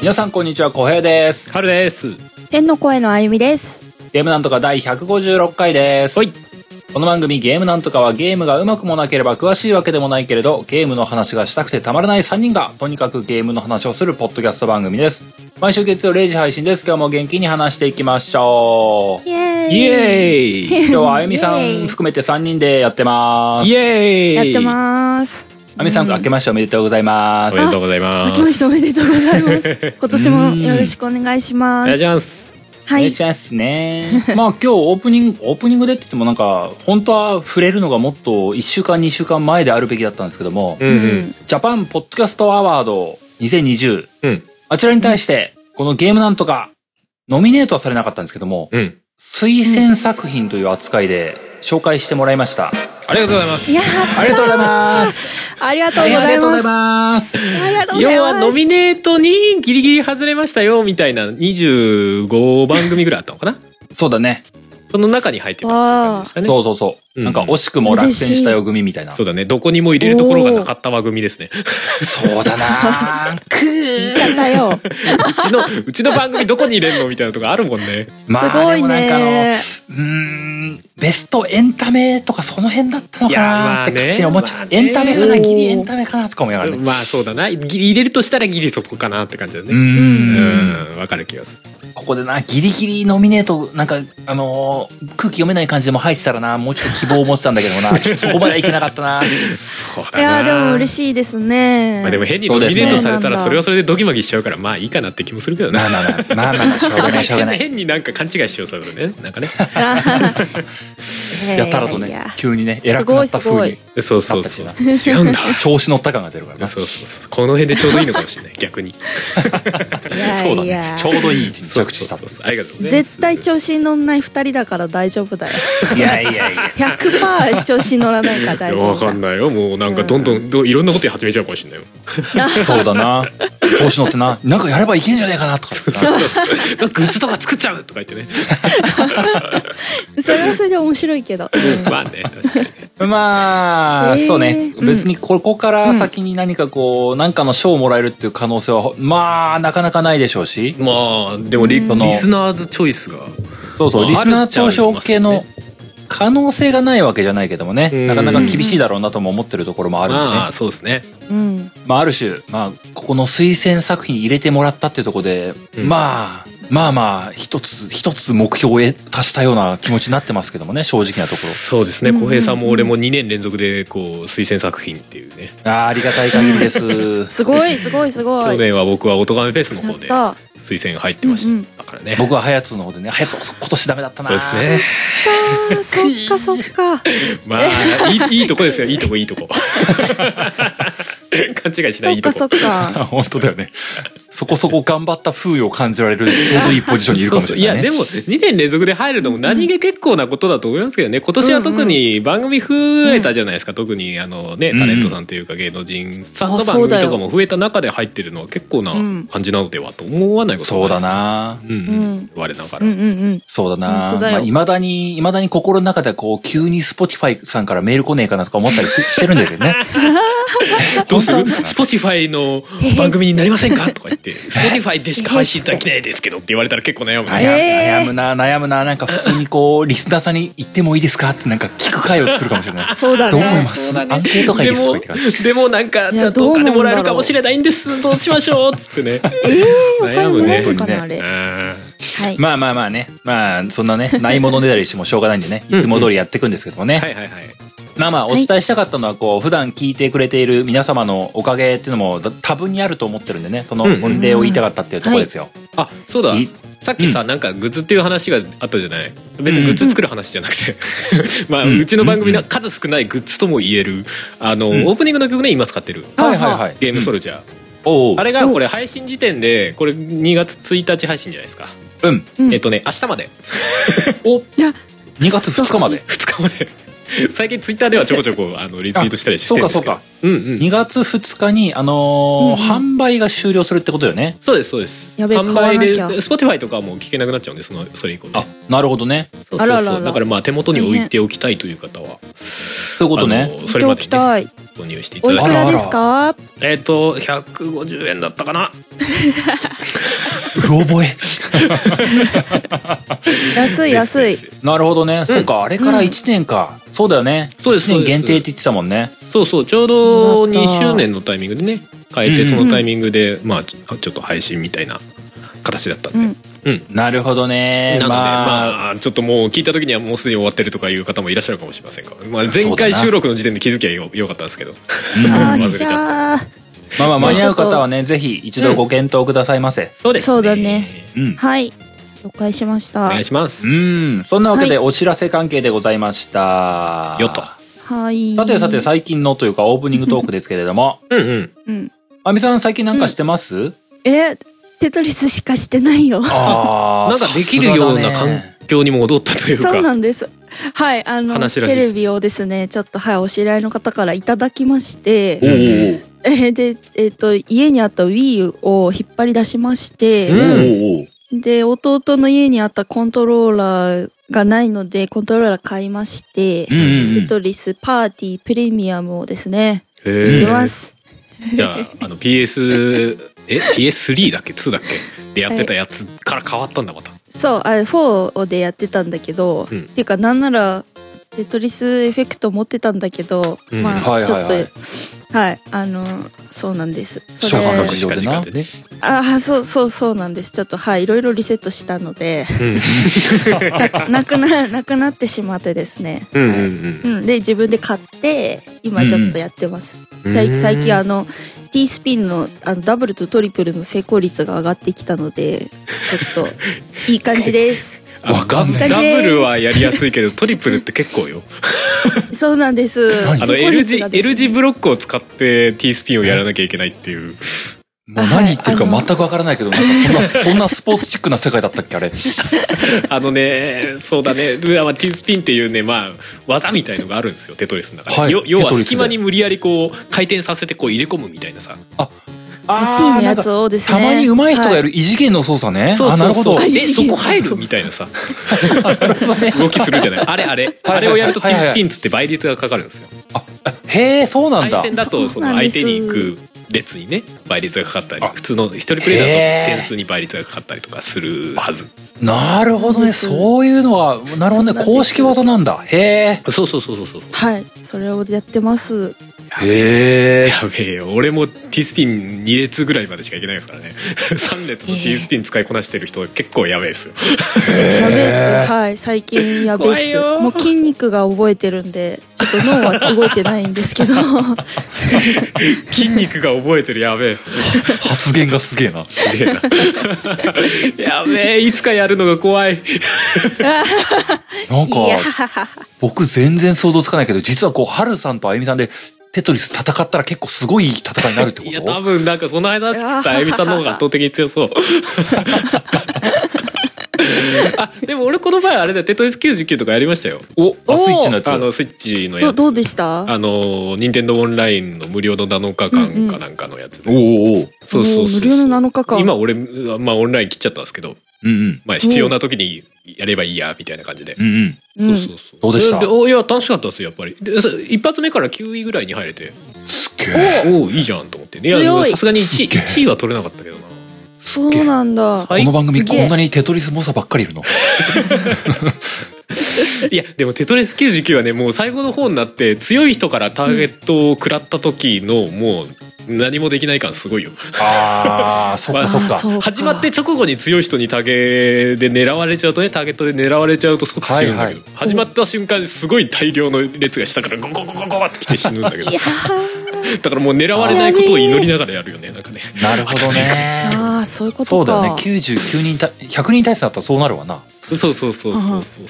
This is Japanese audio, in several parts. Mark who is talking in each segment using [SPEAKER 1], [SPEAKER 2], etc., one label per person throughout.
[SPEAKER 1] 皆さんこんにちは、小平です。
[SPEAKER 2] 春です。
[SPEAKER 3] 天の声のあゆみです。
[SPEAKER 1] ゲームなんとか第156回です。
[SPEAKER 2] はい。
[SPEAKER 1] この番組ゲームなんとかはゲームがうまくもなければ詳しいわけでもないけれど、ゲームの話がしたくてたまらない3人が、とにかくゲームの話をするポッドキャスト番組です。毎週月曜0時配信です。今日も元気に話していきましょ う。
[SPEAKER 3] イエーイ
[SPEAKER 2] イエー
[SPEAKER 1] 今
[SPEAKER 2] イ。
[SPEAKER 1] 日はあゆみさ
[SPEAKER 3] イエー
[SPEAKER 1] ん
[SPEAKER 3] イ
[SPEAKER 1] 含めて3人でやってます。
[SPEAKER 2] イエ
[SPEAKER 3] や
[SPEAKER 2] ーイ。
[SPEAKER 3] ってます。
[SPEAKER 1] あゆみさん、明けましておめでとうございま
[SPEAKER 2] お
[SPEAKER 1] す
[SPEAKER 2] め。でとうございます。
[SPEAKER 3] 明けましておめでとうござ います。今年もよろしくお願いし
[SPEAKER 2] お
[SPEAKER 3] ま
[SPEAKER 2] 願い
[SPEAKER 3] す。
[SPEAKER 2] します。
[SPEAKER 1] お
[SPEAKER 3] は
[SPEAKER 1] 願
[SPEAKER 3] い
[SPEAKER 1] い。しますね。まあ今日オープニング、オープニングでって言ってもなんか、本当は触れるのがもっと1週間2週間前であるべきだったんですけども、
[SPEAKER 2] うんうん。
[SPEAKER 1] ジャパンポッドキャストアワード2020、
[SPEAKER 2] うん
[SPEAKER 1] あちらに対して、このゲームなんとか、ノミネートはされなかったんですけども、
[SPEAKER 2] うん。
[SPEAKER 1] 推薦作品という扱いで紹介してもらいました。
[SPEAKER 2] ありがとうございます。
[SPEAKER 3] いや
[SPEAKER 1] ありがとうございます。
[SPEAKER 3] ーありがと
[SPEAKER 1] あ
[SPEAKER 3] うご
[SPEAKER 1] り
[SPEAKER 3] ざ
[SPEAKER 1] が
[SPEAKER 3] い
[SPEAKER 1] とうござい
[SPEAKER 3] ます。
[SPEAKER 1] ます。
[SPEAKER 3] ありがとうご
[SPEAKER 2] 要
[SPEAKER 3] ざい
[SPEAKER 2] は
[SPEAKER 3] ます。
[SPEAKER 2] ノミネートにギリギリ外れましたよみたいな25番組ぐらいあったのかな
[SPEAKER 1] そうだね。
[SPEAKER 2] その中に入ってたって感じですかね
[SPEAKER 1] そうそうそう。
[SPEAKER 2] うん
[SPEAKER 1] なんか惜しくも落選したよ組みたいな。
[SPEAKER 2] そうだねどこにも入れるところがなかった番組ですね
[SPEAKER 1] そうだなー
[SPEAKER 3] だったよ。
[SPEAKER 2] うちのうちの番組どこに入れるのみたいなとこあるもんね
[SPEAKER 1] まあ、
[SPEAKER 3] すご
[SPEAKER 1] で
[SPEAKER 3] いね
[SPEAKER 1] もなんかあの、うーん、ベストエンタメとかその辺だったのか
[SPEAKER 2] いやま
[SPEAKER 1] な
[SPEAKER 2] あ
[SPEAKER 1] って
[SPEAKER 2] ね
[SPEAKER 1] 勝手に思っちゃう。
[SPEAKER 2] まあね
[SPEAKER 1] エンタメかな
[SPEAKER 3] おー
[SPEAKER 1] ギリエンタメかなとか思いながらね。
[SPEAKER 2] まあそうだなギリ入れるとしたらギリそこかなって感じだ
[SPEAKER 1] う。
[SPEAKER 2] ねうんんわかる気がする
[SPEAKER 1] ここでな、ギリギリノミネート、なんか、あのー空気読めない感じでも入ってたらな、もうちょっと希望を持ってたんだけどな、ちょっとそこまではいけなかったな。
[SPEAKER 2] そう
[SPEAKER 3] いやーでも嬉
[SPEAKER 2] しい
[SPEAKER 3] しいですね。
[SPEAKER 2] まあでも変に
[SPEAKER 1] そ
[SPEAKER 2] ノ
[SPEAKER 1] うです
[SPEAKER 2] ミ
[SPEAKER 1] ね
[SPEAKER 2] ネートされたらそれはそれでドギマギしちゃうからまあいいかなって気もするけどな
[SPEAKER 1] まあまあまあ、まあまあまあ、しょうが ない、しょうがな。
[SPEAKER 2] 変ない変になんか勘違いしようそうだねなんか ね
[SPEAKER 1] やったらとね
[SPEAKER 3] いやいやいや、
[SPEAKER 1] 急にね、偉くなった
[SPEAKER 3] すご
[SPEAKER 1] 風
[SPEAKER 3] い
[SPEAKER 1] に
[SPEAKER 3] す、
[SPEAKER 2] そうそうそう違うんだ
[SPEAKER 1] 調子乗った感が出るからな。
[SPEAKER 2] そうそうそうこの辺でちょうどいいのかもしれない逆に
[SPEAKER 3] いやいや
[SPEAKER 1] そうだね。ちょうどいい 着地した
[SPEAKER 2] そうそうそうありがとうございます
[SPEAKER 3] 絶対調子に乗んない二人だから大丈夫だよ。
[SPEAKER 1] いやいやいや。
[SPEAKER 3] 100%調子に乗らないから大
[SPEAKER 2] いや
[SPEAKER 3] 丈夫
[SPEAKER 2] わ
[SPEAKER 3] だ。
[SPEAKER 2] かんないよもうなんかどんどんどういろんなこと始めちゃうかもしれないよ
[SPEAKER 1] そうだな。調子乗ってな。なんかやればいけんじゃねえかなとか。
[SPEAKER 2] そうそうなんかグッズとか作っちゃうとか言 ってね
[SPEAKER 3] それはそれで面白いけど。
[SPEAKER 2] まあね確かに
[SPEAKER 1] まあ、
[SPEAKER 3] えー
[SPEAKER 1] そうね。
[SPEAKER 3] うん
[SPEAKER 1] 別にここから先に何かこう、何かの賞をもらえるっていう可能性は、まあ、なかなかないでしょうし。
[SPEAKER 2] まあでもリ
[SPEAKER 1] その
[SPEAKER 2] リスナーズチョイスが
[SPEAKER 1] そうそう、
[SPEAKER 2] まあ
[SPEAKER 1] リスナー投票
[SPEAKER 2] あるっち
[SPEAKER 1] 系
[SPEAKER 2] ゃありますよ
[SPEAKER 1] の
[SPEAKER 2] ね
[SPEAKER 1] 可能性がないわけじゃないけどもね、
[SPEAKER 2] うん
[SPEAKER 1] なかなか厳しいだろうなとも思ってるところもあるんでね。
[SPEAKER 2] まあそうですね
[SPEAKER 3] うん。
[SPEAKER 1] まあ、ある種、まあ、ここの推薦作品入れてもらったっていうところで、
[SPEAKER 2] うん
[SPEAKER 1] まあ、まあまあ、一つ、一つ目標へ達したような気持ちになってますけどもね、正直なところ。
[SPEAKER 2] そうですね浩平さんも俺も2年連続でこう推薦作品っていうね
[SPEAKER 1] あーありがたい限りです。
[SPEAKER 3] すごいすごいすご
[SPEAKER 2] 去
[SPEAKER 3] い。
[SPEAKER 2] 年は僕は「おとがめフェス」の方で
[SPEAKER 3] やった
[SPEAKER 2] 推薦入ってましたからね、
[SPEAKER 1] 僕はハヤツの方でね、ハヤツ今年ダメだったな。
[SPEAKER 2] そうですね。
[SPEAKER 3] あーそっかそっか。
[SPEAKER 2] まあい いいいとこですよいいとこいいとこ 勘違いしない
[SPEAKER 3] そ
[SPEAKER 2] い
[SPEAKER 3] っ
[SPEAKER 2] いと
[SPEAKER 3] か
[SPEAKER 2] こ
[SPEAKER 3] そっか。
[SPEAKER 1] あ 本当だよね。そこそこ頑張った風を感じられる、ちょうどいいポジションにいるかもしれない、ね。
[SPEAKER 2] そうそういやでも2年連続で入るのも何気結構なことだと思いますけどね今年は特に番組増えたじゃないですか、特にあのね
[SPEAKER 1] ん
[SPEAKER 2] タレントさんというか芸能人さんの
[SPEAKER 3] あ
[SPEAKER 2] 番
[SPEAKER 3] そ
[SPEAKER 2] 組
[SPEAKER 3] うだよ
[SPEAKER 2] とかも増えた中で入ってるのは結構な
[SPEAKER 3] うん
[SPEAKER 2] 感じなのではと思わないこと
[SPEAKER 1] そうだな。
[SPEAKER 2] ないです、うんうん我ながら、
[SPEAKER 3] うんうんうん。
[SPEAKER 1] そうだ
[SPEAKER 3] 本
[SPEAKER 1] な。
[SPEAKER 3] 当だよ
[SPEAKER 1] まあ、未だに、未だに心の中でこう、急に Spotify さんからメール来ねえかなとか思ったりし してるんだけどね。
[SPEAKER 2] どうする ?Spotify の番組になりませんかとか言って、Spotify でしか配信いただけないですけどって言われたら結構悩む
[SPEAKER 1] 悩
[SPEAKER 2] ね。
[SPEAKER 1] む
[SPEAKER 3] えー
[SPEAKER 1] 悩むな、悩むな。なんか普通にこう、リスナーさんに言ってもいいですかってなんか聞く会を作るかもしれない。
[SPEAKER 3] そうだね
[SPEAKER 1] どう思います、
[SPEAKER 2] そうだね
[SPEAKER 1] アンケート会
[SPEAKER 2] で
[SPEAKER 1] ですと
[SPEAKER 2] も
[SPEAKER 1] か言ってから、
[SPEAKER 2] でもなんか、
[SPEAKER 3] いや
[SPEAKER 2] じゃあどうかでもらえるかもしれないんです。どうしましょうつってね。
[SPEAKER 3] お金
[SPEAKER 2] 悩む
[SPEAKER 3] もらえ
[SPEAKER 2] ね。
[SPEAKER 3] るかな、
[SPEAKER 1] 本
[SPEAKER 3] あ
[SPEAKER 2] う
[SPEAKER 3] れ。
[SPEAKER 2] ん
[SPEAKER 3] はい。
[SPEAKER 1] まあまあまあね。まあ、そんなね、ないものねだりしてもしょうがないんでね、いつも通りやっていくんですけどもね。
[SPEAKER 2] はいはいはい。
[SPEAKER 1] まあまあ、お伝えしたかったのは、こう、普段聞いてくれている皆様のおかげっていうのもだ多分にあると思ってるんでね、その
[SPEAKER 2] うん
[SPEAKER 1] 御礼を言いたかったっていうところですよ。
[SPEAKER 2] あ、そうだ
[SPEAKER 1] い。
[SPEAKER 2] さっきさ、なんかグッズっていう話があったじゃない別にグッズ作る話じゃなくて まあうちの番組の数少ないグッズとも言えるあのオ
[SPEAKER 1] ん
[SPEAKER 2] ープニングの曲ね今使ってる
[SPEAKER 3] はい
[SPEAKER 1] い
[SPEAKER 2] ゲームソルジャー
[SPEAKER 1] おう
[SPEAKER 2] あれがこれ配信時点でこれ2月1日配信じゃないですか
[SPEAKER 1] うん。
[SPEAKER 3] うん
[SPEAKER 2] えっとね明日まで
[SPEAKER 1] お
[SPEAKER 3] いや、
[SPEAKER 1] 2月2日まで。
[SPEAKER 2] 2日まで最近ツイッターではちょこちょこあのリツイートしたりして
[SPEAKER 1] そう
[SPEAKER 2] る
[SPEAKER 1] か
[SPEAKER 2] んです
[SPEAKER 1] そう
[SPEAKER 2] けど
[SPEAKER 1] か。
[SPEAKER 2] うんうん
[SPEAKER 1] 2月2日に、あのー販売が終了するってことよね。
[SPEAKER 2] そうですそうです
[SPEAKER 3] やべえ
[SPEAKER 2] 販売で
[SPEAKER 3] 買わなきゃ
[SPEAKER 2] Spotify とかはもう聞けなくなっちゃうんでそのそれ以降ね
[SPEAKER 1] あ、なるほどね。
[SPEAKER 2] そうそうそう
[SPEAKER 3] あららら
[SPEAKER 2] だからまあ手元に置いておきたいという方は
[SPEAKER 1] そういうことね。
[SPEAKER 2] あの
[SPEAKER 3] 見
[SPEAKER 2] そ
[SPEAKER 3] て
[SPEAKER 2] れ
[SPEAKER 3] お
[SPEAKER 2] まで
[SPEAKER 3] き
[SPEAKER 2] にね
[SPEAKER 3] たい。
[SPEAKER 2] 購入していた
[SPEAKER 3] おい
[SPEAKER 2] だい
[SPEAKER 3] く
[SPEAKER 2] て
[SPEAKER 3] らですか
[SPEAKER 2] えっと150円だったかな
[SPEAKER 1] うろ覚え。
[SPEAKER 3] 安い安い。
[SPEAKER 1] なるほどね。そっか、あれから1年か。そうだよね。
[SPEAKER 2] そうです
[SPEAKER 1] 1年限定って言ってたもんね。
[SPEAKER 2] そうそうちょうど2
[SPEAKER 3] よかった
[SPEAKER 2] 周年のタイミングでね変え
[SPEAKER 1] う
[SPEAKER 2] て
[SPEAKER 1] ん
[SPEAKER 2] そのタイミングで、まあちょちょっと配信みたいな形だったんで、
[SPEAKER 3] うん
[SPEAKER 2] うん
[SPEAKER 1] なるほどね。
[SPEAKER 2] なので、
[SPEAKER 1] まあ、
[SPEAKER 2] まあ、ちょっともう聞いた時にはもうすでに終わってるとかいう方もいらっしゃるかもしれませんが、まあ、前回収録の時点で気づきゃよよかったんですけど
[SPEAKER 3] あ
[SPEAKER 2] 忘れ
[SPEAKER 3] ーし
[SPEAKER 2] ちゃった
[SPEAKER 3] ゃー。
[SPEAKER 1] まあまあ、間に合う方はね、ぜひ一度ご検討くださいませ。
[SPEAKER 2] そうですね
[SPEAKER 3] そうだね
[SPEAKER 1] うん。
[SPEAKER 3] はい。了解しました。
[SPEAKER 2] お
[SPEAKER 3] は
[SPEAKER 2] 願いします、
[SPEAKER 1] うん。そんなわけで、お知らせ関係でございました。
[SPEAKER 2] よと
[SPEAKER 3] い。
[SPEAKER 1] さてさて、最近のというか、オープニングトークですけれども、
[SPEAKER 2] うんうん
[SPEAKER 3] うん。
[SPEAKER 1] あみさん最近なんかしてます、
[SPEAKER 3] え、テトリスしかしてないよ。
[SPEAKER 1] あ
[SPEAKER 2] なんかできるような
[SPEAKER 1] 感
[SPEAKER 2] 環境に戻ったというか
[SPEAKER 3] そうなんです。はい、あの、
[SPEAKER 2] 話らしい
[SPEAKER 3] テ
[SPEAKER 2] です
[SPEAKER 3] レビをですね、ちょっと、はい、お知り合いの方からいただきまし
[SPEAKER 1] お
[SPEAKER 3] て、
[SPEAKER 1] ー
[SPEAKER 3] えーで、えっ、と、家にあった Wii を引っ張り出しまし
[SPEAKER 1] お
[SPEAKER 3] て、
[SPEAKER 1] ー
[SPEAKER 2] うん
[SPEAKER 1] おー
[SPEAKER 3] で、弟の家にあったコントローラーがないので、コントローラー買いまして、
[SPEAKER 1] うんうんう
[SPEAKER 3] テ
[SPEAKER 1] ん
[SPEAKER 3] トリスパーティープレミアムをですね、
[SPEAKER 2] へ
[SPEAKER 3] 出
[SPEAKER 2] え
[SPEAKER 3] ます。
[SPEAKER 2] じゃああの PS え PS3 だっけ2だっけでやってたやつから変わったんだまた
[SPEAKER 3] そう、あれ、4でやってたんだけど、
[SPEAKER 2] うん
[SPEAKER 3] っていうか、なんなら、テトリスエフェクト持ってたんだけど、
[SPEAKER 2] うん
[SPEAKER 3] まあ、
[SPEAKER 1] はいはいはい
[SPEAKER 3] ちょっと、はい、あの、そうなんです。そ
[SPEAKER 1] 小
[SPEAKER 3] れ
[SPEAKER 1] 学
[SPEAKER 2] なん
[SPEAKER 1] 学
[SPEAKER 2] か
[SPEAKER 1] 事情でな
[SPEAKER 2] 時間ね
[SPEAKER 3] ああ、そうそうそうなんです。ちょっと、はい、いろいろリセットしたので、 ななくな、なくなってしまってですね。
[SPEAKER 2] うんうん
[SPEAKER 3] う
[SPEAKER 2] うん
[SPEAKER 3] ん、で、自分で買って、今ちょっとやってます。
[SPEAKER 2] うん
[SPEAKER 3] 最最近、あの、T スピンのあのダブルとトリプルの成功率が上がってきたので、ちょっと、 いい感じです。
[SPEAKER 2] あ
[SPEAKER 1] わかん
[SPEAKER 3] ない
[SPEAKER 2] ダブルはやりやすいけどトリプルって結構よ
[SPEAKER 3] そうなんです。
[SPEAKER 1] 何
[SPEAKER 2] あの L 字 L 字ブロックを使って T スピンをやらなきゃいけないっていう
[SPEAKER 1] もう何言ってるか
[SPEAKER 3] はいあの
[SPEAKER 1] 全くわからないけど、なんかそんな、そんなスポーツチックな世界だったっけあれ。
[SPEAKER 2] あのねそうだねまあ T スピンっていうねまあ技みたいのがあるんですよテトリスの中で、
[SPEAKER 1] はい
[SPEAKER 2] よ要は
[SPEAKER 1] テトリスで
[SPEAKER 2] 隙間に無理やりこう回転させてこう入れ込むみたいなさ
[SPEAKER 1] あ
[SPEAKER 3] ST のやつをです
[SPEAKER 1] た
[SPEAKER 3] ね
[SPEAKER 1] まに上手い人がやる異次元の操作ね。
[SPEAKER 2] そう
[SPEAKER 1] あ、な
[SPEAKER 2] そ
[SPEAKER 1] る
[SPEAKER 2] う
[SPEAKER 1] ほ
[SPEAKER 2] そ
[SPEAKER 1] ど
[SPEAKER 2] う。
[SPEAKER 3] あ
[SPEAKER 2] え
[SPEAKER 3] いいね
[SPEAKER 2] そこ入
[SPEAKER 3] そ
[SPEAKER 2] る
[SPEAKER 3] う
[SPEAKER 2] みたいなさ
[SPEAKER 1] なるほどね
[SPEAKER 2] 動きするじゃないあれあれ
[SPEAKER 1] はい
[SPEAKER 2] あれをやると T
[SPEAKER 1] はいはい
[SPEAKER 2] スピンつって倍率がかかるんですよ
[SPEAKER 1] へえ、そうなん
[SPEAKER 2] 対
[SPEAKER 1] だ。
[SPEAKER 2] 戦だと
[SPEAKER 3] そ
[SPEAKER 2] そうの
[SPEAKER 3] なんで
[SPEAKER 2] 相
[SPEAKER 3] す
[SPEAKER 2] 手に行く列にね倍率がかかったり
[SPEAKER 1] あ
[SPEAKER 2] 普通の一人プレイだと
[SPEAKER 1] へー
[SPEAKER 2] 点数に倍率がかかったりとかするはず
[SPEAKER 1] なるほどね。そういうのは、なるほど
[SPEAKER 3] そうなんで
[SPEAKER 1] ね。
[SPEAKER 3] す
[SPEAKER 1] 公式技なんだ。へえ。
[SPEAKER 2] そうそうそうそうそう
[SPEAKER 3] はい、それをやってます。
[SPEAKER 1] へえ。
[SPEAKER 2] やべえよ俺も T スピン2列ぐらいまでしかいけないですからね3 列の T スピン使いこなしてる人結構やべえですよ
[SPEAKER 3] やべえっす。はい、最近やべ
[SPEAKER 2] 怖い
[SPEAKER 3] えっ
[SPEAKER 2] よ
[SPEAKER 3] す。もう筋肉が覚えてるんで、ちょっと脳は動いてないんです けど。
[SPEAKER 2] 筋肉が覚えてるや べえ
[SPEAKER 1] 発言がすげえな。
[SPEAKER 2] すげえな やべえいつかやるのが怖い
[SPEAKER 1] なんか
[SPEAKER 3] いや、
[SPEAKER 1] 僕全然想像つかないけど、実はこう、ハルさんとあゆみさんで、テトリス戦ったら結構すごい戦いになるってこ
[SPEAKER 2] いや多
[SPEAKER 1] と
[SPEAKER 2] 分なんかその間作ったあゆみさんの方が圧倒的に 強そうあでも俺この前あれだよテトリス99とかやりましたよ
[SPEAKER 1] お、あ、
[SPEAKER 3] おー
[SPEAKER 1] スイッチのやつ。
[SPEAKER 2] あのスイッチのや
[SPEAKER 3] ど
[SPEAKER 2] つ
[SPEAKER 3] どうでした
[SPEAKER 2] あの任天堂オンラインの無料の7日間かなんかのやつで、
[SPEAKER 1] おおおう
[SPEAKER 2] そうそうそう
[SPEAKER 3] も無料の7日間
[SPEAKER 2] 今俺、まあ、オンライン切っちゃったんですけど、
[SPEAKER 1] うんうん。
[SPEAKER 2] まあ、必要な時にやればいいやみたいな感じで、
[SPEAKER 1] うんうん。
[SPEAKER 3] うん
[SPEAKER 2] そうそうそう
[SPEAKER 1] どうでした
[SPEAKER 2] えおいや楽しかったですよやっぱりでそ一発目から9位ぐらいに入れて
[SPEAKER 1] すっげえ。
[SPEAKER 2] おおいいじゃんと思っていや
[SPEAKER 3] 強い
[SPEAKER 2] さすがに 1,
[SPEAKER 1] すげえ
[SPEAKER 2] 1位は取れなかったけどな
[SPEAKER 3] そうなんだ。
[SPEAKER 2] は
[SPEAKER 1] こ
[SPEAKER 2] い
[SPEAKER 1] の番組
[SPEAKER 3] すげ
[SPEAKER 1] こ
[SPEAKER 3] え
[SPEAKER 1] んなにテトリス猛者ばっかりいるの。
[SPEAKER 2] いやでも「テトレス99」はねもう最後の方になって強い人からターゲットを食らった時の、もう何もできない感すごいよ
[SPEAKER 1] ああ、そっ
[SPEAKER 2] ま
[SPEAKER 1] か
[SPEAKER 2] あ
[SPEAKER 1] そっ
[SPEAKER 3] あーそ
[SPEAKER 1] か。
[SPEAKER 3] う
[SPEAKER 2] 始まって直後に強い人にタゲで狙われちゃうとねターゲットで狙われちゃうと即死ぬんだけど、
[SPEAKER 1] は
[SPEAKER 2] 始まった瞬間にすごい大量の列が下からゴゴゴゴゴゴって来て死ぬんだけど
[SPEAKER 3] いや
[SPEAKER 2] だからもう狙われないことを祈りながらやるよねなんかね
[SPEAKER 1] なるほどね。
[SPEAKER 3] ああ、そういうことか。
[SPEAKER 1] そうだよね。99人対、100人対戦だったらそうなるわな。
[SPEAKER 2] そうそうそうそうそうそう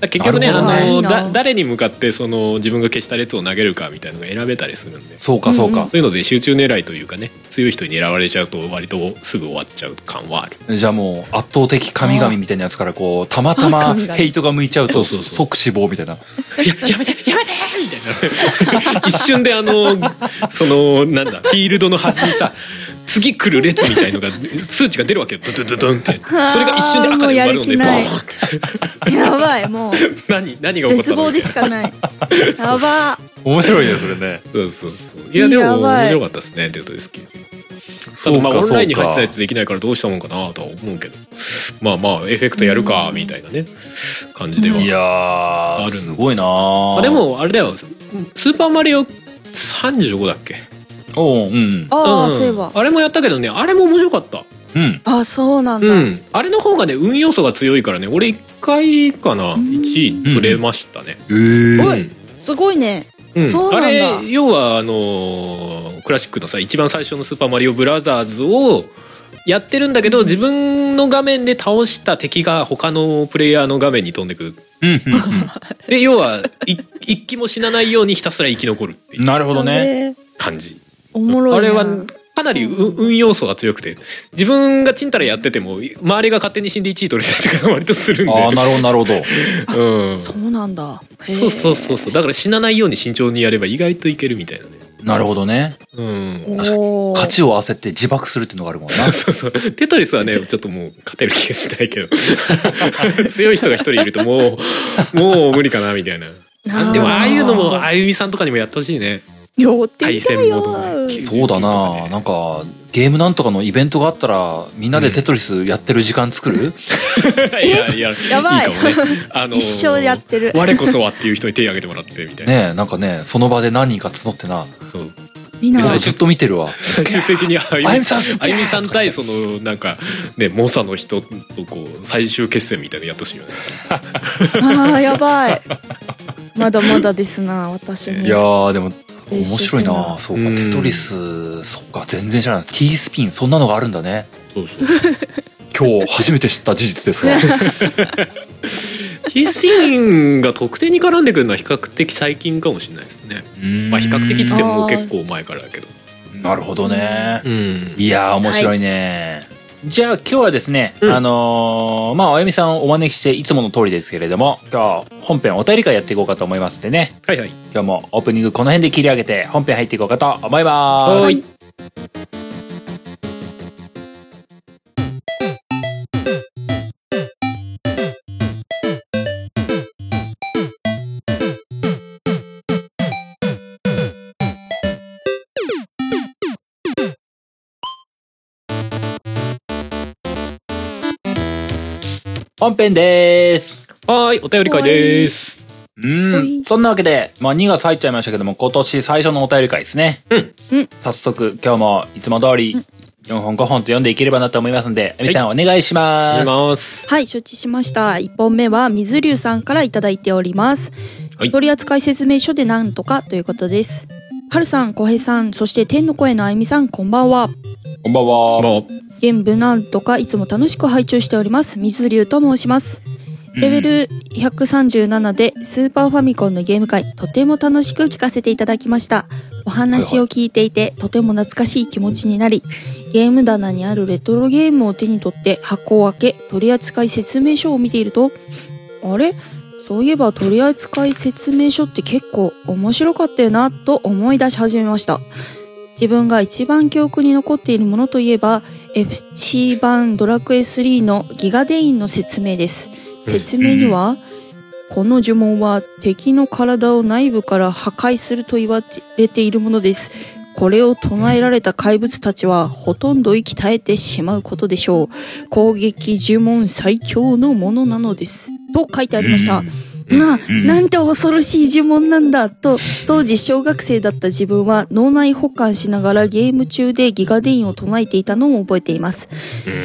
[SPEAKER 2] だから結局ね
[SPEAKER 1] なるほ
[SPEAKER 2] あ
[SPEAKER 1] ど
[SPEAKER 3] あーいい
[SPEAKER 2] の
[SPEAKER 3] な
[SPEAKER 2] だ誰に向かってその自分が消した列を投げるかみたいのが選べたりするんでそ
[SPEAKER 1] そうかそう
[SPEAKER 3] う
[SPEAKER 1] か
[SPEAKER 2] う。いうので集中狙いというかね強い人に狙われちゃうと割とすぐ終わっちゃう感はある
[SPEAKER 1] じゃあもう圧倒的神々みたいなやつからこう、たまた
[SPEAKER 3] あ
[SPEAKER 1] ま
[SPEAKER 3] 神々
[SPEAKER 1] ヘイトが向いちゃうと
[SPEAKER 2] そうそう
[SPEAKER 1] 即死亡みたいな。
[SPEAKER 2] ややめてやめてみたいな 一瞬であのそのなんだフィールドの端にさ次来る列みたいのが数値が出るわけよドドドドンってそれが一瞬で赤で埋まるので
[SPEAKER 3] もう
[SPEAKER 2] ボ
[SPEAKER 3] やる気ない
[SPEAKER 2] ーンって
[SPEAKER 3] やば い、もう、
[SPEAKER 2] 何何が起こった
[SPEAKER 3] 絶
[SPEAKER 2] の
[SPEAKER 3] 望でし かない。やば。
[SPEAKER 1] 面白いね、それね。
[SPEAKER 2] そうそうそういやでも
[SPEAKER 3] やばい
[SPEAKER 2] 面白かったですねテトリスキーただまあ
[SPEAKER 1] そう
[SPEAKER 2] オ
[SPEAKER 1] か
[SPEAKER 2] ンラインに
[SPEAKER 1] そうか
[SPEAKER 2] 入ってないとできないからどうしたもんかなとは思うけどまあまあエフェクトやるかみたいなね感じでは、
[SPEAKER 1] いや
[SPEAKER 2] あ
[SPEAKER 1] ー
[SPEAKER 2] る
[SPEAKER 1] すごいなー
[SPEAKER 2] あでもあれだよ「スーパーマリオ35」だっけ
[SPEAKER 1] おううん
[SPEAKER 3] ああ、
[SPEAKER 2] ん
[SPEAKER 3] そういえば。
[SPEAKER 2] あれもやったけどねあれも面白かった
[SPEAKER 1] うん
[SPEAKER 3] あそうなんだ。
[SPEAKER 2] うんあれの方がね運要素が強いからね俺1回かな1位取れましたね、
[SPEAKER 1] えー
[SPEAKER 3] おいすごいね。
[SPEAKER 2] うん
[SPEAKER 3] そうなんだ
[SPEAKER 2] あれ要はあのークラシックのさ一番最初の「スーパーマリオブラザーズ」をやってるんだけど自分の画面で倒した敵が他のプレイヤーの画面に飛んでくる
[SPEAKER 1] うんうん
[SPEAKER 2] で要はい一気も死なないようにひたすら生き残るって
[SPEAKER 1] う
[SPEAKER 2] い
[SPEAKER 1] ん
[SPEAKER 2] う
[SPEAKER 1] なるほどね。
[SPEAKER 3] あれ。
[SPEAKER 2] 感じ
[SPEAKER 3] おもろいな。
[SPEAKER 2] あれはかなり運運要素が強くて自分がちんたらやってても周りが勝手に死んで1位取れたりとか割とするんで
[SPEAKER 1] ああなるほどなるほど。
[SPEAKER 2] うん、そ
[SPEAKER 3] そうなんだ。へー
[SPEAKER 2] うそうそうそうだから死なないように慎重にやれば意外といけるみたいなね
[SPEAKER 1] なるほどね。
[SPEAKER 2] うん
[SPEAKER 3] おー
[SPEAKER 1] 勝ちを焦って自爆するっていうのがあるもんな。
[SPEAKER 2] そうそう。テトリスはね、ちょっともう勝てる気がしないけど。 強い人が一人いるともう、もう無理かな、みたいな。
[SPEAKER 3] あー
[SPEAKER 2] でもああいうの
[SPEAKER 3] なるほど
[SPEAKER 2] も、あゆみさんとかにもやってほしい ね。
[SPEAKER 3] よって
[SPEAKER 2] 対
[SPEAKER 3] みた
[SPEAKER 2] 戦
[SPEAKER 3] い
[SPEAKER 2] モ
[SPEAKER 3] よ
[SPEAKER 2] ードの。
[SPEAKER 1] そうだななんかゲームなんとかのイベントがあったらみんなでテトリスやってる時間作る、
[SPEAKER 2] いや、いや、
[SPEAKER 3] やば
[SPEAKER 2] い
[SPEAKER 3] い
[SPEAKER 2] かもね。あのー
[SPEAKER 3] 一生やってる
[SPEAKER 2] 我こそはっていう人に手挙げてもらって、みたいな。
[SPEAKER 1] ねえなんかねその場で何人か募ってな
[SPEAKER 2] そう。
[SPEAKER 3] みんな
[SPEAKER 2] で
[SPEAKER 1] そ
[SPEAKER 3] が
[SPEAKER 1] れ
[SPEAKER 2] 最
[SPEAKER 1] ずっと見てるわ
[SPEAKER 2] 最終的にあゆ
[SPEAKER 1] あゆ
[SPEAKER 2] み
[SPEAKER 1] みさ
[SPEAKER 2] さ
[SPEAKER 1] ん
[SPEAKER 2] ん
[SPEAKER 1] す、
[SPEAKER 2] あ
[SPEAKER 1] げえ
[SPEAKER 2] ゆみさん対その、なんか、ね、猛者の人とこう、最終決戦みたいなのやってほしい よね。
[SPEAKER 3] ああやばい。まだまだですな私も。
[SPEAKER 1] いやーでも面
[SPEAKER 3] 練習す
[SPEAKER 1] 白い
[SPEAKER 3] るな
[SPEAKER 1] なそうか
[SPEAKER 2] うん
[SPEAKER 1] テトリスそっか全然知らないキースピンそんなのがあるんだね
[SPEAKER 2] そうそう。
[SPEAKER 1] 今日初めて知った事実ですが
[SPEAKER 2] T スピンが得点に絡んでくるのは比較的最近かもしれないですね。まあ比較的っつってももう結構前からだけど。
[SPEAKER 1] なるほどね
[SPEAKER 2] うん。
[SPEAKER 1] いやー面白いね、じゃあ今日はですね、
[SPEAKER 2] うん
[SPEAKER 1] あのーまああゆみさんをお招きしていつもの通りですけれども今日は本編お便り会やっていこうかと思いますんでね
[SPEAKER 2] はいはい。
[SPEAKER 1] 今日もオープニングこの辺で切り上げて本編入っていこうかと思います。
[SPEAKER 2] はい
[SPEAKER 1] 本編です。
[SPEAKER 2] はーい、お便り会です。
[SPEAKER 1] う
[SPEAKER 3] は
[SPEAKER 1] ん。
[SPEAKER 3] い
[SPEAKER 1] そんなわけで、まあ2月入っちゃいましたけども、今年最初のお便り会ですね。
[SPEAKER 2] うん
[SPEAKER 3] うん
[SPEAKER 1] 早速、今日もいつも通り、4本5本と読んでいければなと思いますんで、あゆみさんお願いし
[SPEAKER 2] お願
[SPEAKER 1] ま
[SPEAKER 2] い
[SPEAKER 1] す。
[SPEAKER 2] します。
[SPEAKER 3] はい、承知しました。1本目は水流さんからいただいております。
[SPEAKER 2] はい
[SPEAKER 3] 取扱説明書でなんとかということです。はるさん、こへいさん、そして天の声のあゆみさん、こんばんは。
[SPEAKER 1] こんばんは。
[SPEAKER 2] まあ、
[SPEAKER 3] 現部なんとかいつも楽しく拝聴しております。水流と申します。レベル137でスーパーファミコンのゲーム会、とても楽しく聞かせていただきました。お話を聞いていて、とても懐かしい気持ちになり、ゲーム棚にあるレトロゲームを手に取って箱を開け、取扱説明書を見ていると、あれそういえば取扱説明書って結構面白かったよなと思い出し始めました。自分が一番記憶に残っているものといえば FC 版ドラクエ3のギガデインの説明です。説明には、この呪文は敵の体を内部から破壊すると言われているものです。これを唱えられた怪物たちはほとんど息絶えてしまうことでしょう。攻撃呪文最強のものなのです。と書いてありました。まあ、なんて恐ろしい呪文なんだと、当時小学生だった自分は脳内保管しながらゲーム中でギガデインを唱えていたのも覚えています。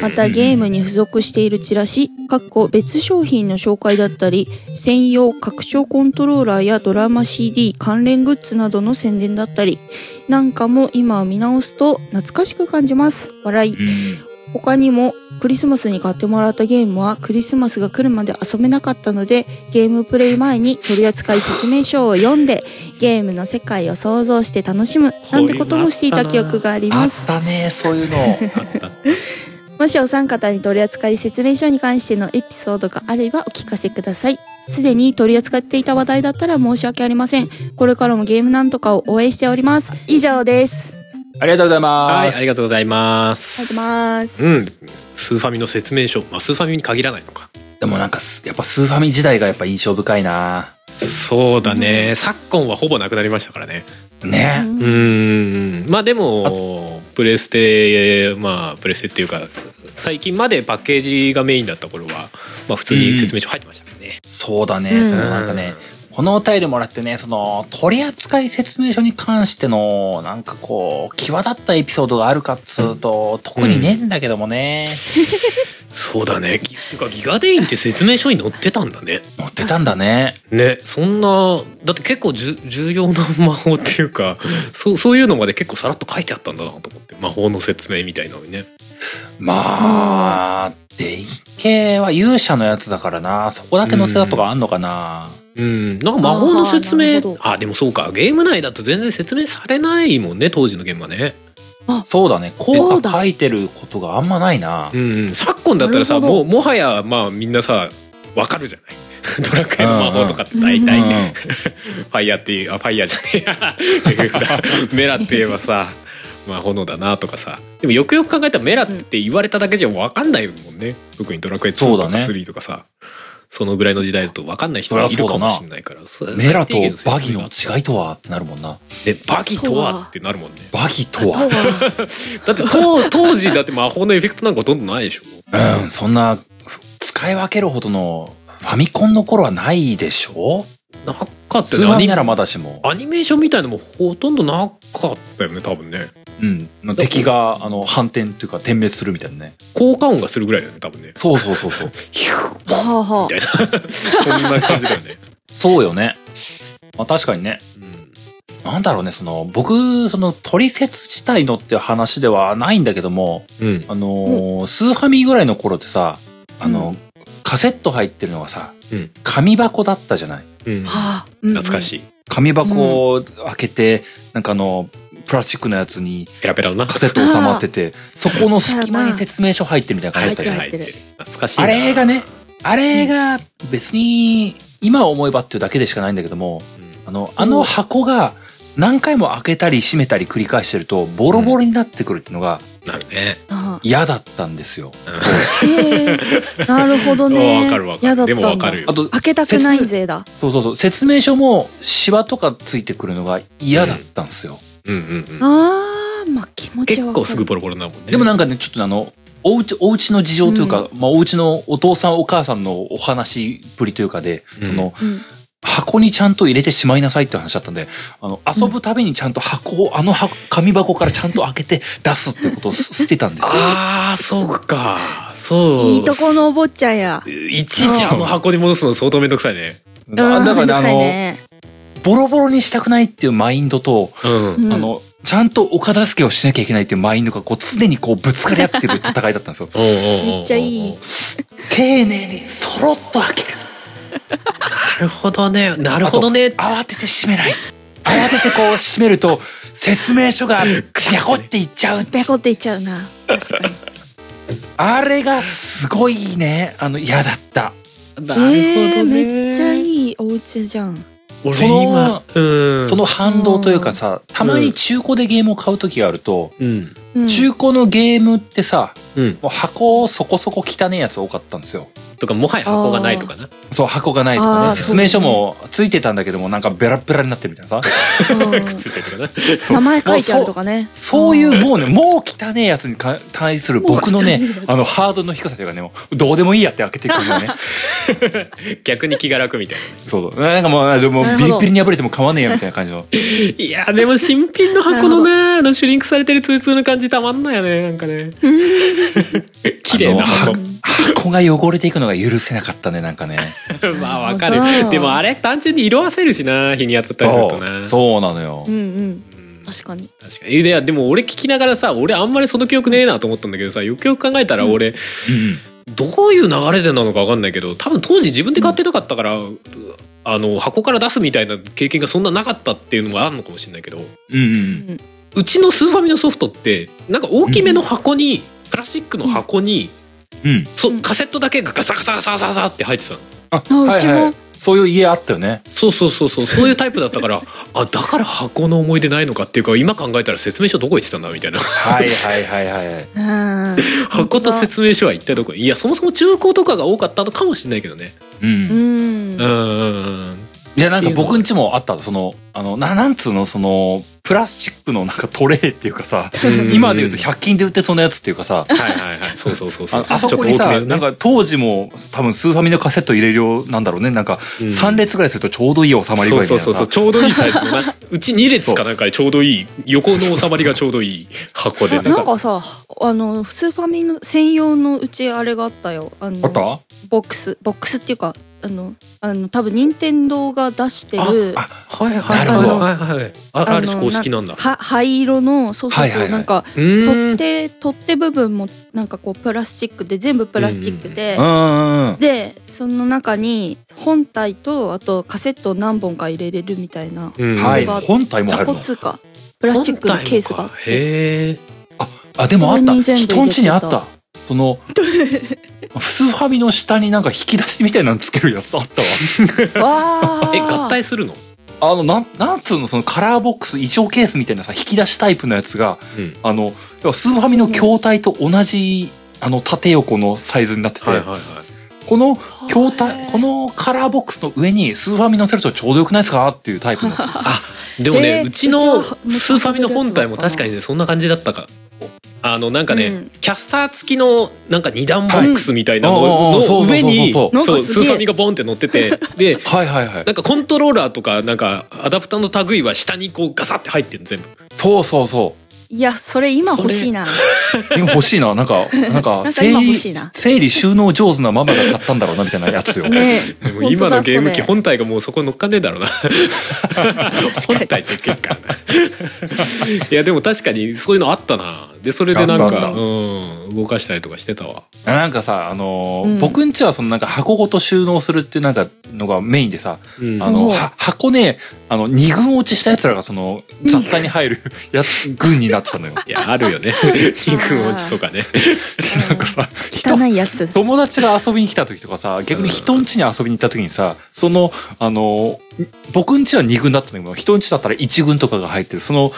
[SPEAKER 3] またゲームに付属しているチラシ、かっこ別商品の紹介だったり、専用拡張コントローラーやドラマ CD 関連グッズなどの宣伝だったり、なんかも今見直すと懐かしく感じます。笑い。他にもクリスマスに買ってもらったゲームはクリスマスが来るまで遊べなかったのでゲームプレイ前に取扱説明書を読んでゲームの世界を想像して楽しむなんてこともしていた記憶があり
[SPEAKER 1] あ
[SPEAKER 3] ま
[SPEAKER 1] っ
[SPEAKER 3] す
[SPEAKER 1] たね、そう いうの。
[SPEAKER 3] もしお三方に取扱説明書に関してのエピソードがあればお聞かせくださいすでに取り扱っていた話題だったら申し訳ありませんこれからもゲームなんとかを応援しております以上です
[SPEAKER 1] ありがとうござい
[SPEAKER 2] は
[SPEAKER 1] ま
[SPEAKER 2] い、
[SPEAKER 1] す。
[SPEAKER 2] ありがとうございます。
[SPEAKER 3] ありがとうございます
[SPEAKER 2] うん。スーファミの説明書。まあ、スーファミに限らないのか。
[SPEAKER 1] でもなんかす、やっぱスーファミ時代がやっぱ印象深いな
[SPEAKER 2] そうだね。昨今はほぼなくなりましたからね。
[SPEAKER 1] ね、
[SPEAKER 2] うん。まあでも、プレステまあプレステっていうか最近までパッケージがメインだった頃は、まあ、普通に説明書入ってましたよね、
[SPEAKER 1] そうだね、
[SPEAKER 3] うん
[SPEAKER 1] そのなんかね、このお便りもらってね、その、取扱説明書に関しての、なんかこう、際立ったエピソードがあるかっつうと、特にねえんだけどもね、
[SPEAKER 2] そうだねぎっていうかギガデインって説明書に載ってたんだね
[SPEAKER 1] 持ってたんだね。
[SPEAKER 2] ねそんなだって結構じゅ重要な魔法っていうかそうそういうのまで結構さらっと書いてあったんだなと思って魔法の説明みたいなのにね
[SPEAKER 1] まあ、デイ系は勇者のやつだからな、そこだけ載せたとかあんのかな。
[SPEAKER 2] うんなんか魔法の説
[SPEAKER 3] あ
[SPEAKER 2] 明
[SPEAKER 3] ーなるほど
[SPEAKER 2] あでもそうかゲーム内だと全然説明されないもんね当時のゲームはね
[SPEAKER 1] そうだね、
[SPEAKER 3] そ
[SPEAKER 1] 効
[SPEAKER 3] うだ
[SPEAKER 1] 果書いてることがあんまないな。
[SPEAKER 2] うんうん、昨今だったらさ
[SPEAKER 3] なる
[SPEAKER 2] も
[SPEAKER 3] ほど
[SPEAKER 2] うもはやまあみんなさわかるじゃない ドラクエの魔法とかって大体、
[SPEAKER 3] うん
[SPEAKER 2] ファイヤーっていうあファイヤーじゃね えやメラって言えばさまあ炎だなとかさでもよくよく考えたらメラって言われただけじゃわかんないもんね特にドラクエ
[SPEAKER 1] そ
[SPEAKER 2] 2
[SPEAKER 1] うだ
[SPEAKER 2] とか
[SPEAKER 1] ね
[SPEAKER 2] 3とかさそのぐらいの時代だとわかんない人がいるかもしれないからそう
[SPEAKER 1] メラと
[SPEAKER 2] 最低限説明
[SPEAKER 1] バギの
[SPEAKER 2] が
[SPEAKER 1] 違いとはってなるもんな。
[SPEAKER 2] でバギとはってなるもんね
[SPEAKER 1] バギと
[SPEAKER 3] と
[SPEAKER 1] は。
[SPEAKER 3] は
[SPEAKER 2] だって当当時だって魔法のエフェクトなんかほとんどないでしょ
[SPEAKER 1] うん、そんな、使い分けるほどの、ファミコンの頃はないでしょ
[SPEAKER 2] なかった
[SPEAKER 1] 通
[SPEAKER 2] よねア
[SPEAKER 1] 販
[SPEAKER 2] ニメ
[SPEAKER 1] ならまだしも。
[SPEAKER 2] アニメーションみたいのもほとんどなかったよね多分ね
[SPEAKER 1] うん。敵が、あの、反転というか、点滅するみたいなね。
[SPEAKER 2] 効果音がするぐらいだよね多分ね
[SPEAKER 1] そうそうそうそう。
[SPEAKER 2] ヒュー
[SPEAKER 3] はあはあ
[SPEAKER 2] そんな感じだよね、
[SPEAKER 1] そうよね。まあ確かにね。なんだろうね、その、僕、その、取説自体のって話ではないんだけども、
[SPEAKER 2] うん、うん
[SPEAKER 1] あのースーハミぐらいの頃ってさ、あの、
[SPEAKER 3] う
[SPEAKER 1] カセット入ってるのがさ、
[SPEAKER 2] うん
[SPEAKER 1] 紙箱だったじゃない
[SPEAKER 2] うん
[SPEAKER 3] はあうんうん
[SPEAKER 2] 懐かしい
[SPEAKER 1] 紙箱を開けて、なんかあの、プラスチックのやつに
[SPEAKER 2] ペラペラのな
[SPEAKER 1] カセット収まってて、そこの隙間に説明書入ってるみたいな感
[SPEAKER 2] 入
[SPEAKER 1] じ
[SPEAKER 2] っ
[SPEAKER 1] だ
[SPEAKER 2] て
[SPEAKER 1] った
[SPEAKER 2] る
[SPEAKER 1] じゃない
[SPEAKER 2] 入ってる懐かしいな
[SPEAKER 1] あれがね、あれが別に今思えばっていうだけでしかないんだけども、あの、あの箱が何回も開けたり閉めたり繰り返してるとボロボロになってくるっていうのが
[SPEAKER 2] うんなるね
[SPEAKER 3] ああ
[SPEAKER 1] 嫌だったんですよ。
[SPEAKER 3] えーなるほどね
[SPEAKER 2] わかるわか
[SPEAKER 3] 嫌
[SPEAKER 2] る
[SPEAKER 3] だった
[SPEAKER 2] で
[SPEAKER 3] んだ
[SPEAKER 2] もわかるよ
[SPEAKER 1] あと、
[SPEAKER 3] 開けたくないぜだ
[SPEAKER 1] そうそうそう、説明書もシワとかついてくるのが嫌だったんですよ。
[SPEAKER 2] うんうんうん
[SPEAKER 3] あーまあ気持ち
[SPEAKER 2] 結
[SPEAKER 3] はわか
[SPEAKER 2] 構
[SPEAKER 3] る
[SPEAKER 2] すぐボロボロなもんね
[SPEAKER 1] でもなんかね、ちょっとあの、おうち、おうちの事情というか、まあおうちのお父さんお母さんのお話っぷりというかで、
[SPEAKER 2] うん
[SPEAKER 1] その、
[SPEAKER 3] うん
[SPEAKER 1] 箱にちゃんと入れてしまいなさいって話だったんで、あの、遊ぶたびにちゃんと箱を、あの箱、紙箱からちゃんと開けて出すってことをす捨てたんですよ。
[SPEAKER 2] ああそうかそう
[SPEAKER 3] いいとこのお坊ちゃんや
[SPEAKER 2] いちいちあの箱に戻すの相当めんどくさいね
[SPEAKER 1] だからね、
[SPEAKER 3] めんどく
[SPEAKER 1] あ
[SPEAKER 3] さい
[SPEAKER 1] の、
[SPEAKER 3] ね
[SPEAKER 1] ボロボロにしたくないっていうマインドと、
[SPEAKER 2] うん。
[SPEAKER 3] うん
[SPEAKER 1] あの、ちゃんとお片付けをしなきゃいけないっていうマインドが、こう、常にこう、ぶつかり合ってる戦いだったんですよ
[SPEAKER 2] め
[SPEAKER 3] めっちゃいい
[SPEAKER 1] 丁寧に、そろっと開ける。
[SPEAKER 2] なるほどねなるほどね
[SPEAKER 1] 慌てて閉めない。慌ててこう、閉めると、説明書が、くちゃこっていっちゃう。
[SPEAKER 3] ペコっていっちゃうな確かに
[SPEAKER 1] あれが、すごいね。あの、嫌だった。
[SPEAKER 2] なるほど
[SPEAKER 3] えー、めっちゃ
[SPEAKER 2] い
[SPEAKER 3] いいお家じゃん
[SPEAKER 2] 俺
[SPEAKER 1] その
[SPEAKER 2] 今うん
[SPEAKER 1] その反動というかさ、たまに中古でゲームを買う時があると、
[SPEAKER 2] うん
[SPEAKER 3] うん
[SPEAKER 1] 中古のゲームってさ、
[SPEAKER 2] うん
[SPEAKER 1] もう箱そこそこ汚ねえやつ多かったんですよ。
[SPEAKER 2] とかもはや箱がないとかな
[SPEAKER 1] そう、箱がないとか
[SPEAKER 3] あ
[SPEAKER 1] ね。
[SPEAKER 3] ー
[SPEAKER 1] 説明書もついてたんだけども、なんかベラベラになってるみたい なさ。
[SPEAKER 3] うん
[SPEAKER 2] くっついてるとかな
[SPEAKER 3] 名前書いてあるとかね
[SPEAKER 1] そういうもうね、もう汚ねえやつにか対する僕のね
[SPEAKER 3] もう汚ねえや、つ
[SPEAKER 1] あの、ハードルの低さというかね、もうどうでもいいやって開けてくるよ ね。
[SPEAKER 2] 逆に気が楽みたい
[SPEAKER 1] そう。なんかもう、でも
[SPEAKER 3] なる
[SPEAKER 1] ビ
[SPEAKER 3] ほど
[SPEAKER 1] リビリに破れても構わねえやみたいな感じ の。
[SPEAKER 2] ないやでも新品の箱 のねあのシュリンクされてるツルツルの感じたまんないよねなんか ね綺麗な箱
[SPEAKER 1] あの箱が汚れていくのが許せなかったね、なんか ね。
[SPEAKER 2] まあわかる
[SPEAKER 3] なるほど
[SPEAKER 2] でもあれ単純に色あせるしな日に当たったりする
[SPEAKER 1] そ
[SPEAKER 2] とな
[SPEAKER 1] う。そうなのよ
[SPEAKER 3] う。ん
[SPEAKER 2] うん
[SPEAKER 3] うん確かに
[SPEAKER 2] 確かにいやでも俺聞きながらさ俺あんまりその記憶ねえなと思ったんだけどさよくよく考えたら俺、
[SPEAKER 1] うん。
[SPEAKER 2] どういう流れでなのか分かんないけど多分当時自分で買ってなかったから、あの箱から出すみたいな経験がそんななかったっていうのもあるのかもしれないけど
[SPEAKER 1] うんうん。
[SPEAKER 2] うちのスーファミのソフトってなんか大きめの箱に、プラスチックの箱に、
[SPEAKER 1] うん。
[SPEAKER 2] そ
[SPEAKER 3] うん
[SPEAKER 2] カセットだけがガサガサガサガサガサって入ってたの
[SPEAKER 1] あ、
[SPEAKER 3] うちも
[SPEAKER 1] そういう家あったよね。
[SPEAKER 2] そうそうそうそうそういうタイプだったからあだから箱の思い出ないのかっていうか今考えたら説明書どこ行ってたんだみたいな
[SPEAKER 1] はいはいはいはい。
[SPEAKER 3] うん
[SPEAKER 2] 箱と説明書は一体どこいやそもそも中古とかが多かったのかもしれないけどね
[SPEAKER 1] う。
[SPEAKER 3] うんん
[SPEAKER 2] うんうんうん
[SPEAKER 1] いや、なんか僕んちもあった、その、あの、ななんつうの、その、プラスチックのなんかトレイっていうかさ、今で言うと100均で売ってそうなやつっていうかさ、
[SPEAKER 2] はいはいはいそうそうそうそ
[SPEAKER 1] あ
[SPEAKER 2] う
[SPEAKER 1] あそこに
[SPEAKER 2] ちょっと大
[SPEAKER 1] さ、
[SPEAKER 2] きめのね
[SPEAKER 1] なんか当時も多分スーファミのカセット入れるようなんだろうね。なんか
[SPEAKER 2] うん
[SPEAKER 1] 3列ぐらいするとちょうどいい収まり具
[SPEAKER 2] そ
[SPEAKER 1] 合
[SPEAKER 2] う
[SPEAKER 1] みた
[SPEAKER 2] そ
[SPEAKER 1] いうな
[SPEAKER 2] そうそう
[SPEAKER 1] さ。
[SPEAKER 2] ちょうどいいサイズのなうち2列かなんかでちょうどいい横の収まりがちょうどいい箱で
[SPEAKER 3] ななんかさあのスーファミの専用のうちあれがあったよあの
[SPEAKER 1] あっ
[SPEAKER 3] ボックスボックスっていうかあのあの多分任天堂が出してる
[SPEAKER 1] あ
[SPEAKER 2] はいは
[SPEAKER 1] な
[SPEAKER 2] い
[SPEAKER 1] るほど
[SPEAKER 2] はいはいはいあ
[SPEAKER 3] の
[SPEAKER 2] ある種公式なんだ
[SPEAKER 3] は灰色のそうそうそう、
[SPEAKER 1] はいはいはい
[SPEAKER 3] なんか
[SPEAKER 2] うー
[SPEAKER 3] 取っ
[SPEAKER 2] ん
[SPEAKER 3] 手取っ手部分もなんかこうプラスチックで全部プラスチックで、
[SPEAKER 1] たうんうんうん。
[SPEAKER 3] でその中に本体とあとカセットを何本か入れれるみたいな
[SPEAKER 2] うん
[SPEAKER 1] はい。
[SPEAKER 3] が
[SPEAKER 1] 本体も入る
[SPEAKER 3] 箱
[SPEAKER 1] の。
[SPEAKER 3] 通貨プラスチックのケースがあって
[SPEAKER 2] へえ
[SPEAKER 1] あ、でもあっ
[SPEAKER 3] そ
[SPEAKER 1] た。
[SPEAKER 3] れに全部入れてた
[SPEAKER 1] 人んちにあった。そ の、スーファミの下になんか引き出しみたいなのつけるやつあったわ。
[SPEAKER 3] わ ー
[SPEAKER 2] え合体するの
[SPEAKER 1] あの、なん、なんつうの、そのカラーボックス、衣装ケースみたいなさ、引き出しタイプのやつが、
[SPEAKER 2] うん
[SPEAKER 1] あの、要はスーファミの筐体と同じ、あの、縦横のサイズになってて、
[SPEAKER 2] はいはいはい
[SPEAKER 1] この筐
[SPEAKER 3] へ
[SPEAKER 1] 体、
[SPEAKER 3] ー
[SPEAKER 1] このカラーボックスの上にスーファミ乗せるとちょうどよくないですかっていうタイ プのやつ。
[SPEAKER 2] でもね、
[SPEAKER 3] えー
[SPEAKER 2] うちの
[SPEAKER 3] うちは
[SPEAKER 2] スーファミの本体も確かにねそんな感じだったかあのなんかね、
[SPEAKER 3] うん
[SPEAKER 2] キャスター付きのなんか二段ボックスみたいなの
[SPEAKER 1] はいうん
[SPEAKER 2] の
[SPEAKER 1] うんうん
[SPEAKER 2] 上に
[SPEAKER 1] そ
[SPEAKER 2] そう
[SPEAKER 3] そうそ
[SPEAKER 2] う
[SPEAKER 3] うそうなんかす
[SPEAKER 2] ス
[SPEAKER 3] げえ
[SPEAKER 2] ーファミがボンって乗っててで
[SPEAKER 1] はいはいはい
[SPEAKER 2] な。んかコントローラーとかなんかアダプターの類は下にこうガサって入ってるの全部
[SPEAKER 1] そうそうそ
[SPEAKER 3] いやそれ今欲しいな
[SPEAKER 1] う。今欲しいな。なんか、なんか、
[SPEAKER 3] なんか
[SPEAKER 1] 整
[SPEAKER 3] 今
[SPEAKER 1] 理、
[SPEAKER 3] 欲しいな
[SPEAKER 1] 整理収納上手なママが買ったんだろうな、みたいなやつよ。
[SPEAKER 3] ね
[SPEAKER 2] でも
[SPEAKER 3] え
[SPEAKER 2] 今のゲーム機
[SPEAKER 3] 本
[SPEAKER 2] 本体がもうそこ乗っかねえだろうな本体って結果 いやでも確かにそういうのあったなでそれでなん
[SPEAKER 1] あったあ
[SPEAKER 2] か
[SPEAKER 1] った
[SPEAKER 2] うん動かしたりとかしてたわ
[SPEAKER 1] なんかさ、あのー
[SPEAKER 3] うん
[SPEAKER 1] 僕んちはそのなんか箱ごと収納するっていうなんかのがメインでさ、
[SPEAKER 2] うん
[SPEAKER 1] あの、
[SPEAKER 3] おう
[SPEAKER 1] は箱ね、あの、二軍落ちした奴らがその、雑多に入るやつ、軍になってたのよ。
[SPEAKER 2] いやあるよね肉落ちとかね
[SPEAKER 1] なんかさ、人
[SPEAKER 3] 当、だ汚いやつ
[SPEAKER 1] 友達が遊びに来た時とかさ、逆に人ん家に遊びに行った時にさ、その、あの、僕ん家は二軍だったんだけど、人ん家だったら一軍とかが入ってる、その、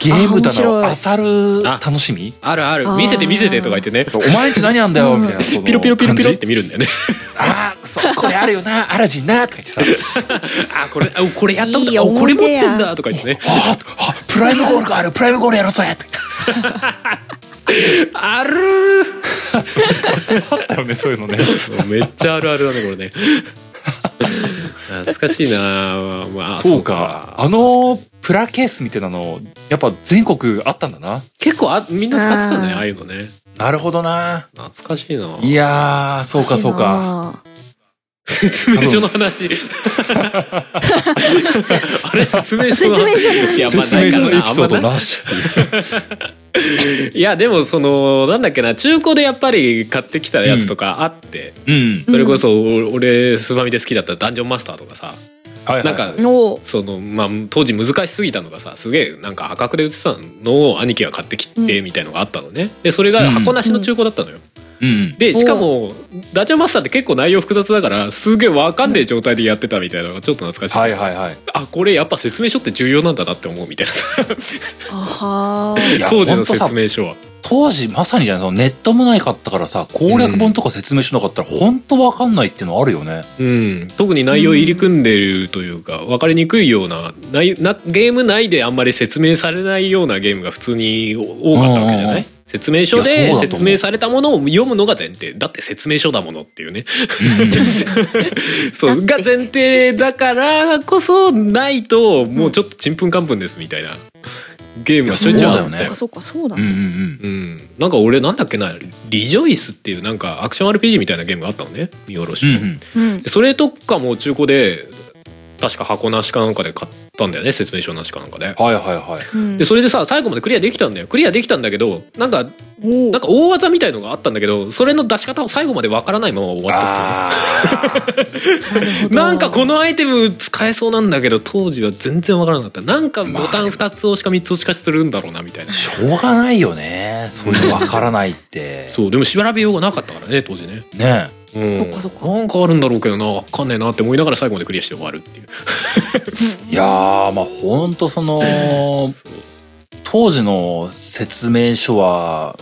[SPEAKER 1] ゲーム棚を
[SPEAKER 3] あ面
[SPEAKER 1] 漁る楽しみ
[SPEAKER 2] あるある
[SPEAKER 3] あー
[SPEAKER 2] 見せて見せてとか言ってね
[SPEAKER 1] お前んち何あんだよ、みたいな。その
[SPEAKER 2] ピロピロピロピロ
[SPEAKER 1] 感
[SPEAKER 2] っ
[SPEAKER 1] じ
[SPEAKER 2] て見るんだよ ね
[SPEAKER 1] ああ、そう、これあるよな、アラジンな、とか言ってさ、
[SPEAKER 2] あこれあこれやったんだ
[SPEAKER 3] いい
[SPEAKER 2] あ
[SPEAKER 3] 思
[SPEAKER 2] これ
[SPEAKER 3] い
[SPEAKER 2] 持っ
[SPEAKER 3] 出や
[SPEAKER 2] てんだとか言ってね
[SPEAKER 1] ああ、プライムゴールがある、プライムゴールやろうぜとか
[SPEAKER 2] あるー
[SPEAKER 1] 言ったよね、そういうのね。
[SPEAKER 2] めっちゃあるあるだねこれね懐かしいなま あ
[SPEAKER 1] そうか。あの、プラケースみたいなの、やっぱ全国あったんだな。
[SPEAKER 2] 結構あみんな使ってたね
[SPEAKER 3] あー
[SPEAKER 2] ああいうのね
[SPEAKER 1] なるほどな。
[SPEAKER 2] 懐かしいない
[SPEAKER 1] やー、そうかそうか。
[SPEAKER 3] か
[SPEAKER 2] 説明書の話あれ説明書の話
[SPEAKER 3] 説明書の話
[SPEAKER 2] いやまあ
[SPEAKER 1] 説明書のエピソード
[SPEAKER 2] ないかなあんまな
[SPEAKER 1] なしっていう。
[SPEAKER 2] いいやでもそのなんだっけな中古でやっぱり買ってきたやつとかあって、
[SPEAKER 1] うん。
[SPEAKER 2] それこそお俺スーファミで好きだったダンジョンマスターとかさ
[SPEAKER 1] はいはい
[SPEAKER 2] なんか
[SPEAKER 3] おう
[SPEAKER 2] そのまあ当時難しすぎたのがさすげえなんか破格で売ってたのを兄貴が買ってきて
[SPEAKER 3] うん
[SPEAKER 2] みたいのがあったのね、でそれが箱なしの中古だったのよ、
[SPEAKER 1] うん。
[SPEAKER 2] でしかもダチョウマスターって結構内容複雑だからすげえわかんねえ状態でやってたみたいなのがちょっと懐かしい、
[SPEAKER 1] はいはいはい。
[SPEAKER 2] あこれやっぱ説明書って重要なんだなって思うみたいなさ
[SPEAKER 3] あはー
[SPEAKER 1] いや
[SPEAKER 2] 当時
[SPEAKER 1] ほん
[SPEAKER 2] の
[SPEAKER 1] とさ
[SPEAKER 2] 説明書は
[SPEAKER 1] 当時まさにじゃないそのネットもないかったからさ、攻略本とか説明しなかったら本当わかんないっていうのあるよね。
[SPEAKER 2] うん特に内容入り組んでるというか分かりにくいようなないなゲーム内であんまり説明されないようなゲームが普通に多かったわけじゃ
[SPEAKER 1] うんうん
[SPEAKER 2] な
[SPEAKER 1] うん
[SPEAKER 2] い説明
[SPEAKER 1] い
[SPEAKER 2] 書
[SPEAKER 1] や
[SPEAKER 2] で
[SPEAKER 1] そうだと思
[SPEAKER 2] 説
[SPEAKER 1] う
[SPEAKER 2] 明されたものを読むのが前提だって説明書だものっていうね そうが前提だからこそないともうちょっとちんぷんかんぷんですみたいなゲームが
[SPEAKER 1] そ
[SPEAKER 2] ちょ
[SPEAKER 1] う
[SPEAKER 2] いちょい
[SPEAKER 1] だ
[SPEAKER 2] あ
[SPEAKER 1] よ
[SPEAKER 2] っ
[SPEAKER 1] ね
[SPEAKER 2] た
[SPEAKER 3] そ
[SPEAKER 2] よ
[SPEAKER 3] うかそうかそうだ
[SPEAKER 1] うんうん
[SPEAKER 3] ね、
[SPEAKER 1] うん。
[SPEAKER 2] うん、なんか俺なんだっけなリジョイスっていうなんかアクション RPG みたいなゲームがあったのね見下ろ
[SPEAKER 1] う
[SPEAKER 2] し
[SPEAKER 1] ん
[SPEAKER 2] の、
[SPEAKER 1] うん。
[SPEAKER 3] うん
[SPEAKER 2] でそれとかも中古で確か箱なしかなんかで買ったんだよね説明書なしかなんかで。
[SPEAKER 1] はいはいはい。
[SPEAKER 3] うん
[SPEAKER 2] でそれでさ最後までクリアできたんだよクリアできたんだけどなんか
[SPEAKER 3] おう
[SPEAKER 2] なんか大技みたいのがあったんだけどそれの出し方を最後までわからないまま終わったってい
[SPEAKER 1] あ
[SPEAKER 2] う
[SPEAKER 3] なるほど
[SPEAKER 2] なんかこのアイテム使えそうなんだけど当時は全然わからなかったなんかボタン2つ押しか3つ押しかするんだろうなみたいな
[SPEAKER 1] ー、しょうがないよね。そういうのわからないって。
[SPEAKER 2] そうでも縛らべようがなかったからね当時ね
[SPEAKER 1] ね
[SPEAKER 2] うん
[SPEAKER 3] そっかそっか
[SPEAKER 2] なんかあるんだろうけどなわかんねえなって思いながら最後までクリアして終わるっていう
[SPEAKER 1] いやー、まあほんとその、当時の説明書は、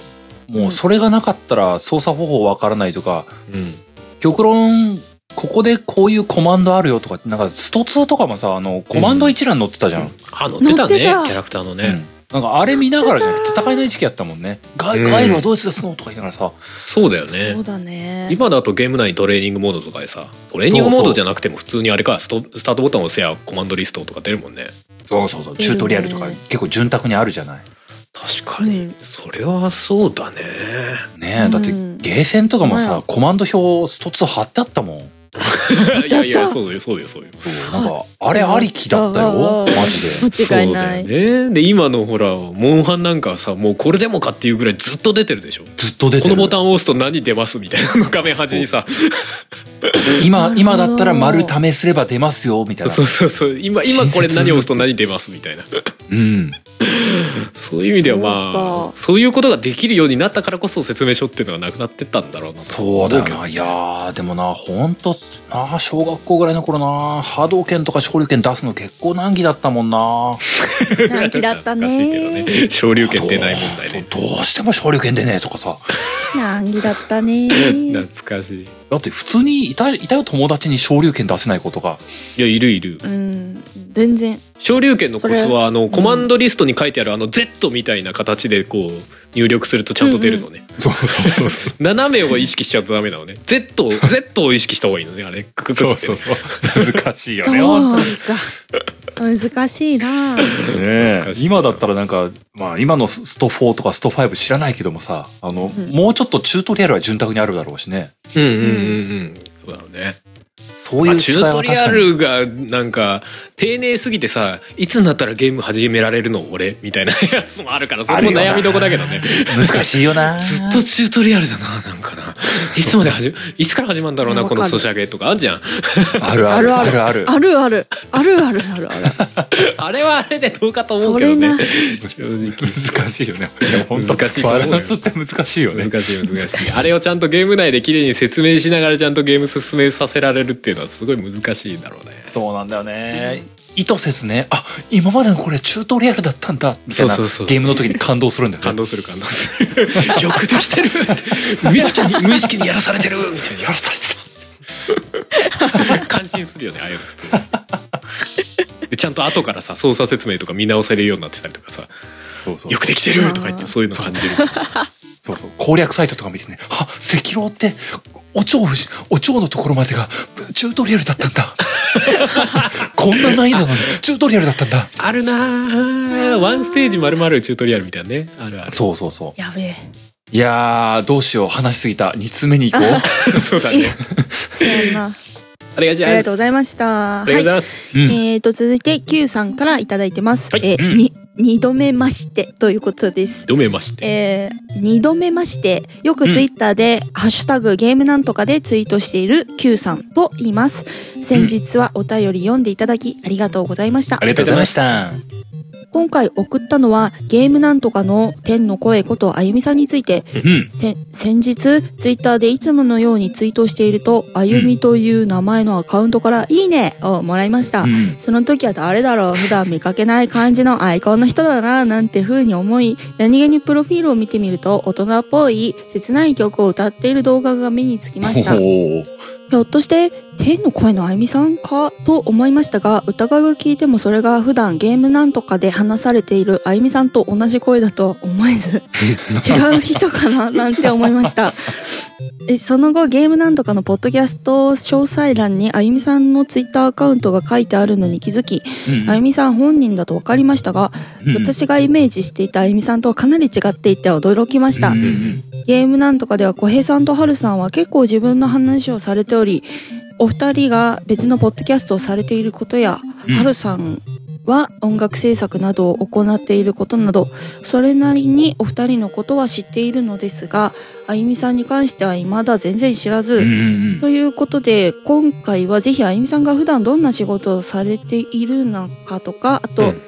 [SPEAKER 1] もうそれがなかったら操作方法わからないとか、
[SPEAKER 2] うん
[SPEAKER 1] 極論、ここでこういうコマンドあるよとかってなんかスト2とかもさあのコマンド一覧載ってたじゃん、
[SPEAKER 2] あ乗ってたね
[SPEAKER 3] 乗ってた
[SPEAKER 2] キャラクター
[SPEAKER 1] う
[SPEAKER 2] のね、
[SPEAKER 1] んなんかあれ見ながらじゃん戦いの意識やったもんね「ガイ
[SPEAKER 2] うん
[SPEAKER 1] ガイルはドイツですの」とか言いながらさ
[SPEAKER 2] そうだよ
[SPEAKER 3] そう
[SPEAKER 2] ね
[SPEAKER 3] だね。
[SPEAKER 2] 今だとゲーム内にトレーニングモードとかでさトレーニングモードじゃなくても普通にあれかストスタートボタンを押せやコマンドリストとか出るもんね
[SPEAKER 1] そうそうそうチュートリアルとか
[SPEAKER 3] 出るね
[SPEAKER 1] 結構潤沢にあるじゃない
[SPEAKER 2] 確かに、
[SPEAKER 3] うん
[SPEAKER 2] それはそう だね
[SPEAKER 1] ねえだって
[SPEAKER 3] うん
[SPEAKER 1] ゲーセンとかもさ、
[SPEAKER 3] はい
[SPEAKER 1] コマンド表スト2貼ってあったもん
[SPEAKER 2] いやい
[SPEAKER 3] あ
[SPEAKER 2] や
[SPEAKER 3] った
[SPEAKER 2] そうだよそうだよそうだよ
[SPEAKER 1] そうなんかあれありきだったよマジで
[SPEAKER 3] ジ間違いない。
[SPEAKER 2] そうだよねで今のほらモンハンなんかはさもうこれでもかっていうぐらいずっと出てるでしょ
[SPEAKER 1] ずっと出て
[SPEAKER 2] こ
[SPEAKER 1] る
[SPEAKER 2] のボタンを押すと何出ますみたいな画面端にさ
[SPEAKER 1] 今今だったら丸試すれば出ますよみたいな
[SPEAKER 2] そうそうそう今今これ何を押すと何出ますみたいな
[SPEAKER 1] うん
[SPEAKER 2] そういう意味ではま
[SPEAKER 3] そう
[SPEAKER 2] あ
[SPEAKER 3] か
[SPEAKER 2] そういうことができるようになったからこそ説明書っていうのがなくなってったんだろうなと
[SPEAKER 1] そうだよないやーでもなほんとな小学校ぐらいの頃な波動拳とか昇竜拳出すの結構難儀だったもんな
[SPEAKER 3] 難儀だった
[SPEAKER 2] 懐かしいけ
[SPEAKER 3] ね
[SPEAKER 2] ど。ね昇竜拳出ない問題ね
[SPEAKER 1] どうどうしても昇竜拳出ねえとかさ
[SPEAKER 3] 難儀だったね。
[SPEAKER 2] 懐かしい
[SPEAKER 1] だって普通にいたいたよ友達に昇竜拳出せない子とか
[SPEAKER 2] いやいるいる
[SPEAKER 3] うん、全然。
[SPEAKER 2] 昇竜拳のコツ
[SPEAKER 3] それ
[SPEAKER 2] はあのコマンドリストに書いてあるあの Z みたいな形でこう入力するとちゃんと出るのね、
[SPEAKER 1] そうそうそうそう
[SPEAKER 2] 斜めを意識しちゃうとダメなのね Z を Z を意識した方がいいのねあれクククっ て
[SPEAKER 1] そう難しいよ
[SPEAKER 3] そう
[SPEAKER 1] ね
[SPEAKER 3] か。難しいな。
[SPEAKER 1] ね
[SPEAKER 2] 難しい
[SPEAKER 1] 今だったらなんか、まあ今のススト4とかスト5知らないけどもさ、あの、
[SPEAKER 3] うん
[SPEAKER 1] もうちょっとチュートリアルは潤沢にあるだろうしね。
[SPEAKER 2] うんうんうんうんそうだろうね
[SPEAKER 1] そうい
[SPEAKER 2] まあ
[SPEAKER 1] う
[SPEAKER 2] チ
[SPEAKER 1] 違
[SPEAKER 2] ュ
[SPEAKER 1] い
[SPEAKER 2] ー
[SPEAKER 1] は
[SPEAKER 2] ト
[SPEAKER 1] 確
[SPEAKER 2] リア
[SPEAKER 1] かに。
[SPEAKER 2] ルがなんか丁寧すぎてさいつになったらゲーム始められるの俺みたいな やつもあるからそれも悩みどこだけど ね
[SPEAKER 1] 難しいよな。
[SPEAKER 2] ずっとチュートリアルだななんかないつまで始めいつから始まるんだろうな
[SPEAKER 3] わ
[SPEAKER 2] こ
[SPEAKER 3] かる
[SPEAKER 2] のソシャゲとかあるじゃん
[SPEAKER 1] あるあるあるある。
[SPEAKER 3] あるある。あるあるあるある。
[SPEAKER 2] あれはあれでどうかと思うけど
[SPEAKER 3] それ
[SPEAKER 2] ね
[SPEAKER 3] な
[SPEAKER 2] 正直
[SPEAKER 1] 難しいよね。いや本当
[SPEAKER 2] 難しい
[SPEAKER 1] バランスって難しいよね。
[SPEAKER 2] 難しい難しいあれをちゃんとゲーム内で綺麗に説明しながらちゃんとゲーム進めさせられるっていうのはすごい難しいだ ろうね
[SPEAKER 1] そうなんだよね。意図せずね、あ、今までのこれチュートリアルだったんだ、みたいな
[SPEAKER 2] そうそうそう
[SPEAKER 1] ゲームの時に感動するんだよね。
[SPEAKER 2] 感動する感動する よくできてる無意識に無意識にやらされてるみたい
[SPEAKER 1] やらされて
[SPEAKER 2] な 感心するよねああいうの普通でちゃんと後からさ操作説明とか見直せるようになってたりとかさ
[SPEAKER 1] た。そうそう
[SPEAKER 2] よくできてるとか言ってそういうの感じる
[SPEAKER 1] そうそう。攻略サイトとか見てね、あ、赤狼って、お蝶夫人、お蝶のところまでがチュートリアルだったんだ。 こんな難易度なのにチュートリアルだったんだ。
[SPEAKER 2] あるなあワンステージまるまるチュートリアルみたいなねあるあ
[SPEAKER 1] そうそうそ
[SPEAKER 3] やべえ。
[SPEAKER 1] う。いやー、どうしよう。話しすぎた。2つ目に行こ う。
[SPEAKER 2] るそうだね
[SPEAKER 3] そうやな。
[SPEAKER 2] ありがとうござ
[SPEAKER 3] あり
[SPEAKER 2] い
[SPEAKER 3] が
[SPEAKER 2] ま
[SPEAKER 3] とう
[SPEAKER 2] す
[SPEAKER 3] ございました。
[SPEAKER 2] あ
[SPEAKER 3] は
[SPEAKER 2] りがとうござい
[SPEAKER 3] い。
[SPEAKER 2] ます、
[SPEAKER 1] うん
[SPEAKER 3] えーと、続いて Q さんからいただいてます。
[SPEAKER 2] はい
[SPEAKER 3] えー
[SPEAKER 1] うん
[SPEAKER 3] に、二度目ましてということです。
[SPEAKER 2] どめまして
[SPEAKER 3] えー、2度目ましてよくツイッターで「ハッシュタグゲームなんとか」でツイートしている Q さんと言います先日はお便り読んでいただきありがとうございました、
[SPEAKER 1] ありがとうございました。
[SPEAKER 3] 今回送ったのはゲームなんとかの天の声ことあゆみさんについて
[SPEAKER 1] うん。
[SPEAKER 3] せ先日ツイッターでいつものようにツイートしているとあゆみという名前のアカウントから「いいね!」をもらいました、
[SPEAKER 1] うん
[SPEAKER 3] その時は誰だろう普段見かけない感じのアイコンの人だななんて風に思い何気にプロフィールを見てみると大人っぽい切ない曲を歌っている動画が目につきました
[SPEAKER 1] お
[SPEAKER 3] ひ
[SPEAKER 1] ー
[SPEAKER 3] ょっとして天の声のあゆみさんかと思いましたが疑いを聞いてもそれが普段ゲームなんとかで話されているあゆみさんと同じ声だとは思えず違う人かななんて思いました えその後ゲームなんとかのポッドキャスト詳細欄にあゆみさんのツイッターアカウントが書いてあるのに気づき
[SPEAKER 1] うん
[SPEAKER 3] あゆみさん本人だと分かりましたが、
[SPEAKER 1] うん
[SPEAKER 3] 私がイメージしていたあゆみさんとはかなり違っていて驚きました、
[SPEAKER 1] うんうん
[SPEAKER 3] ゲームなんとかでは小平さんと春さんは結構自分の話をされておりお二人が別のポッドキャストをされていることや、
[SPEAKER 1] うん
[SPEAKER 3] 春さんは音楽制作などを行っていることなどそれなりにお二人のことは知っているのですがあゆみさんに関しては未だ全然知らず、
[SPEAKER 1] うんうん
[SPEAKER 3] ということで今回はぜひあゆみさんが普段どんな仕事をされているのかとかあと、
[SPEAKER 2] うん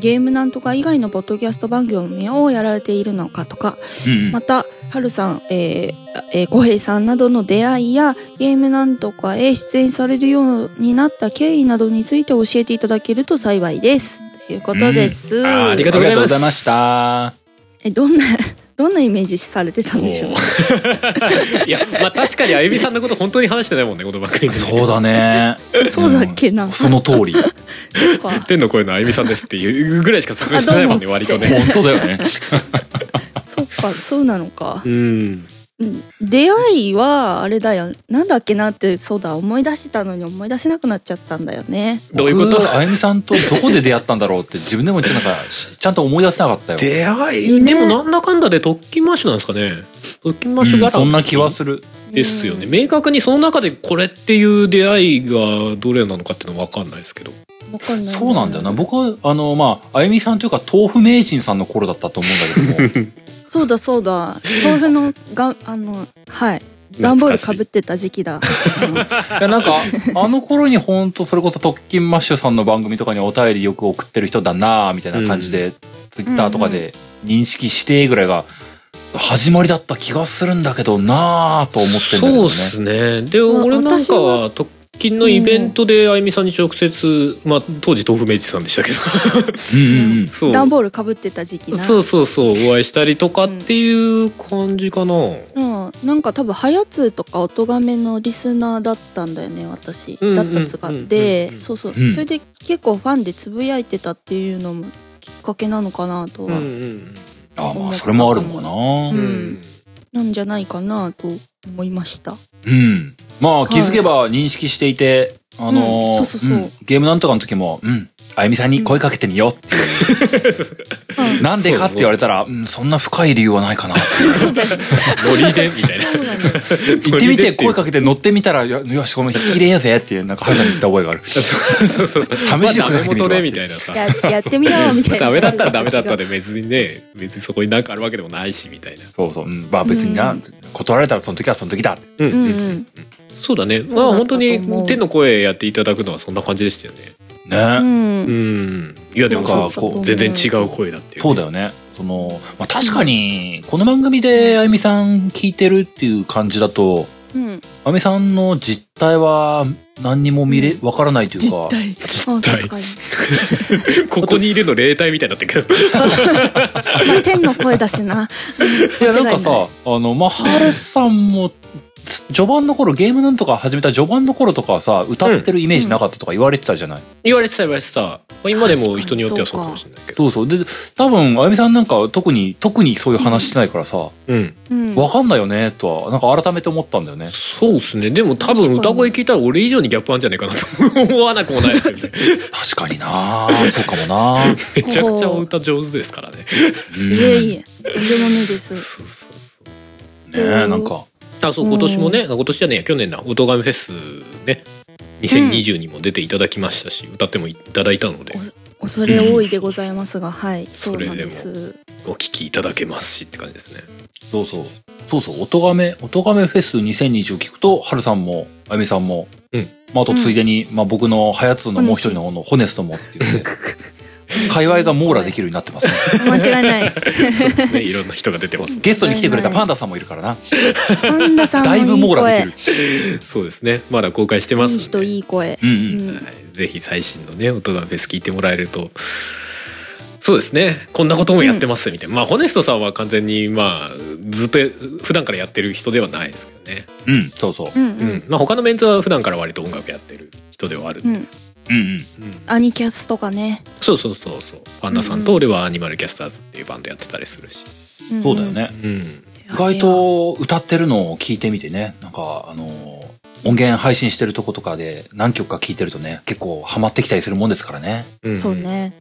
[SPEAKER 3] ゲームなんとか以外のポッドキャスト番組をやられているのかとか
[SPEAKER 1] うん
[SPEAKER 3] またはるさんえーえー小平さんなどの出会いやゲームなんとかへ出演されるようになった経緯などについて教えていただけると幸いですということです、
[SPEAKER 2] ありが
[SPEAKER 1] あ
[SPEAKER 2] とう
[SPEAKER 1] りがと
[SPEAKER 2] ございう
[SPEAKER 1] ご
[SPEAKER 2] ます
[SPEAKER 1] ざいました。
[SPEAKER 3] えどんな どんなイメージされてたんでしょう
[SPEAKER 2] おーいやまあ確かにあゆみさんのこと本当に話してないもんねことばっかりで
[SPEAKER 1] そうだね
[SPEAKER 3] そうだっけなん
[SPEAKER 1] その通り
[SPEAKER 3] そうか
[SPEAKER 2] 天の声のあゆみさんですっていうぐらいしか説明してないもんね
[SPEAKER 3] あどうも
[SPEAKER 2] 割とね
[SPEAKER 1] 本当だよね
[SPEAKER 3] そうかそうなのか
[SPEAKER 2] うん
[SPEAKER 3] うん出会いはあれだよなんだっけなってそうだ思い出してたのに思い出せなくなっちゃったんだよね
[SPEAKER 2] どういうこと
[SPEAKER 1] 僕あゆみさんとどこで出会ったんだろうって自分でもちょっとなんかしちゃんと思い出せなかったよ
[SPEAKER 2] 出会
[SPEAKER 3] いい
[SPEAKER 2] い
[SPEAKER 3] ね
[SPEAKER 2] でもなんだかんだで特訓マッシュなんですかね特訓マッシュ
[SPEAKER 1] う
[SPEAKER 2] が、
[SPEAKER 1] ん、そんな気はする
[SPEAKER 2] ですよね明確にその中でこれっていう出会いがどれなのかっていうのは分かんないですけど
[SPEAKER 3] わかんない
[SPEAKER 1] そうなんだよな僕はあのまああゆみさんというか豆腐名人さんの頃だったと思うんだけども
[SPEAKER 3] そうだそうだ豆腐のがあのはい段ボールかぶってた時 期だ
[SPEAKER 1] いやなんかあの頃にほんとそれこそ特勤マッシュさんの番組とかにお便りよく送ってる人だなぁみたいな感じで、ツイッターとかで認識してぐらいが始まりだった気がするんだけどなぁと思ってんだけ
[SPEAKER 2] そう
[SPEAKER 1] ど
[SPEAKER 2] で
[SPEAKER 1] ね。
[SPEAKER 2] すねで
[SPEAKER 3] わ
[SPEAKER 2] 俺なん
[SPEAKER 3] 私
[SPEAKER 2] か
[SPEAKER 3] は
[SPEAKER 2] は特訓のイベントであゆみさんに直接、まあ当時豆腐明治さんでしたけど
[SPEAKER 1] うんうんうん。
[SPEAKER 2] そう
[SPEAKER 3] 段ボールかぶってた時期な
[SPEAKER 2] そうそうそうお会いしたりとかっていう感じかな、
[SPEAKER 3] うん、なんか多分ハヤツーとか音がめのリスナーだったんだよね私、
[SPEAKER 2] うんうん
[SPEAKER 3] だったつがっ
[SPEAKER 2] うんうんう
[SPEAKER 3] て
[SPEAKER 2] ん
[SPEAKER 3] そうそう、
[SPEAKER 1] うん
[SPEAKER 3] それで結構ファンでつぶやいてたっていうのもきっかけなのかなと
[SPEAKER 2] うん
[SPEAKER 3] は、
[SPEAKER 2] うん
[SPEAKER 1] あまあそれもあるのかな
[SPEAKER 2] うん
[SPEAKER 1] ぁ。
[SPEAKER 3] んなんじゃないかなと思いました
[SPEAKER 1] うん。まあ気づけば認識していて、あのー
[SPEAKER 3] うんそうそうそう
[SPEAKER 1] うんゲームなんとかの時も、うん、あゆみさんに声かけてみようっていう。 なんでかって言われたら、うん、そんな深い理由はないか な。
[SPEAKER 3] そうだよね
[SPEAKER 2] ノリでみた いな
[SPEAKER 3] そうなのよ
[SPEAKER 1] 行ってみて声かけて乗ってみたら、よよし、この引き入れやぜっていう、なんか、はさんに言った覚えがある。
[SPEAKER 2] そうそうそうそう
[SPEAKER 1] 試しに声か
[SPEAKER 2] ダ
[SPEAKER 1] け
[SPEAKER 2] メ
[SPEAKER 1] てみるわ
[SPEAKER 2] 元でみたいなさ
[SPEAKER 3] ややってみようみたいな
[SPEAKER 2] ダメだったらダメだったで別にね別にそこになんかあるわけでもないしみたいな
[SPEAKER 1] そうそう。うんまあ別にな、
[SPEAKER 3] うん
[SPEAKER 1] 断られたらその時はその時だ。
[SPEAKER 2] うん
[SPEAKER 3] うんうん
[SPEAKER 2] そうだねまあ本当に手の声やっていただくのはそんな感じでしたよね
[SPEAKER 3] う
[SPEAKER 1] ね。
[SPEAKER 3] ん、
[SPEAKER 2] うんいやでも
[SPEAKER 1] なん
[SPEAKER 2] さ
[SPEAKER 1] かこう
[SPEAKER 2] 全然違う声だっていう
[SPEAKER 1] そうだよね。その、まあ確かに、この番組であゆみさん聞いてるっていう感じだと、
[SPEAKER 3] うん、
[SPEAKER 1] あゆみさんの実態は何にも見れ、わからないというか、
[SPEAKER 3] 態あ
[SPEAKER 2] 態
[SPEAKER 3] 確かに、
[SPEAKER 2] ここにいるの霊体みたいになってるけど
[SPEAKER 3] まあ、天の声だしな
[SPEAKER 1] いや
[SPEAKER 3] 間
[SPEAKER 1] ない
[SPEAKER 3] 違
[SPEAKER 1] ん
[SPEAKER 3] ない
[SPEAKER 1] かさあのマハルさんもつ序盤の頃ゲームなんとか始めた序盤の頃とかはさ歌ってるイメージなかったとか言われてたじゃない、
[SPEAKER 2] 言われてた言われてたまあ今でも人によってはそうかもしれないけど
[SPEAKER 1] そうそうで多分あゆみさんなんか特に特にそういう話してないからさ、
[SPEAKER 2] うん
[SPEAKER 3] うん
[SPEAKER 1] わかんないよねとはなんか改めて思ったんだよね
[SPEAKER 2] そうですねでも多分歌声聞いたら俺以上にギャップあんじゃないかなと 思わなくもないですけどね
[SPEAKER 1] 確かになそうかもな
[SPEAKER 2] めちゃくちゃお歌上手ですからね
[SPEAKER 1] うん
[SPEAKER 3] いえいえとんでもないです
[SPEAKER 2] そうそうそう
[SPEAKER 1] ねえなんか
[SPEAKER 2] あそう今年もね、あ今年じゃねえや去年だ「おとがめフェスね」2020にも出ていただきましたし、歌ってもいただいたので
[SPEAKER 3] 恐れ多いでございますが、はい、そうなんです。
[SPEAKER 2] お聴きいただけますしって感じですね
[SPEAKER 1] そうそうそうそう「おとがめおとがめフェス2020」聞くとハルさんもあゆみさんも、
[SPEAKER 2] うん
[SPEAKER 1] まあ、あとついでに、まあ、僕のハヤツーのもう一人の方のホネストもっていうね界隈が網羅できるようになってますね
[SPEAKER 3] 間違いない。
[SPEAKER 2] ねいろんな人が出てます
[SPEAKER 1] ゲストに来てくれたパンダさんもいるからな。
[SPEAKER 3] パンダさんも
[SPEAKER 1] だいぶ
[SPEAKER 3] いい
[SPEAKER 1] 網羅で
[SPEAKER 3] 声
[SPEAKER 1] きる。。
[SPEAKER 2] そうですねまだ公開してます
[SPEAKER 3] いい
[SPEAKER 2] んで
[SPEAKER 3] 人いい声
[SPEAKER 1] う。ん
[SPEAKER 3] う
[SPEAKER 1] うん。
[SPEAKER 3] ん、
[SPEAKER 2] はいぜひ最新のね「おとがめフェス」聞いてもらえるとそうですねこんなこともやってますみたいな、まあホネストさんは完全にまあずっと普段からやってる人ではないですけどね、
[SPEAKER 1] うん、そうそう。
[SPEAKER 3] う
[SPEAKER 2] う
[SPEAKER 3] ん、うんん、
[SPEAKER 2] まあ他のメンツは普段から割と音楽やってる人ではあるんで、
[SPEAKER 3] うん、
[SPEAKER 1] うんうん。
[SPEAKER 2] うん
[SPEAKER 3] アニキャスとかね。
[SPEAKER 2] そうそうそうそうパンダさんと俺はアニマルキャスターズっていうバンドやってたりするし、
[SPEAKER 3] ん
[SPEAKER 1] そうだよ。ね。
[SPEAKER 2] うん、
[SPEAKER 3] 意
[SPEAKER 1] 意外。と歌ってるのを聞いてみてね、なんか、あのー、音源配信してるとことかで何曲か聞いてるとね、結構ハマってきたりするもんですからね。
[SPEAKER 2] うん
[SPEAKER 3] そうね。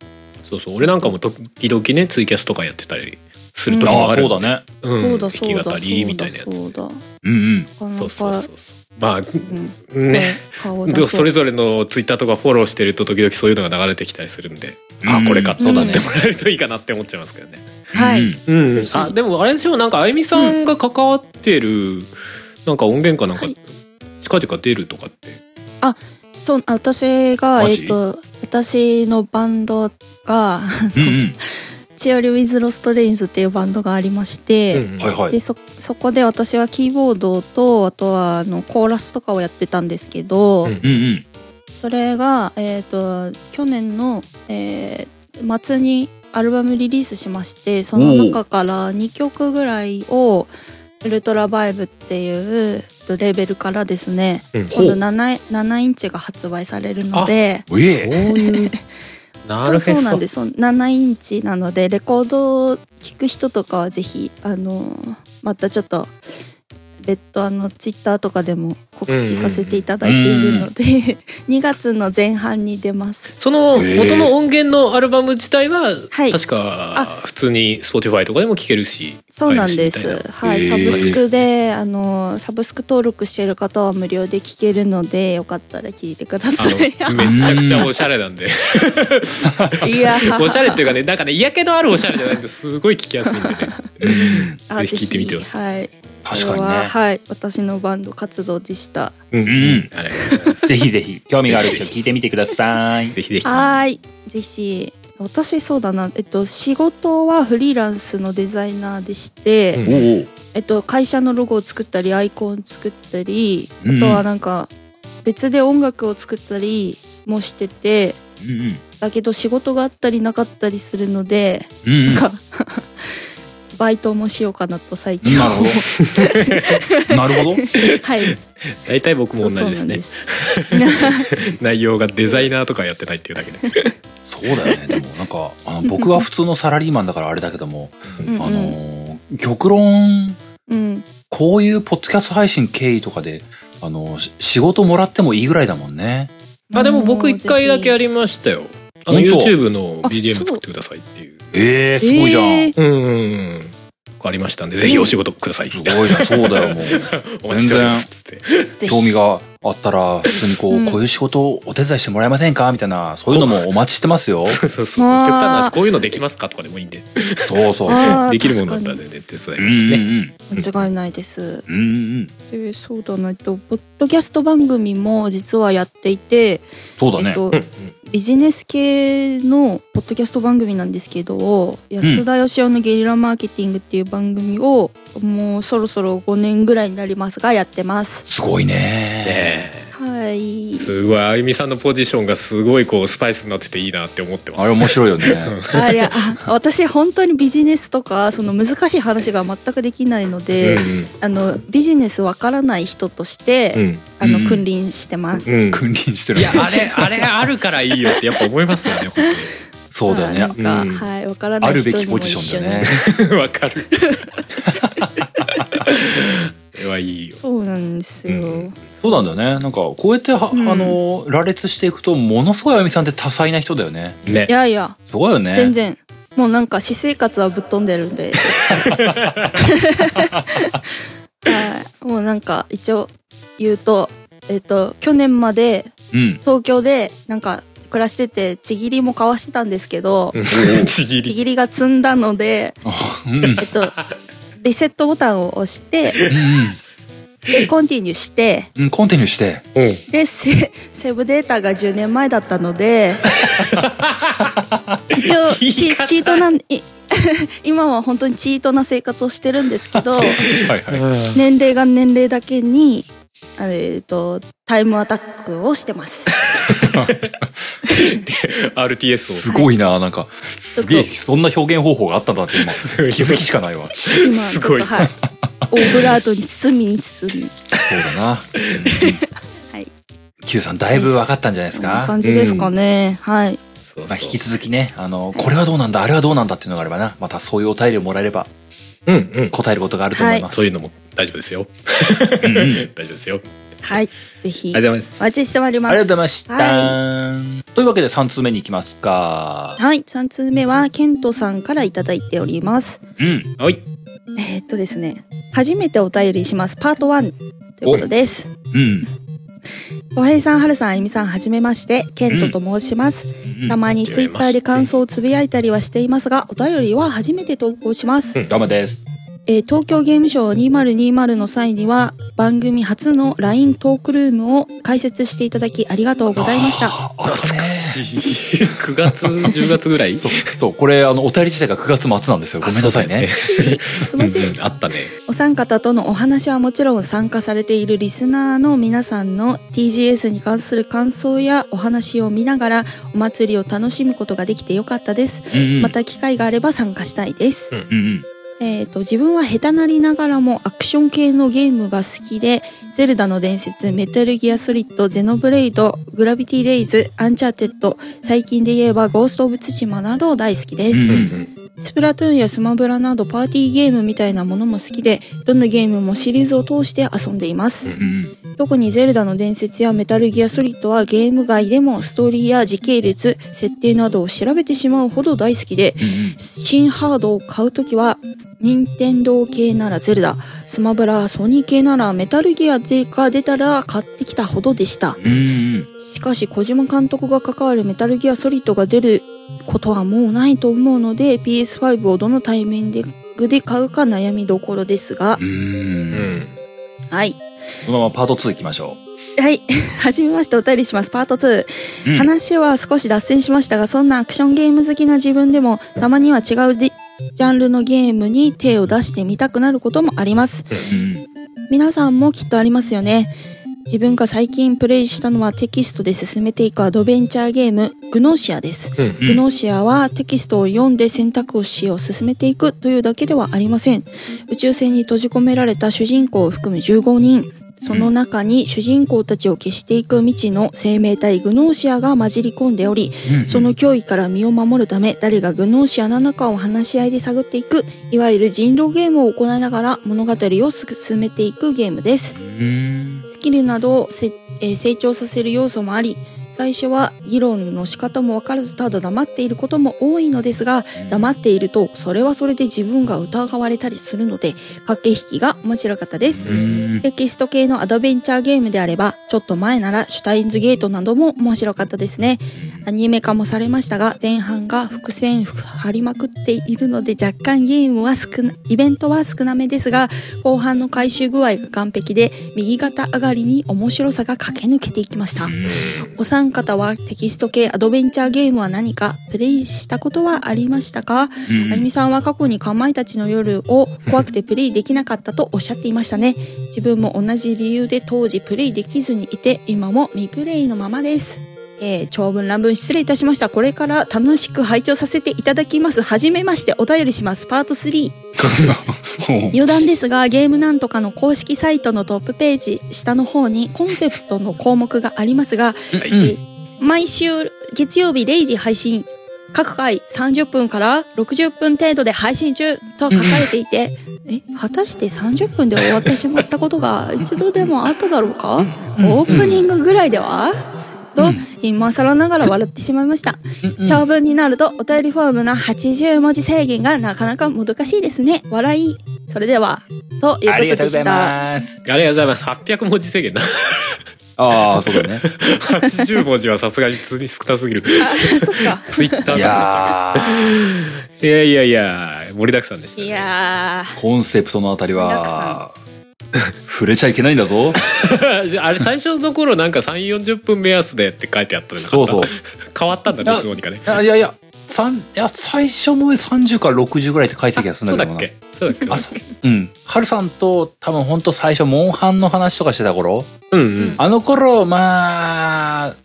[SPEAKER 2] そうそう俺なんかも時々ねツイキャスとかやってたりする時
[SPEAKER 1] あ
[SPEAKER 2] も
[SPEAKER 1] あ、
[SPEAKER 2] ある
[SPEAKER 1] そ
[SPEAKER 2] ん
[SPEAKER 1] う
[SPEAKER 2] で、
[SPEAKER 1] だね。
[SPEAKER 2] うん
[SPEAKER 3] そうだそう
[SPEAKER 2] 弾き
[SPEAKER 3] だそうだ
[SPEAKER 2] 語り
[SPEAKER 3] そ
[SPEAKER 2] み
[SPEAKER 3] う
[SPEAKER 2] たい
[SPEAKER 3] だ
[SPEAKER 2] なや
[SPEAKER 3] そう
[SPEAKER 2] つ
[SPEAKER 3] だ。な
[SPEAKER 1] うんうん。
[SPEAKER 3] か
[SPEAKER 2] そう
[SPEAKER 3] な
[SPEAKER 2] そう
[SPEAKER 3] か
[SPEAKER 2] そうそうま
[SPEAKER 3] うん
[SPEAKER 2] あね
[SPEAKER 3] 顔を
[SPEAKER 2] で
[SPEAKER 3] 出
[SPEAKER 2] もそれ
[SPEAKER 3] う。
[SPEAKER 2] ぞれのツイッターとかフォローしてると時々そういうのが流れてきたりするんで、
[SPEAKER 1] う
[SPEAKER 2] あ
[SPEAKER 1] ん
[SPEAKER 2] これかと
[SPEAKER 3] そう
[SPEAKER 2] 思
[SPEAKER 3] だ
[SPEAKER 2] っ
[SPEAKER 3] ね
[SPEAKER 2] てもらえるといいかなって思っちゃいますけどね。
[SPEAKER 3] は
[SPEAKER 1] うん
[SPEAKER 3] い。
[SPEAKER 2] うん
[SPEAKER 3] ぜひ
[SPEAKER 2] あでもあれでしょなんかあゆみさんが関わってる、なんか音源かなんか、
[SPEAKER 3] はい
[SPEAKER 2] 近々出るとかって
[SPEAKER 3] そう、あ私が、
[SPEAKER 1] マ
[SPEAKER 3] え
[SPEAKER 1] ジ
[SPEAKER 3] っと、私のバンドが、
[SPEAKER 1] うんうん。
[SPEAKER 3] チオリ・ウィズ・ロスト・レインズっていうバンドがありまして、
[SPEAKER 2] うん
[SPEAKER 1] はいはい
[SPEAKER 3] で。そそこで私はキーボードとあとはあのコーラスとかをやってたんですけど、
[SPEAKER 2] うん
[SPEAKER 1] うんうん。
[SPEAKER 3] それが、えー、と去年の、えー末にアルバムリリースしましてその中から2曲ぐらいをウルトラバイブっていうレーベルからですね、
[SPEAKER 2] うん
[SPEAKER 3] 今度 7, 7インチが発売されるので
[SPEAKER 1] うえ
[SPEAKER 2] そういうな
[SPEAKER 3] そう
[SPEAKER 2] るほど
[SPEAKER 3] そうなんですそう7インチなのでレコードを聴く人とかはぜひあのまたちょっと別途あのツイッターとかでも告知させていただいているので、2 月の前半に出ます
[SPEAKER 2] その
[SPEAKER 1] へー
[SPEAKER 2] 元の音源のアルバム自体は、
[SPEAKER 3] はい
[SPEAKER 2] 確
[SPEAKER 3] あ
[SPEAKER 2] か普通に Spotify とかでも聴けるし
[SPEAKER 3] そうなんで
[SPEAKER 2] 買えるし
[SPEAKER 3] す
[SPEAKER 2] みたいな
[SPEAKER 3] はい
[SPEAKER 1] へー
[SPEAKER 3] サブスクであのサブスク登録してる方は無料で聴けるのでよかったら聴いてください
[SPEAKER 2] あの めちゃくちゃおしゃれなんで
[SPEAKER 3] いや
[SPEAKER 2] おしゃれっていうかねなんかね嫌気のあるおしゃれじゃないんですごい聴きやすいんでね
[SPEAKER 3] あ
[SPEAKER 2] ぜひ聴いてみてほしい
[SPEAKER 3] ぜひはい
[SPEAKER 1] 確かにね
[SPEAKER 3] これははい私のバンド活動でした
[SPEAKER 2] うん
[SPEAKER 1] ん
[SPEAKER 2] あれ
[SPEAKER 1] ぜひぜひ、興味がある人聞いてみてくださ い。
[SPEAKER 2] ぜひぜひ
[SPEAKER 3] はーい。ぜひ。私そうだな、えっと、仕事はフリーランスのデザイナーでして、
[SPEAKER 2] うん
[SPEAKER 1] おお。
[SPEAKER 3] えっと、会社のロゴを作ったりアイコン作ったり
[SPEAKER 1] うん
[SPEAKER 3] あとはなんか別で音楽を作ったりもしてて
[SPEAKER 1] うんうん。
[SPEAKER 3] だけど仕事があったりなかったりするので、
[SPEAKER 1] うんうん。
[SPEAKER 3] なんか バイトもしようかなと最近。
[SPEAKER 1] なるほどなるほど。
[SPEAKER 3] はい
[SPEAKER 2] 大体僕も同じ
[SPEAKER 3] そう
[SPEAKER 2] で
[SPEAKER 3] そ
[SPEAKER 2] す
[SPEAKER 3] うな
[SPEAKER 2] ね
[SPEAKER 3] んす
[SPEAKER 2] 内容がデザイナーとかやってないっていうだけで
[SPEAKER 1] そうだよね。でもなんか、あの、僕は普通のサラリーマンだからあれだけども、
[SPEAKER 3] うんう ん
[SPEAKER 1] あのー、極論、
[SPEAKER 3] うん
[SPEAKER 1] こういうポッドキャスト配信経緯とかで、あのー、し仕事もらってもいいぐらいだもんね。
[SPEAKER 2] あでも僕一回だけやりましたよあの
[SPEAKER 1] 本当
[SPEAKER 2] YouTube の
[SPEAKER 3] あ
[SPEAKER 2] BGM
[SPEAKER 3] そう
[SPEAKER 2] 作ってくださいっていう
[SPEAKER 1] ええすごいじゃん。
[SPEAKER 3] えー
[SPEAKER 2] うんうんうんありましたんでぜひお仕事ください
[SPEAKER 1] すごいじゃん。そうだよ、 もう。
[SPEAKER 2] お待ちしておりますっつって
[SPEAKER 3] ぜひ
[SPEAKER 1] 興味があったら、普通にこう、
[SPEAKER 3] うん
[SPEAKER 1] こういう仕事をお手伝いしてもらえませんかみたいな、そういうのもお待ちしてますよ。
[SPEAKER 2] そうそうそう極
[SPEAKER 3] あ
[SPEAKER 2] 端
[SPEAKER 3] ー
[SPEAKER 2] な話こういうのできますかとかでもいいんで
[SPEAKER 1] そうそうそう。
[SPEAKER 3] あー
[SPEAKER 2] できるものだったら
[SPEAKER 3] 確
[SPEAKER 2] 全然手伝
[SPEAKER 1] う
[SPEAKER 2] い
[SPEAKER 1] んう
[SPEAKER 2] ますしね
[SPEAKER 1] ん
[SPEAKER 3] 間違いないです
[SPEAKER 1] うん。うんうん。
[SPEAKER 3] でそうだなえっとポッドキャスト番組も実はやっていて、
[SPEAKER 1] そうだ
[SPEAKER 3] え
[SPEAKER 1] ね
[SPEAKER 3] っ。と
[SPEAKER 2] うんうん
[SPEAKER 3] ビジネス系のポッドキャスト番組なんですけど安田義雄の「ゲリラマーケティング」っていう番組をもうそろそろ5年ぐらいになりますがやってます。
[SPEAKER 1] すごいね。
[SPEAKER 2] ねえ
[SPEAKER 3] はい
[SPEAKER 2] すごいあゆみさんのポジションがすごいこうスパイスになってていいなって思ってます
[SPEAKER 1] あれ面白いよね。
[SPEAKER 3] ありゃあ私本当にビジネスとかその難しい話が全くできないので、あのビジネスわからない人として、
[SPEAKER 2] うんうん
[SPEAKER 3] あの
[SPEAKER 1] うん
[SPEAKER 3] 君臨してます。
[SPEAKER 2] うん
[SPEAKER 1] 君臨してる
[SPEAKER 2] いや。あれあれあるからいいよってやっぱ思いますよね本
[SPEAKER 1] そうだ
[SPEAKER 3] な
[SPEAKER 1] よ
[SPEAKER 3] ん
[SPEAKER 1] ね。
[SPEAKER 3] か、
[SPEAKER 2] うん
[SPEAKER 3] はいわからな
[SPEAKER 1] あ
[SPEAKER 3] い
[SPEAKER 1] る
[SPEAKER 3] 人
[SPEAKER 1] べき
[SPEAKER 3] にも
[SPEAKER 1] ポジ
[SPEAKER 3] 一
[SPEAKER 1] ショ
[SPEAKER 3] 緒
[SPEAKER 1] ン
[SPEAKER 3] に
[SPEAKER 1] だよね。
[SPEAKER 2] 当に わかるこれはいいよ
[SPEAKER 3] そうなんですよ。
[SPEAKER 2] うん
[SPEAKER 1] そうなんだよね。なんか、こうやっては、
[SPEAKER 3] うん
[SPEAKER 1] あの、羅列していくと、ものすごいあゆみさんって多彩な人だよね。
[SPEAKER 2] ね
[SPEAKER 3] いやいや、
[SPEAKER 1] すごいよね。
[SPEAKER 3] 全然。もうなんか私生活はぶっ飛んでるんで。はい。もうなんか一応言うと、えっ、と、去年まで
[SPEAKER 1] うん。
[SPEAKER 3] 東京でなんか暮らしてて、ちぎりも交わしてたんですけど、
[SPEAKER 2] うんちぎ
[SPEAKER 3] ち
[SPEAKER 2] り
[SPEAKER 3] ぎりが積んだので、
[SPEAKER 1] うん。うん
[SPEAKER 3] えっと、リセットボタンを押して、
[SPEAKER 1] う
[SPEAKER 3] で、コンティニューして、
[SPEAKER 1] ん。うん。コンティニューして。
[SPEAKER 2] うん
[SPEAKER 3] でセセーブデータが10年前だった ので一応
[SPEAKER 2] 言い
[SPEAKER 3] チ
[SPEAKER 2] 方
[SPEAKER 3] チートなんい 今は本当にチートな生活をしてるんですけど
[SPEAKER 1] はいはい。
[SPEAKER 3] 年齢が年齢だけにあえっとタイムアタックをしてます。
[SPEAKER 1] す
[SPEAKER 2] RTS
[SPEAKER 1] ごいな、なんか。すげえ、そんな表現方法があったんだって 今、気づきしかないわ。そ
[SPEAKER 3] 今
[SPEAKER 2] すごい
[SPEAKER 3] ちょっとはい。オブラートに包みに包み。
[SPEAKER 1] うだな。
[SPEAKER 3] はい。
[SPEAKER 1] Q さん、だいぶ分かったんじゃないです
[SPEAKER 3] こんな
[SPEAKER 1] か
[SPEAKER 3] 感。じですかね。はい。
[SPEAKER 2] をそう
[SPEAKER 1] まあ、引き
[SPEAKER 2] そ
[SPEAKER 1] 続きね、あの、これはどうなんだ、あれはどうなんだっていうのがあればな、またそういうお便りをもらえれば、
[SPEAKER 2] ううんうん
[SPEAKER 1] 答えることがあると思います。
[SPEAKER 2] そういうのも大丈夫ですよ
[SPEAKER 1] うんうんあり
[SPEAKER 2] 大丈夫ですよ
[SPEAKER 3] はい。ぜひ
[SPEAKER 2] ありがとうござ
[SPEAKER 3] お
[SPEAKER 2] います
[SPEAKER 3] 待ちしておりま
[SPEAKER 1] がとうご
[SPEAKER 3] す
[SPEAKER 1] ざい。ました。というわけで3通目に行きますか。
[SPEAKER 3] はい。三通目はケントさんからいただいております。
[SPEAKER 1] うん。
[SPEAKER 2] はい
[SPEAKER 3] えーっとですね、初めてお便りしますパート1ということです。
[SPEAKER 1] うん。
[SPEAKER 3] 小平さん、はるさん、あゆみさん、はじめまして、ケントと申します。
[SPEAKER 1] うん
[SPEAKER 3] たまにツイッターで感想をつぶやいたりはしていますが、お便りは初めて投稿します。
[SPEAKER 1] ダメです。
[SPEAKER 3] えー東京ゲームショウ2020の際には番組初の LINE トークルームを開設していただきありがとうございました。
[SPEAKER 1] あったね
[SPEAKER 2] 9月10月ぐらい
[SPEAKER 1] そうそうこれあのお便り自体が9月末なんですよごめんなさいね
[SPEAKER 3] す
[SPEAKER 2] う
[SPEAKER 3] い
[SPEAKER 2] ん
[SPEAKER 3] ま
[SPEAKER 2] う
[SPEAKER 3] せん。
[SPEAKER 2] んあったね
[SPEAKER 3] お三方とのお話はもちろん参加されているリスナーの皆さんの TGS に関する感想やお話を見ながらお祭りを楽しむことができてよかったです。
[SPEAKER 1] うんうん
[SPEAKER 3] また機会があれば参加したいです。
[SPEAKER 1] うんうん
[SPEAKER 3] えっ、と、自分は下手なりながらもアクション系のゲームが好きで、ゼルダの伝説、メタルギアソリッド、ゼノブレイド、グラビティデイズ、アンチャーテッド、最近で言えばゴースト・オブ・ツシマなど大好きで
[SPEAKER 1] う
[SPEAKER 3] す。
[SPEAKER 1] ん
[SPEAKER 3] スプラトゥーンやスマブラなどパーティーゲームみたいなものも好きで、どのゲームもシリーズを通して遊んでいま
[SPEAKER 1] う
[SPEAKER 3] す。
[SPEAKER 1] ん
[SPEAKER 3] 特にゼルダの伝説やメタルギアソリッドはゲーム外でもストーリーや時系列、設定などを調べてしまうほど大好きで、新ハードを買うときは、任天堂系ならゼルダ、スマブラ、ソニー系ならメタルギアが出たら買ってきたほどでした。
[SPEAKER 1] うんうん
[SPEAKER 3] しかし小島監督が関わるメタルギアソリッドが出ることはもうないと思うので PS5 をどのタイミングで買うか悩みどころですが
[SPEAKER 1] う、ん
[SPEAKER 2] う
[SPEAKER 1] うん
[SPEAKER 2] ん
[SPEAKER 3] はい。
[SPEAKER 1] このままパート2いきましょ
[SPEAKER 3] はい。 はじめましてお便りします。パート2。
[SPEAKER 1] う、うん、
[SPEAKER 3] 話は少し脱線しましたが、そんなアクションゲーム好きな自分でも、たまには違うでジャンルのゲームに手を出してみたくなることもあります。
[SPEAKER 1] うん
[SPEAKER 3] 皆さんもきっとありますよね。自分が最近プレイしたのはテキストで進めていくアドベンチャーゲーム、グノーシアです。
[SPEAKER 2] うん
[SPEAKER 1] うん
[SPEAKER 3] グノーシアはテキストを読んで選択肢を進めていくというだけではありません。宇宙船に閉じ込められた主人公を含む15人。その中に主人公たちを消していく未知の生命体グノーシアが混じり込んでおり、その脅威から身を守るため誰がグノーシアなのかを話し合いで探っていく、いわゆる人狼ゲームを行いながら物語を進めていくゲームです。
[SPEAKER 1] うん
[SPEAKER 3] スキルなどをせ、えー成長させる要素もあり最初は議論の仕方も分からずただ黙っていることも多いのですが黙っているとそれはそれで自分が疑われたりするので駆け引きが面白かったです、
[SPEAKER 1] うん
[SPEAKER 3] テキスト系のアドベンチャーゲームであればちょっと前ならシュタインズゲートなども面白かったですねアニメ化もされましたが前半が伏線張りまくっているので若干ゲームは少なイベントは少なめですが後半の回収具合が完璧で右肩上がりに面白さが駆け抜けていきましたお三方はテキスト系アドベンチャーゲームは何かプレイしたことはありましたか、あゆみさんは過去にかまいたちの夜を怖くてプレイできなかったとおっしゃっていましたね自分も同じ理由で当時プレイできずにいて今も未プレイのままですえー長文乱文失礼いたしましたこれから楽しく拝聴させていただきますはじめましてお便りしますパート3余談ですがゲームなんとかの公式サイトのトップページ下の方にコンセプトの項目がありますが、えー毎週月曜日0時配信各回30分から60分程度で配信中と書かれていて、え果たして30分で終わってしまったことが一度でもあっただろうか、オープニングぐらいでは、と、今更ながら笑ってしまいました、長文になるとお便りフォームの80文字制限がなかなかもどかしいですね笑いそれではという
[SPEAKER 1] ありがとうご
[SPEAKER 3] ことで
[SPEAKER 1] ざ
[SPEAKER 3] し
[SPEAKER 1] い
[SPEAKER 3] た
[SPEAKER 1] ます
[SPEAKER 2] ありがとうございます800文字制限な
[SPEAKER 1] ああそうだね
[SPEAKER 2] 80文字はさすがにつ少なすぎる
[SPEAKER 3] あそっか
[SPEAKER 2] ツイッターだ
[SPEAKER 1] いや
[SPEAKER 2] いやいやいや盛りだくさんでした、ね、
[SPEAKER 3] いやー
[SPEAKER 1] ーコンセプトのあたり
[SPEAKER 3] 具だく
[SPEAKER 1] は触れちゃいけないんだぞ
[SPEAKER 2] じゃああれ最初の頃なんか3 4 0分目安でって書いてあったのなか
[SPEAKER 1] そ
[SPEAKER 2] っ
[SPEAKER 1] う
[SPEAKER 2] た
[SPEAKER 1] そう
[SPEAKER 2] 変わったんだねいつの間にかね
[SPEAKER 1] いやいやいや三いや最初も30から60ぐらいって書いてた気がする
[SPEAKER 2] そうん
[SPEAKER 1] だ
[SPEAKER 2] だ
[SPEAKER 1] けどな
[SPEAKER 2] っけそうだっけ
[SPEAKER 1] あそううんハルさんと多分ほんと最初モンハンの話とかしてた頃
[SPEAKER 2] うんうん
[SPEAKER 1] あの頃まあ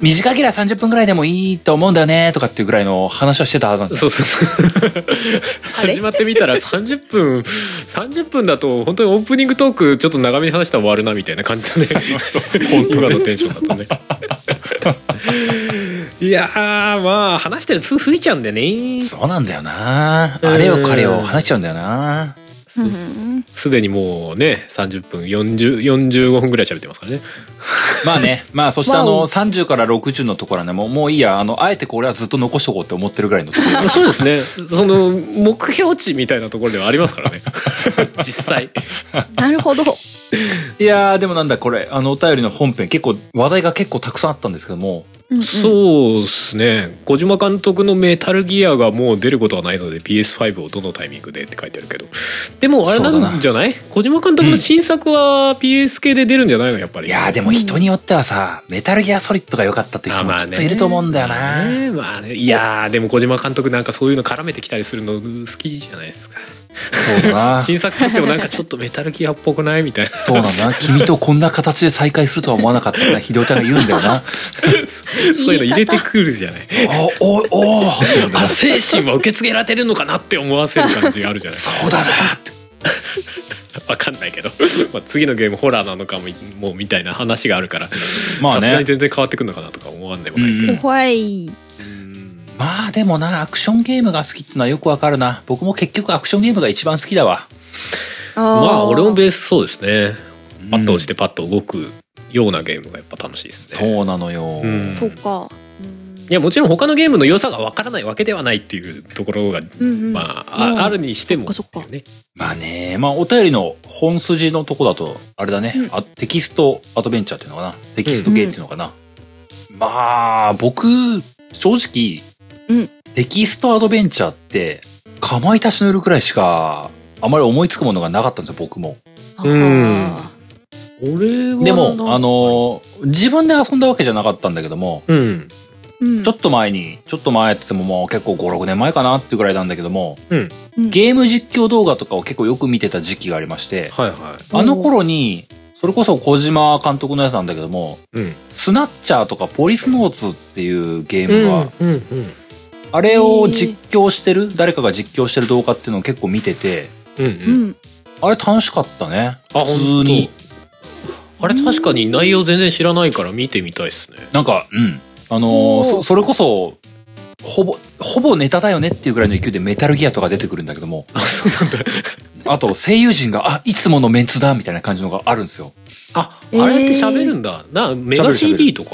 [SPEAKER 1] 短ければ30分ぐらいでもいいと思うんだよねとかっていうぐらいの話はしてたはずなんです
[SPEAKER 2] そうそうそう
[SPEAKER 3] あれ
[SPEAKER 2] 始まってみたら30分30分だと本当にオープニングトークちょっと長めに話したら終わるなみたいな感じだね今のテンションだとね いやーまあ話してるすぐ過ぎちゃうんだよね
[SPEAKER 1] そうなんだよなあれよ彼を話しちゃうんだよな
[SPEAKER 2] そうそうすでにもうね30分40 45分ぐらい喋ってますからね
[SPEAKER 1] まあねまあそしてあ
[SPEAKER 3] まあ
[SPEAKER 1] の30から60のところはねもうもういいやあのあえてこれはずっと残しとこうって思ってるぐらいの ところ
[SPEAKER 2] そうですね その目標値みたいなところではありま すからね実際
[SPEAKER 3] なるほど
[SPEAKER 1] いやーでもなんだこれあのお便りの本編結構話題が結構たくさんあったんですけども
[SPEAKER 3] うん
[SPEAKER 2] そうですね小島監督の「メタルギア」がもう出ることはないので PS5 をどのタイミングでって書いてあるけどでもあれ
[SPEAKER 1] そうだ
[SPEAKER 2] な
[SPEAKER 1] なん
[SPEAKER 2] じゃない小島監督の新作は PS 系で出るんじゃないのやっぱり
[SPEAKER 1] いやーでも人によってはさ、メタルギアソリッドが良かったっていう人も
[SPEAKER 2] あまあ
[SPEAKER 1] き
[SPEAKER 2] ね
[SPEAKER 1] っといると思うんだよな。
[SPEAKER 2] まあねまあねいやーでも小島監督なんかそういうの絡めてきたりするの好きじゃないですか
[SPEAKER 1] そうだ な。
[SPEAKER 2] 新作作ってもなんかちょっとメタルギアっぽくないみたいな
[SPEAKER 1] そうなんだな。君とこんな形で再会するとは思わなかったな。ひでおちゃんが言うんだよ な。あ、
[SPEAKER 2] そういうの入れてくるじゃない
[SPEAKER 1] お、お、おーって言うんだ
[SPEAKER 2] あ
[SPEAKER 1] よな
[SPEAKER 2] の精神は受け継げられてるのかなって思わせる感じがあるじゃない
[SPEAKER 1] そうだなって。
[SPEAKER 2] わかんないけど、まあ、次のゲームホラーなのかももうみたいな話があるから
[SPEAKER 1] まあ
[SPEAKER 2] さすが
[SPEAKER 1] ね
[SPEAKER 2] に。全然変わってくるのかなとか思わんでもないけど、
[SPEAKER 1] うん
[SPEAKER 3] 怖い。
[SPEAKER 1] まあでもな、アクションゲームが好きってのはよくわかるな。僕も結局アクションゲームが一番好きだわ。
[SPEAKER 3] あー
[SPEAKER 2] まあ俺もベースそうですね
[SPEAKER 1] うん
[SPEAKER 2] パッと押してパッと動くようなゲームがやっぱ楽しいですね、
[SPEAKER 1] そうなのよ。
[SPEAKER 2] うん
[SPEAKER 3] そうか。
[SPEAKER 2] いやもちろん他のゲームの良さがわからないわけではないっていうところが、
[SPEAKER 3] うんうん。
[SPEAKER 2] ま
[SPEAKER 3] うん
[SPEAKER 2] あああるにしても、ね、
[SPEAKER 3] そっかそっか
[SPEAKER 1] まあね、まあお便りの本筋のとこだと、あれだね、
[SPEAKER 3] うん
[SPEAKER 1] あ、テキストアドベンチャーっていうのかな。テキストゲーっていうのかな。まあ、僕、正直、
[SPEAKER 3] うん
[SPEAKER 1] テキストアドベンチャーって、かまいたちの夜くらいしか、あまり思いつくものがなかったんですよ、僕も。
[SPEAKER 2] うん
[SPEAKER 3] あ
[SPEAKER 2] 俺は
[SPEAKER 1] でも、あのー、自分で遊んだわけじゃなかったんだけども、
[SPEAKER 2] うん
[SPEAKER 3] ーうん
[SPEAKER 1] ちょっと前に、ちょっと前って言ってももう結構5、6年前かなっていうくらいなんだけども、
[SPEAKER 2] うん
[SPEAKER 3] うん
[SPEAKER 1] ゲーム実況動画とかを結構よく見てた時期がありまして、
[SPEAKER 2] はいは
[SPEAKER 1] あの頃に、それこそ小島監督のやつなんだけども、
[SPEAKER 2] いうん
[SPEAKER 1] スナッチャーとかポリスノーツっていうゲ
[SPEAKER 2] う
[SPEAKER 1] ーム
[SPEAKER 2] ん
[SPEAKER 1] が、
[SPEAKER 2] うん
[SPEAKER 1] あれを実況してる、誰かが実況してる動画っていうのを結構見てて、
[SPEAKER 2] うんう
[SPEAKER 3] うんん。
[SPEAKER 1] あれ楽しかったね。
[SPEAKER 2] あ
[SPEAKER 1] 普通に。
[SPEAKER 2] あれ確かに内容全然知らないから見てみたいですね
[SPEAKER 1] なんか、うん。あのー
[SPEAKER 3] おー
[SPEAKER 1] そ、それこそ、ほぼ、ほぼネタだよねっていうぐらいの勢いでメタルギアとか出てくるんだけども、
[SPEAKER 2] あ そうなんだ
[SPEAKER 1] あと声優陣が、あ、いつものメンツだみたいな感じのがあるんですよ。
[SPEAKER 2] ああれって喋るんだ、なメガ CD とか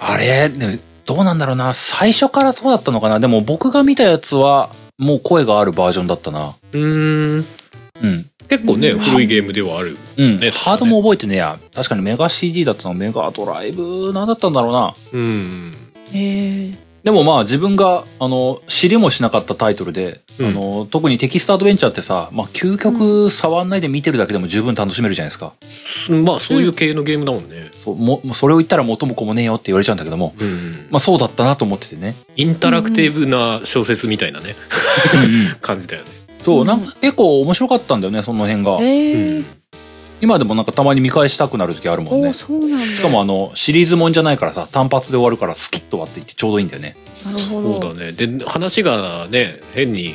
[SPEAKER 1] あれ、ねどうなんだろうな。最初からそうだったのかな。でも僕が見たやつは、もう声があるバージョンだったな。
[SPEAKER 2] うーん
[SPEAKER 1] うん。
[SPEAKER 2] 結構ね、
[SPEAKER 3] うん
[SPEAKER 2] 古いゲームではある
[SPEAKER 1] うん。
[SPEAKER 2] ね
[SPEAKER 1] ハードも覚えてねえや。確かにメガ CD だったの、メガドライブ、なんだったんだろうな。
[SPEAKER 2] うん
[SPEAKER 3] へえ。
[SPEAKER 1] でもまあ自分が、あの、知りもしなかったタイトルで、
[SPEAKER 2] うん
[SPEAKER 1] あの、特にテキストアドベンチャーってさ、まあ究極触んないで見てるだけでも十分楽しめるじゃないですか。
[SPEAKER 2] まあそういう系のゲームだもんね、
[SPEAKER 1] そう、も、もうそれを言ったら元も子もねえよって言われちゃうんだけども、
[SPEAKER 2] うん
[SPEAKER 1] まあそうだったなと思ってて ね。
[SPEAKER 2] インタラクティブな小説みたいなね、
[SPEAKER 1] うんうん
[SPEAKER 2] 感じだよね
[SPEAKER 1] そう、なんか結構面白かったんだよね、その辺が。
[SPEAKER 3] へえ。
[SPEAKER 1] 今でもなんかたまに見返したくなる時あるもん
[SPEAKER 3] お
[SPEAKER 1] ね
[SPEAKER 3] ーそうなんだ。
[SPEAKER 1] しかもあのシリーズもんじゃないからさ単発で終わるからスキッと終わっていってちょうどいいんだよね
[SPEAKER 3] なる
[SPEAKER 2] そう
[SPEAKER 3] ほ
[SPEAKER 2] だ
[SPEAKER 3] ど。
[SPEAKER 2] ねで話がね変に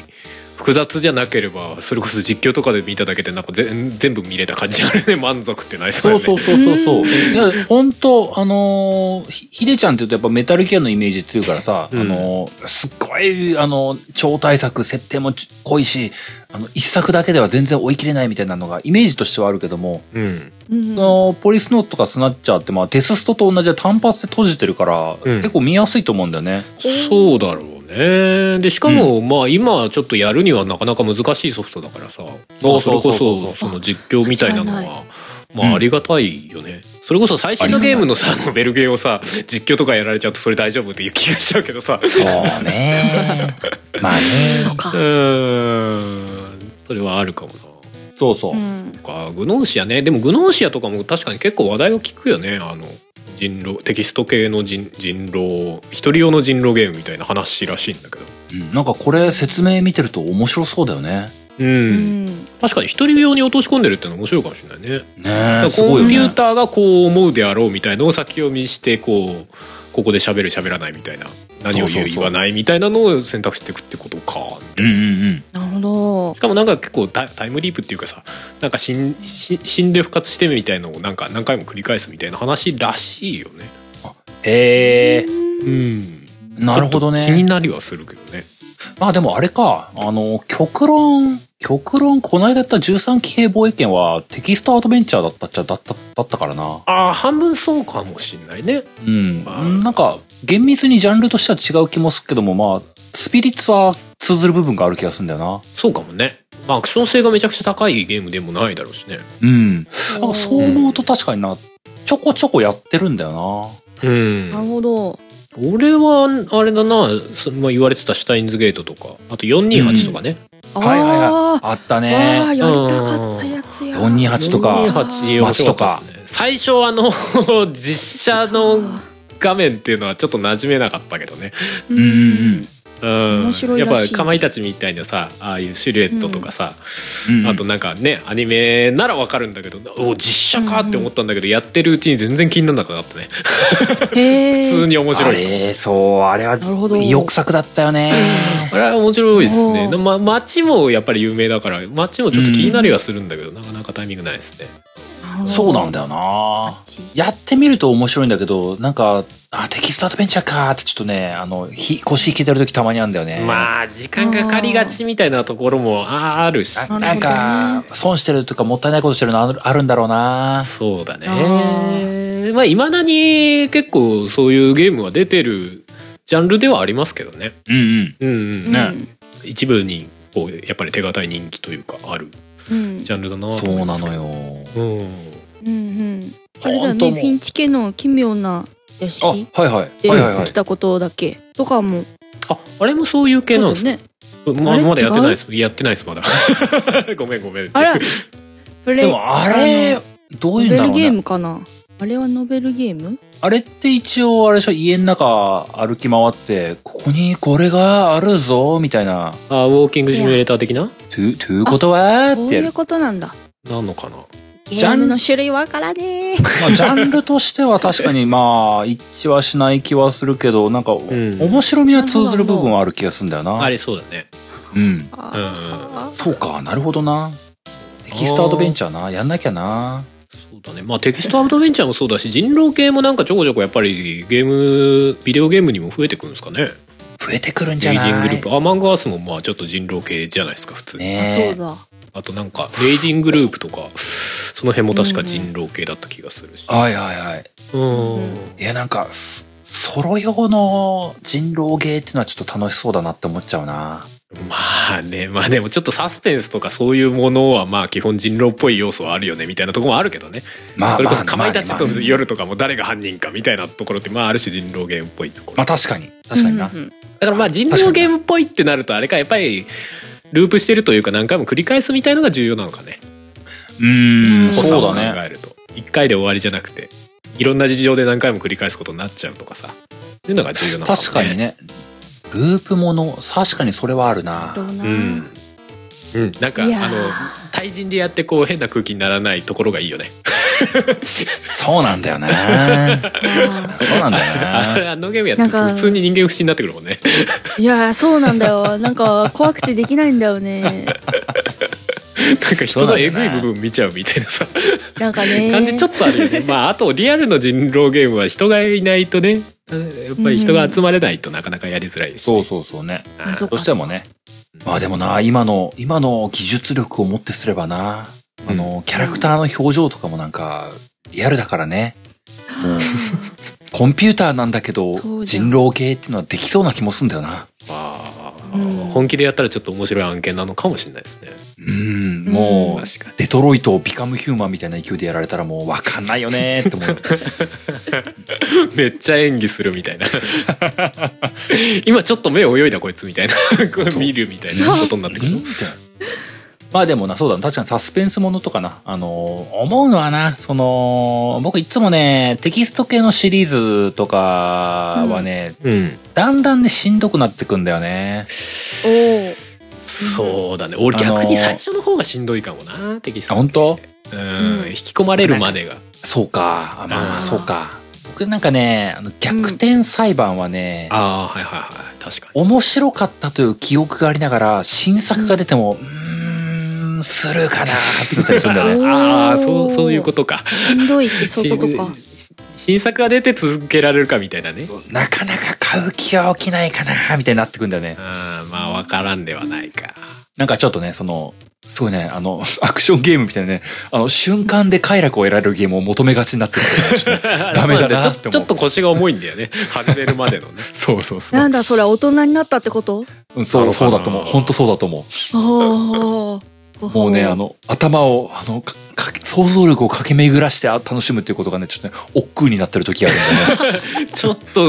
[SPEAKER 2] 複雑じゃなければそれこそ実況とかで見ただけでなんかぜ全部見れた感じあるね 満足ってないそうよね
[SPEAKER 1] うそう
[SPEAKER 3] そうそう
[SPEAKER 1] いや本当あのーひひでちゃんって言うとやっぱメタルギアのイメージ強いからさ、
[SPEAKER 2] うん
[SPEAKER 1] あのーすっごいあのー超大作設定もち濃いしあの一作だけでは全然追い切れないみたいなのがイメージとしてはあるけども、
[SPEAKER 2] うん
[SPEAKER 3] うん
[SPEAKER 1] そのポリスノートとかスナッチャーってまあテスストと同じで単発で閉じてるから、
[SPEAKER 2] うん
[SPEAKER 1] 結構見やすいと思うんだよね
[SPEAKER 2] そうだろうねでしかも、まあ今ちょっとやるにはなかなか難しいソフトだからさ
[SPEAKER 1] そう
[SPEAKER 2] そ
[SPEAKER 1] そ
[SPEAKER 2] れ
[SPEAKER 1] うそ
[SPEAKER 2] こ
[SPEAKER 1] うそう
[SPEAKER 2] そその実況みたいなの
[SPEAKER 3] 間違い
[SPEAKER 2] はま
[SPEAKER 1] うん
[SPEAKER 2] あありがたいよね、それこそ最新のゲームのさあのベルゲーをさ実況とかやられちゃうとそれ大丈夫っていう気がしちゃうけどさ
[SPEAKER 1] そうね まあね
[SPEAKER 3] そうか
[SPEAKER 2] う。ーんそれはあるかもな
[SPEAKER 1] そうそう、
[SPEAKER 3] うん。
[SPEAKER 2] かグノーシアねでもグノーシアとかも確かに結構話題を聞くよねあの人狼テキスト系の人人狼一人用の人狼ゲームみたいな話らしいんだけど
[SPEAKER 1] うんなんかこれ説明見てると面白そうだよね。
[SPEAKER 2] うん、
[SPEAKER 3] うん。
[SPEAKER 2] 確かに一人用に落とし込んでるってのは面白いかもしれないね
[SPEAKER 1] ね
[SPEAKER 2] だ
[SPEAKER 1] え、
[SPEAKER 2] か
[SPEAKER 1] す
[SPEAKER 2] らコ
[SPEAKER 1] ごい
[SPEAKER 2] ン
[SPEAKER 1] よ
[SPEAKER 2] ピュー
[SPEAKER 1] ね。
[SPEAKER 2] ターがこう思うであろうみたいのを先読みしてこうここで喋る喋らないみたいな何を
[SPEAKER 1] そう
[SPEAKER 2] 言う
[SPEAKER 1] そうそう
[SPEAKER 2] 言わないみたいなのを選択していくってことか
[SPEAKER 1] うんうんうん。
[SPEAKER 3] なるほど
[SPEAKER 2] し。かもなんか結構タイタイムリープっていうかさなんか死ん死死んで復活してみたいのをなんか何回も繰り返すみたいな話らしいよね
[SPEAKER 1] へえ、
[SPEAKER 2] うん
[SPEAKER 1] なるほど
[SPEAKER 2] ちょっと気
[SPEAKER 1] ね。
[SPEAKER 2] になりはするけどね
[SPEAKER 1] まあでもあれか、あの、極論、極論、この間やった13騎兵防衛権はテキストアドベンチャーだったっちゃだった、だったからな。
[SPEAKER 2] ああ半分そうかもしんないね
[SPEAKER 1] うん。
[SPEAKER 2] まあ
[SPEAKER 1] なんか、厳密にジャンルとしては違う気もするけども、まあ、スピリッツは通ずる部分がある気がするんだよな。
[SPEAKER 2] そうかもねまあアクション性がめちゃくちゃ高いゲームでもないだろうしね
[SPEAKER 1] うん。なんかそう思うと確かにな、ちょこちょこやってるんだよ
[SPEAKER 2] うん
[SPEAKER 3] なるほど。
[SPEAKER 2] 俺はあれだな、そまあ、言われてたシュタインズゲートとかあと428とかね、
[SPEAKER 3] あ
[SPEAKER 1] はいはいはい
[SPEAKER 3] あ。
[SPEAKER 1] あった
[SPEAKER 3] わあ、
[SPEAKER 1] ね。
[SPEAKER 3] やりたかったやつや。
[SPEAKER 1] 428とか。
[SPEAKER 2] 428
[SPEAKER 1] 街とか
[SPEAKER 2] 最初あの 実写の画面っていうのはちょっと馴染めなかったけどね、
[SPEAKER 1] うんうんうん。
[SPEAKER 2] うん、
[SPEAKER 3] 面白い
[SPEAKER 2] や
[SPEAKER 3] ら
[SPEAKER 2] っ
[SPEAKER 3] しい
[SPEAKER 2] ぱかまいたちみたいなさああいうシルエットとかさ、
[SPEAKER 1] うんうん
[SPEAKER 2] あとなんかねアニメならわかるんだけどお実写かって思ったんだけど、やってるうちに全然気にならなかったね
[SPEAKER 3] へ
[SPEAKER 2] 普通
[SPEAKER 3] え。
[SPEAKER 2] に面白い
[SPEAKER 1] あれ、そう、あれは
[SPEAKER 3] なるほど
[SPEAKER 1] 意欲作だったよね。
[SPEAKER 2] あれは面白いですね
[SPEAKER 3] おー
[SPEAKER 2] ま街もやっぱり有名だから街もちょっと気になりはするんだけど、なかなかタイミングないですね
[SPEAKER 1] そうなんだよ
[SPEAKER 3] だ。
[SPEAKER 1] な。やってみると面白いんだけど、なんか、あ、テキストアドベンチャーかーってちょっとね、あの、ひ腰引けてる時たまにあるんだよね。
[SPEAKER 2] まあ時間かかりがちみたいなところもああるし
[SPEAKER 1] なな
[SPEAKER 3] なる
[SPEAKER 1] ん
[SPEAKER 3] ほどね
[SPEAKER 1] か、損してるとかもったいないことしてるのあるあるんだろうな。
[SPEAKER 2] そうだね
[SPEAKER 3] あ
[SPEAKER 2] まあいまだに結構そういうゲームは出てるジャンルではありますけどね
[SPEAKER 1] うんうん。
[SPEAKER 2] うんうん、
[SPEAKER 1] ね
[SPEAKER 2] 一部にこうやっぱり手堅い人気というかある
[SPEAKER 3] うん。
[SPEAKER 2] ジャンルだなと
[SPEAKER 1] そ
[SPEAKER 2] 思
[SPEAKER 1] う
[SPEAKER 2] いま
[SPEAKER 1] な
[SPEAKER 2] すけ
[SPEAKER 1] の
[SPEAKER 2] ど
[SPEAKER 1] よ。
[SPEAKER 2] うん
[SPEAKER 3] うんうん。あれだよ
[SPEAKER 1] 本当
[SPEAKER 3] ね、
[SPEAKER 1] もう
[SPEAKER 3] ピンチ家の奇妙な
[SPEAKER 1] あ、
[SPEAKER 3] 屋
[SPEAKER 1] は
[SPEAKER 3] 敷
[SPEAKER 1] いはい。
[SPEAKER 3] で
[SPEAKER 1] はいはいは
[SPEAKER 3] 来
[SPEAKER 1] い。
[SPEAKER 3] たことだっけとかも。
[SPEAKER 2] ああれもそういう系
[SPEAKER 3] そう
[SPEAKER 2] なん
[SPEAKER 3] だよ
[SPEAKER 2] ですか
[SPEAKER 3] ね。
[SPEAKER 2] ま
[SPEAKER 3] あれ
[SPEAKER 2] まだやってないですやってないですまだ ごめんごめん
[SPEAKER 3] あら、プ
[SPEAKER 1] で
[SPEAKER 3] レイ。
[SPEAKER 1] もあれ
[SPEAKER 3] の、
[SPEAKER 1] どう
[SPEAKER 3] ノ
[SPEAKER 1] いうん
[SPEAKER 3] ベ
[SPEAKER 1] だろ
[SPEAKER 3] ル
[SPEAKER 1] う
[SPEAKER 3] ゲー
[SPEAKER 1] ね。
[SPEAKER 3] ムかな。あれはノベルゲーム
[SPEAKER 1] あれって一応、あれでしょ、家の中歩き回って、ここにこれがあるぞ、みたいな。
[SPEAKER 2] あウォーキングシミュレーター的な
[SPEAKER 1] という、ということは
[SPEAKER 3] そ
[SPEAKER 1] っ
[SPEAKER 3] う
[SPEAKER 1] てや
[SPEAKER 3] い
[SPEAKER 1] る
[SPEAKER 3] う。ことなんだ。
[SPEAKER 2] なのかな
[SPEAKER 3] ゲームの種類わからねえ。
[SPEAKER 1] まあ、ジャンルとしては確かにまあ、一致はしない気はするけど、なんか、
[SPEAKER 2] ん
[SPEAKER 1] 面白みは通ずる部分はある気がするんだよな。
[SPEAKER 2] あれそうだね
[SPEAKER 1] うん。
[SPEAKER 3] あ
[SPEAKER 1] そうか、なるほどな。テキストアドベンチャーな。やんなきゃな。
[SPEAKER 2] そうだねまあテキストアドベンチャーもそうだし人狼系もなんかちょこちょこやっぱりゲームビデオゲームにも増えてくるんですかね
[SPEAKER 1] 増えてくるんじ
[SPEAKER 2] レ
[SPEAKER 1] ゃ
[SPEAKER 2] イ
[SPEAKER 1] ない
[SPEAKER 2] ジングループアマングアースもまあちょっと人狼系じゃないですか普通、
[SPEAKER 1] ね
[SPEAKER 3] あ、そうだ。
[SPEAKER 2] あとなんかレイジングループとかその辺も確か人狼系だった気がするし、
[SPEAKER 1] はいはいはい。
[SPEAKER 2] うん
[SPEAKER 3] うん
[SPEAKER 1] いや、なんか、ソソロ用の人狼ゲーっていうのはちょっと楽しそうだなって思っちゃうな。
[SPEAKER 2] まあねまあでもちょっとサスペンスとかそういうものはまあ基本人狼っぽい要素はあるよねみたいなところもあるけどね、
[SPEAKER 1] まあ
[SPEAKER 2] それこそ
[SPEAKER 1] まあ
[SPEAKER 2] かまいたちと
[SPEAKER 1] まあまあ
[SPEAKER 2] 夜とかも誰が犯人かみたいなところってまあある種人狼ゲームっぽいところ
[SPEAKER 1] まあ確かに。確かにな。
[SPEAKER 3] うんうん
[SPEAKER 2] だからまあ人狼ゲームっぽいってなるとあれかやっぱりループしてるというか何回も繰り返すみたいのが重要なのかね
[SPEAKER 1] うーん、
[SPEAKER 2] 濃さ
[SPEAKER 1] そ
[SPEAKER 2] を
[SPEAKER 1] う
[SPEAKER 2] 考
[SPEAKER 1] だね。
[SPEAKER 2] えると、一1回で終わりじゃなくていろんな事情で何回も繰り返すことになっちゃうとかさっていうのが重要なの
[SPEAKER 1] 確かにね。ループもの、確かにそれはあるな。
[SPEAKER 3] どうな
[SPEAKER 2] う。ん、うん、なんかあ
[SPEAKER 3] いやー
[SPEAKER 2] の対人でやってこう変な空気にならないところがいいよね
[SPEAKER 1] そうなんだよな。
[SPEAKER 3] あ
[SPEAKER 1] そうなんだよ
[SPEAKER 2] あ
[SPEAKER 1] な。
[SPEAKER 2] れあのゲームやってる
[SPEAKER 3] な
[SPEAKER 2] と
[SPEAKER 3] ん
[SPEAKER 2] 普
[SPEAKER 3] か
[SPEAKER 2] 通に人間不信になってくるもんね
[SPEAKER 3] ーいやー、そうなんだよ。なんか怖くてできないんだよね。
[SPEAKER 2] なんか人のエグい部分見ちゃうみたいなさ
[SPEAKER 3] なんかね。
[SPEAKER 2] 感じちょっとあるよね。まああとリアルの人狼ゲームは人がいないとね、やっぱり人が集まれないとなかなかやりづらい し。
[SPEAKER 1] そうそうそうね。
[SPEAKER 3] あそっ
[SPEAKER 1] ど
[SPEAKER 3] か
[SPEAKER 1] うしてもね。まあでもな、今の、今の技術力をもってすればな、あの、キャラクターの表情とかもなんか、リアルだからね。もうコンピューターなんだけど
[SPEAKER 3] そ、うじゃん
[SPEAKER 1] 人狼系っていうのはできそうな気もすんだよな。
[SPEAKER 2] まあ、
[SPEAKER 3] うん
[SPEAKER 2] 本気でやったらちょっと面白い案件なのかもしれないですね。
[SPEAKER 1] うん、
[SPEAKER 3] うん
[SPEAKER 1] もう、
[SPEAKER 2] 確かに。
[SPEAKER 1] デトロイトをビカムヒューマンみたいな勢いでやられたらもうわかんないよねーって思 う。
[SPEAKER 2] めっちゃ演技するみた いな。今ちょっと目泳いだこいつみたいな。これ見るみたいなことになってくる。
[SPEAKER 1] んじゃあまあでもな、そうだな、確かにサスペンスものとかな。あのー、思うのはな、その、僕いつもね、テキスト系のシリーズとかはね、
[SPEAKER 2] うん。
[SPEAKER 1] だんだんね、しんどくなってくんだよね。
[SPEAKER 3] おー
[SPEAKER 2] そうだね。俺
[SPEAKER 1] あのー
[SPEAKER 2] 逆に最初の方がしんどいかもな、テキス
[SPEAKER 1] あ、
[SPEAKER 2] ト。
[SPEAKER 1] 本当
[SPEAKER 2] うん
[SPEAKER 3] う。ん
[SPEAKER 2] 引き込まれるまでが。
[SPEAKER 1] そうか。あま
[SPEAKER 2] あー
[SPEAKER 1] あ、そうか。僕なんかね、あの逆転裁判はね、
[SPEAKER 2] ああ、はいはいはい。確かに。
[SPEAKER 1] 面白かったという記憶がありながら、新作が出ても、うーん、スルーかなーってなったりするんだよね。
[SPEAKER 2] ああ、そう、そういうことか。
[SPEAKER 3] しんどいってそういうことか。
[SPEAKER 2] し新作が出て続けられるかみたいなね
[SPEAKER 1] なかなか買う気は起きないかなーみたいになってくんだよね。
[SPEAKER 2] あーまあ分からんではないか
[SPEAKER 1] なんかちょっとね、その、すごいね、あの、 アクションゲームみたいなね、あの、瞬間で快楽を得られるゲームを求めがちになってるんだよねちょ っとねダメだな
[SPEAKER 2] そうね
[SPEAKER 1] って
[SPEAKER 2] ち
[SPEAKER 1] 思
[SPEAKER 2] ょちょっ
[SPEAKER 1] う。
[SPEAKER 2] と腰が重いんだよね外れるまでのね
[SPEAKER 1] そうそうそ
[SPEAKER 3] な
[SPEAKER 1] うん
[SPEAKER 3] だそれは大人になったってこと
[SPEAKER 1] うん。そう、そうだと思う。本当そうだと思う。
[SPEAKER 3] ああ。
[SPEAKER 1] もうね、あの、頭を、あの、かか想像力を駆け巡らしてあ楽しむっていうことがね、ちょっとね、億劫になってる時があるんだよね。
[SPEAKER 2] ちょっと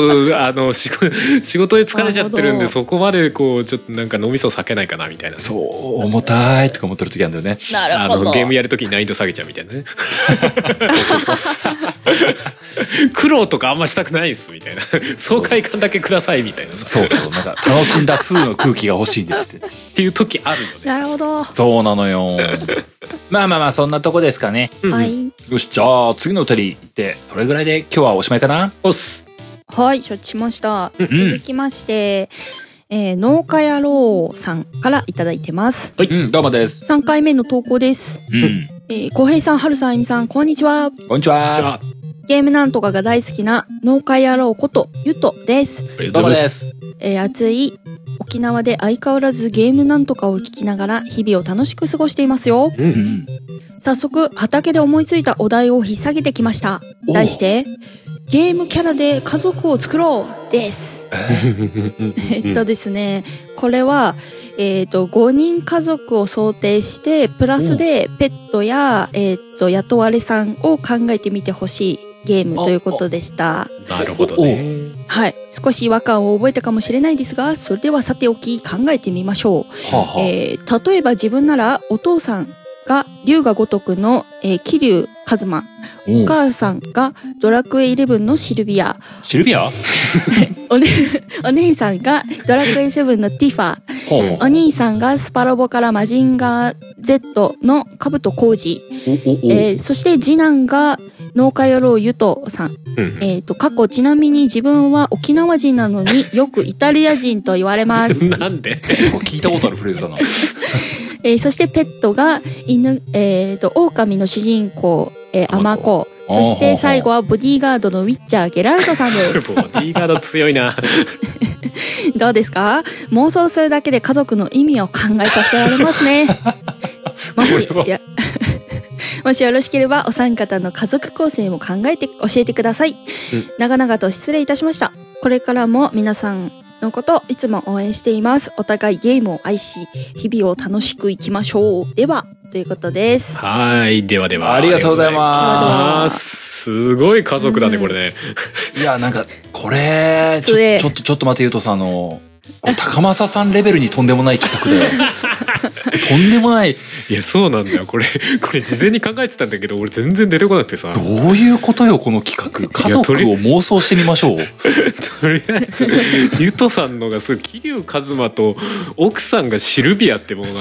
[SPEAKER 2] あの仕事仕事で疲れちゃってるん
[SPEAKER 3] なるほど
[SPEAKER 2] でそこまでこうちょっとなんか脳みそ避けないかなみたいな
[SPEAKER 1] そう、重たいとか思ってる時あるんだよね。
[SPEAKER 4] な
[SPEAKER 2] あ
[SPEAKER 4] るほ
[SPEAKER 2] の
[SPEAKER 4] ど。
[SPEAKER 2] ゲームやるときに難易度下げちゃうみたいなね 苦労とかあんましたくないですみたいな爽快感だけくださいみたいなさ
[SPEAKER 1] そうそう、なんか楽しんだ風の空気が欲しいんですって。
[SPEAKER 2] っていう時あるので
[SPEAKER 3] なるほど。
[SPEAKER 1] そうなのよ。まあまあまあ、そんなとこですかね。
[SPEAKER 2] うん
[SPEAKER 3] はい。
[SPEAKER 1] よし、じゃあ次のお便り行って、それぐらいで今日はおしまいかな
[SPEAKER 2] おっす
[SPEAKER 3] はい、承知しました。
[SPEAKER 1] うん
[SPEAKER 3] 続きまして、えー農家野郎さんからいただいてます。
[SPEAKER 1] うん、どうもです。
[SPEAKER 3] 3回目の投稿です。
[SPEAKER 1] うん。
[SPEAKER 3] えー、小平さん、はるさん、あゆみさん、こんにちは。
[SPEAKER 1] こんにちは。
[SPEAKER 2] じゃあ
[SPEAKER 3] ゲームなんとかが大好きな農家野郎こと、ゆとです。
[SPEAKER 2] ありが
[SPEAKER 1] どうも
[SPEAKER 2] とうご
[SPEAKER 1] で
[SPEAKER 2] ざいます
[SPEAKER 1] す。
[SPEAKER 3] えー暑い沖縄で相変わらずゲームなんとかを聞きながら日々を楽しく過ごしていますよ。
[SPEAKER 2] う
[SPEAKER 1] うんん。
[SPEAKER 3] 早速畑で思いついたお題を引っ提げてきました。
[SPEAKER 1] おう
[SPEAKER 3] 題して、ゲームキャラで家族を作ろうです。えっとですね、これは、えっ、と、5人家族を想定して、プラスでペットや、えっ、と、雇われさんを考えてみてほしいゲームということでした。
[SPEAKER 2] なるほどね
[SPEAKER 3] はい。少し違和感を覚えたかもしれないですが、それではさておき考えてみましょう。
[SPEAKER 1] はあ、はあ
[SPEAKER 3] えー例えば自分ならお父さんが龍が如くの、えー、桐生一馬、
[SPEAKER 1] お
[SPEAKER 3] お
[SPEAKER 1] う
[SPEAKER 3] 母さんがドラクエイレブンのシルビア、
[SPEAKER 1] シルビア
[SPEAKER 3] お,、ね、 お姉さんがドラクエセブンのティファ、
[SPEAKER 1] ほう
[SPEAKER 3] お兄さんがスパロボからマジンガー Z の兜浩二、
[SPEAKER 1] おおお
[SPEAKER 3] えーそして次男が農家野郎ゆとさん
[SPEAKER 2] うん
[SPEAKER 3] えっ、と、過去ちなみに自分は沖縄人なのによくイタリア人と言われ ます。
[SPEAKER 2] なんで
[SPEAKER 1] 聞いたことあるフレーズだな。
[SPEAKER 3] えーそしてペットが犬、えっ、と、狼の主人公、えー、アマコ。
[SPEAKER 1] アマコ
[SPEAKER 3] そして最後はボディーガードのウィッチャー、ゲラルトさんで
[SPEAKER 2] ボ
[SPEAKER 3] す。
[SPEAKER 2] ディーガード強いな
[SPEAKER 3] どうですか妄想するだけで家族の意味を考えさせられます ね。もし、
[SPEAKER 1] これはい
[SPEAKER 3] や、 もしよろしければお三方の家族構成も考えて教えてください。長々と失礼いたしました。これからも皆さんのこといつも応援しています。お互いゲームを愛し、日々を楽しくいきましょう。では、ということです。
[SPEAKER 2] はいではでは
[SPEAKER 1] ありがとうござい
[SPEAKER 2] あ
[SPEAKER 1] ま
[SPEAKER 2] ーすごい家族だねこれね
[SPEAKER 1] す。いや、なんか、これ、
[SPEAKER 3] つ
[SPEAKER 1] ち
[SPEAKER 3] つえ
[SPEAKER 1] ょちょっと、ちょっと待って、ゆうとさん、あの、これ高政さんレベルにとんでもない企画で。 とんでもない、
[SPEAKER 2] いやそうなんだよこれこれ事前に考えてたんだけど俺全然出てこなくてさ
[SPEAKER 1] どういうことよ、この企画。家族を妄想してみましょう。
[SPEAKER 2] とりあえずゆとさんのがすごい桐生一馬と奥さんがシルビアってもうなん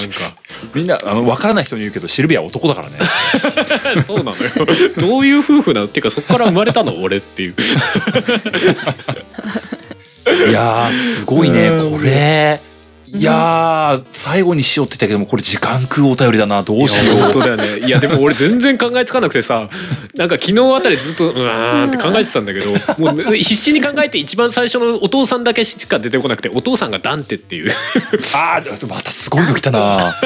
[SPEAKER 1] みんな、あの、わからない人に言うけど、シルビアは男だからね。
[SPEAKER 2] か そうなのよどういう夫婦なのっていうかそこから生まれたの俺っていう
[SPEAKER 1] いやー、すごいね、
[SPEAKER 2] う
[SPEAKER 1] こ
[SPEAKER 2] ん
[SPEAKER 1] れ。いやー、最後にしようって言ったけども、これ時間食うお便りだな、どうしよ
[SPEAKER 2] 本
[SPEAKER 1] う。
[SPEAKER 2] 当だよね いやでも俺全然考えつかなくてさなんか昨日あたりずっとうわーって考えてたんだけどもう必死に考えて一番最初のお父さんだけしか出てこなくてお父さんがダンテっていう
[SPEAKER 1] あー、またすごいの来たな。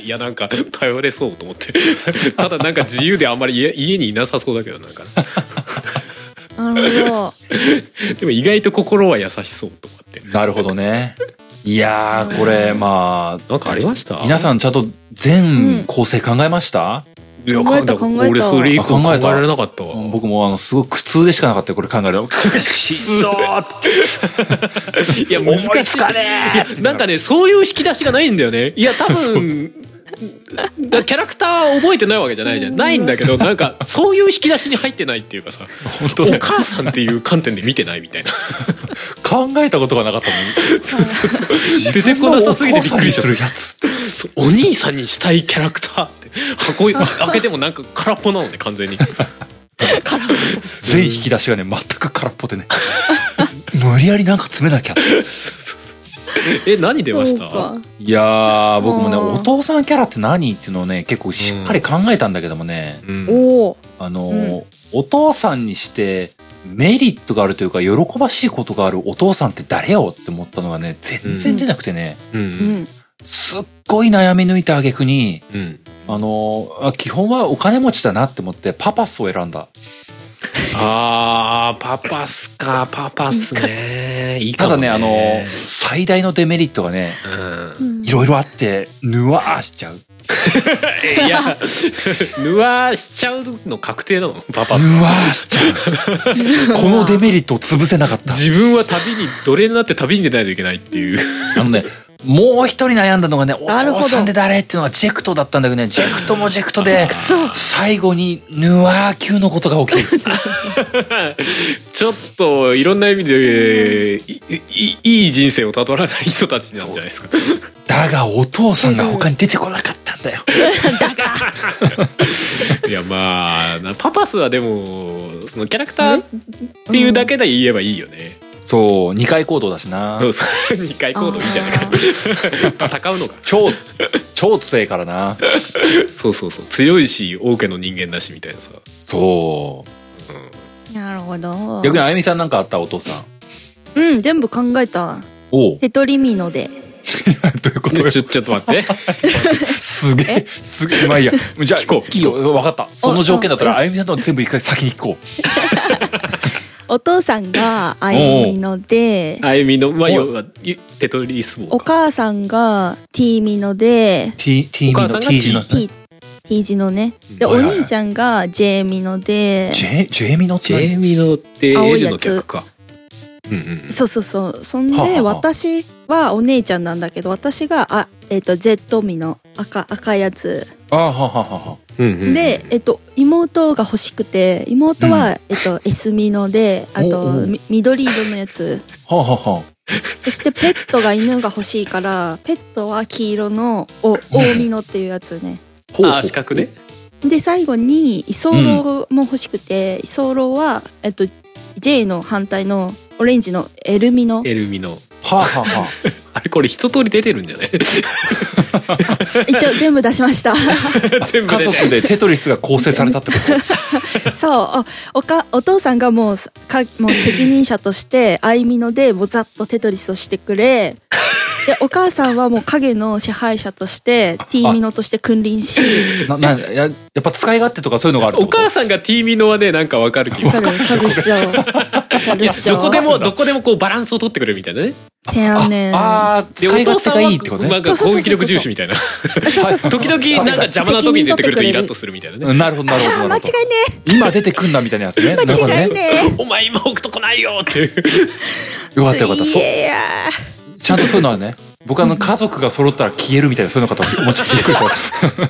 [SPEAKER 2] いやなんか頼れそうと思ってただなんか自由であんまり家家にいなさそうだけどなんか
[SPEAKER 3] なるほど。
[SPEAKER 2] でも意外と心は優しそうと思って
[SPEAKER 1] なるほどね。いやー、これ、まあ、
[SPEAKER 2] なんかありました
[SPEAKER 1] 皆さんちゃんと全構成考えました、
[SPEAKER 2] いや
[SPEAKER 3] 考えた
[SPEAKER 2] かん
[SPEAKER 3] 考えた
[SPEAKER 2] 俺それ以降
[SPEAKER 1] あ
[SPEAKER 2] 考
[SPEAKER 1] 考
[SPEAKER 2] え
[SPEAKER 1] えた
[SPEAKER 2] られなかったわ
[SPEAKER 1] 僕もあの、すごい苦痛でしかなかったよ、これ考えるの。
[SPEAKER 2] ずーっといや難
[SPEAKER 1] 思い
[SPEAKER 2] し
[SPEAKER 1] つ
[SPEAKER 2] い
[SPEAKER 1] かねえ
[SPEAKER 2] いやなんかねそういう引き出しがないんだよねいや多 分だキャラクター覚えてないわけじゃないじゃんないんだけどなんかそういう引き出しに入ってないっていうかさ
[SPEAKER 1] 本
[SPEAKER 2] お
[SPEAKER 1] 当ね
[SPEAKER 2] 母さんっていう観点で見てないみたいな
[SPEAKER 1] 考えたことがなかったのに。
[SPEAKER 2] そうそうそう 出てこなさすぎてびっくりし
[SPEAKER 1] す
[SPEAKER 2] ちゃっ
[SPEAKER 1] るやつ。
[SPEAKER 2] たそうお兄さんにしたいキャラクターって箱い開けてもなんか 空っぽなのね完全に
[SPEAKER 1] 全引き出しがね、全く空っぽで ね。無理やりなんか詰めなきゃって。
[SPEAKER 2] え何 出まし
[SPEAKER 3] そうか
[SPEAKER 2] た
[SPEAKER 1] いやー、僕もね、
[SPEAKER 3] うん
[SPEAKER 1] お父さんキャラって何っていうのをね、結構しっかり考えたんだけどもね、
[SPEAKER 2] うん
[SPEAKER 3] おー
[SPEAKER 1] あの
[SPEAKER 3] う
[SPEAKER 1] ー、お父さんにして、メリットがあるというか、喜ばしいことがあるお父さんって誰よって思ったのがね、全然出なくてね、
[SPEAKER 2] う
[SPEAKER 3] うんん。
[SPEAKER 1] すっごい悩み抜いた挙句に、
[SPEAKER 2] うん
[SPEAKER 1] あのー、あ基本はお金持ちだなって思って、パパスを選んだ。
[SPEAKER 2] あーパパスかパパス ねいいか
[SPEAKER 1] ただ
[SPEAKER 2] も
[SPEAKER 1] ね、あのー、最大のデメリットがね、
[SPEAKER 2] うん
[SPEAKER 3] うん
[SPEAKER 1] いろいろあって、ぬわーしちゃう。
[SPEAKER 2] えいや ぬわしちゃうの確定なのパパ
[SPEAKER 1] うわーしち ゃうこのデメリットを潰せなかった
[SPEAKER 2] 自分は旅に奴隷になって旅に出ないといけないっていう
[SPEAKER 1] あのね、もう一人悩んだのがね、お
[SPEAKER 3] なるほど
[SPEAKER 1] 父さんで誰っていうのはジェクトだったんだけどね、ジェクトもジェクトで、最後にヌアー級のことが起きる。
[SPEAKER 2] ちょっといろんな意味でいいいい人生をたどらない人たちなんじゃないですか
[SPEAKER 1] だがお父さんが他に出てこなかったんだよ。
[SPEAKER 2] いやまあなパパスはでもそのキャラクターっていうだけで言えばいいよね、
[SPEAKER 1] そう、二回行動だしな
[SPEAKER 2] う。2回行動いい じゃないか戦うのか
[SPEAKER 1] 超、超強いからな。
[SPEAKER 2] そうそうそう強いし王家の人間だしみたいなさ
[SPEAKER 1] そう。
[SPEAKER 3] なるほど
[SPEAKER 1] 逆にあゆみさんなんかあったお父さん。
[SPEAKER 3] うん全部考えた
[SPEAKER 1] おう
[SPEAKER 3] 手取り身ので
[SPEAKER 1] どういうこ
[SPEAKER 2] ちょちょちょっと待って
[SPEAKER 1] すげえ、すげえ、まあいいや。じゃあ、聞
[SPEAKER 2] こう
[SPEAKER 1] いいよ、わかった。その条件だった
[SPEAKER 3] う
[SPEAKER 1] ら、
[SPEAKER 3] ん
[SPEAKER 1] あゆみさんとは全部一回先に聞こう。
[SPEAKER 3] お父さんがあゆみので
[SPEAKER 2] あゆみのまあ要は手取り相撲
[SPEAKER 3] お母さんが T みので
[SPEAKER 1] T、T
[SPEAKER 2] お母さんが T
[SPEAKER 1] 字の。
[SPEAKER 3] T, T 字のねで
[SPEAKER 1] はい
[SPEAKER 3] お
[SPEAKER 1] はいはい
[SPEAKER 3] 兄ちゃんが J みので
[SPEAKER 1] J、J ミのって
[SPEAKER 2] ジ
[SPEAKER 1] 何
[SPEAKER 2] ェイミのって
[SPEAKER 3] 青いやつ
[SPEAKER 2] L の逆かうんうんうん
[SPEAKER 3] そうそうそうそんで
[SPEAKER 1] はあはあ
[SPEAKER 3] 私はお姉ちゃんなんだけど私があえっ、と Z みの赤赤いやつ
[SPEAKER 1] あはははは。
[SPEAKER 2] うんうんうん
[SPEAKER 3] で、えっと、妹が欲しくて妹は、
[SPEAKER 1] う
[SPEAKER 3] えっと、エスミノであ
[SPEAKER 1] おうお
[SPEAKER 3] と
[SPEAKER 1] う
[SPEAKER 3] み緑色のやつ
[SPEAKER 1] はあ、はあはあ、
[SPEAKER 3] そしてペットが犬が欲しいからペットは黄色のお大ミノっていうやつね
[SPEAKER 1] ほ
[SPEAKER 2] あー四角ね
[SPEAKER 3] で最後に居候も欲しくて居候、は、えっと、J の反対のオレンジのエルミノ
[SPEAKER 2] L ミの
[SPEAKER 1] はあ、はあは
[SPEAKER 2] あれこれ一通り出てるんじゃない
[SPEAKER 3] 一応全部出し ました
[SPEAKER 2] 全
[SPEAKER 1] あ、家
[SPEAKER 2] 部出て
[SPEAKER 1] 族
[SPEAKER 2] る
[SPEAKER 1] でテトリスが構成されたってこと
[SPEAKER 3] そうおおかお父さんがもうかもう責任者としてあいみのでボザッとテトリスをしてくれでお母さんはもう影の支配者としてティーミノとして君臨し
[SPEAKER 1] ななややっぱ使い勝手とかそういうのがあるって
[SPEAKER 2] お
[SPEAKER 1] こと
[SPEAKER 2] 母さんが T ミノはねなんかわかる気
[SPEAKER 3] わ
[SPEAKER 2] が
[SPEAKER 3] かるわかるっしょわかるっしょ
[SPEAKER 2] どこでもどこでもこうバランスを取ってくれるみたいなね
[SPEAKER 3] せやねん
[SPEAKER 1] ああー、使
[SPEAKER 2] でお
[SPEAKER 1] い
[SPEAKER 2] 父
[SPEAKER 1] 勝手
[SPEAKER 2] さん
[SPEAKER 1] が
[SPEAKER 2] はい
[SPEAKER 1] いってこと
[SPEAKER 2] な
[SPEAKER 1] ね
[SPEAKER 2] ん。か攻撃力重視みたいな
[SPEAKER 3] そうそうそうそう
[SPEAKER 2] 時々なんか邪魔な時に出てくるとイラッとするみたいなね
[SPEAKER 1] うんなるほど、なるほど。
[SPEAKER 3] あー
[SPEAKER 1] なる
[SPEAKER 3] 間違
[SPEAKER 1] ほど今出てくんだみたいなやつね。
[SPEAKER 3] いね
[SPEAKER 1] な
[SPEAKER 3] 間違
[SPEAKER 1] る
[SPEAKER 3] い
[SPEAKER 1] ほどね
[SPEAKER 3] ね
[SPEAKER 2] お前今北斗来ないよっていう
[SPEAKER 1] よかったよかった。そ、
[SPEAKER 3] いうや
[SPEAKER 1] ちゃんとそういうのはね。僕あの家族が揃ったら消えるみたいなそういうのかと思っちゃってびっくりした。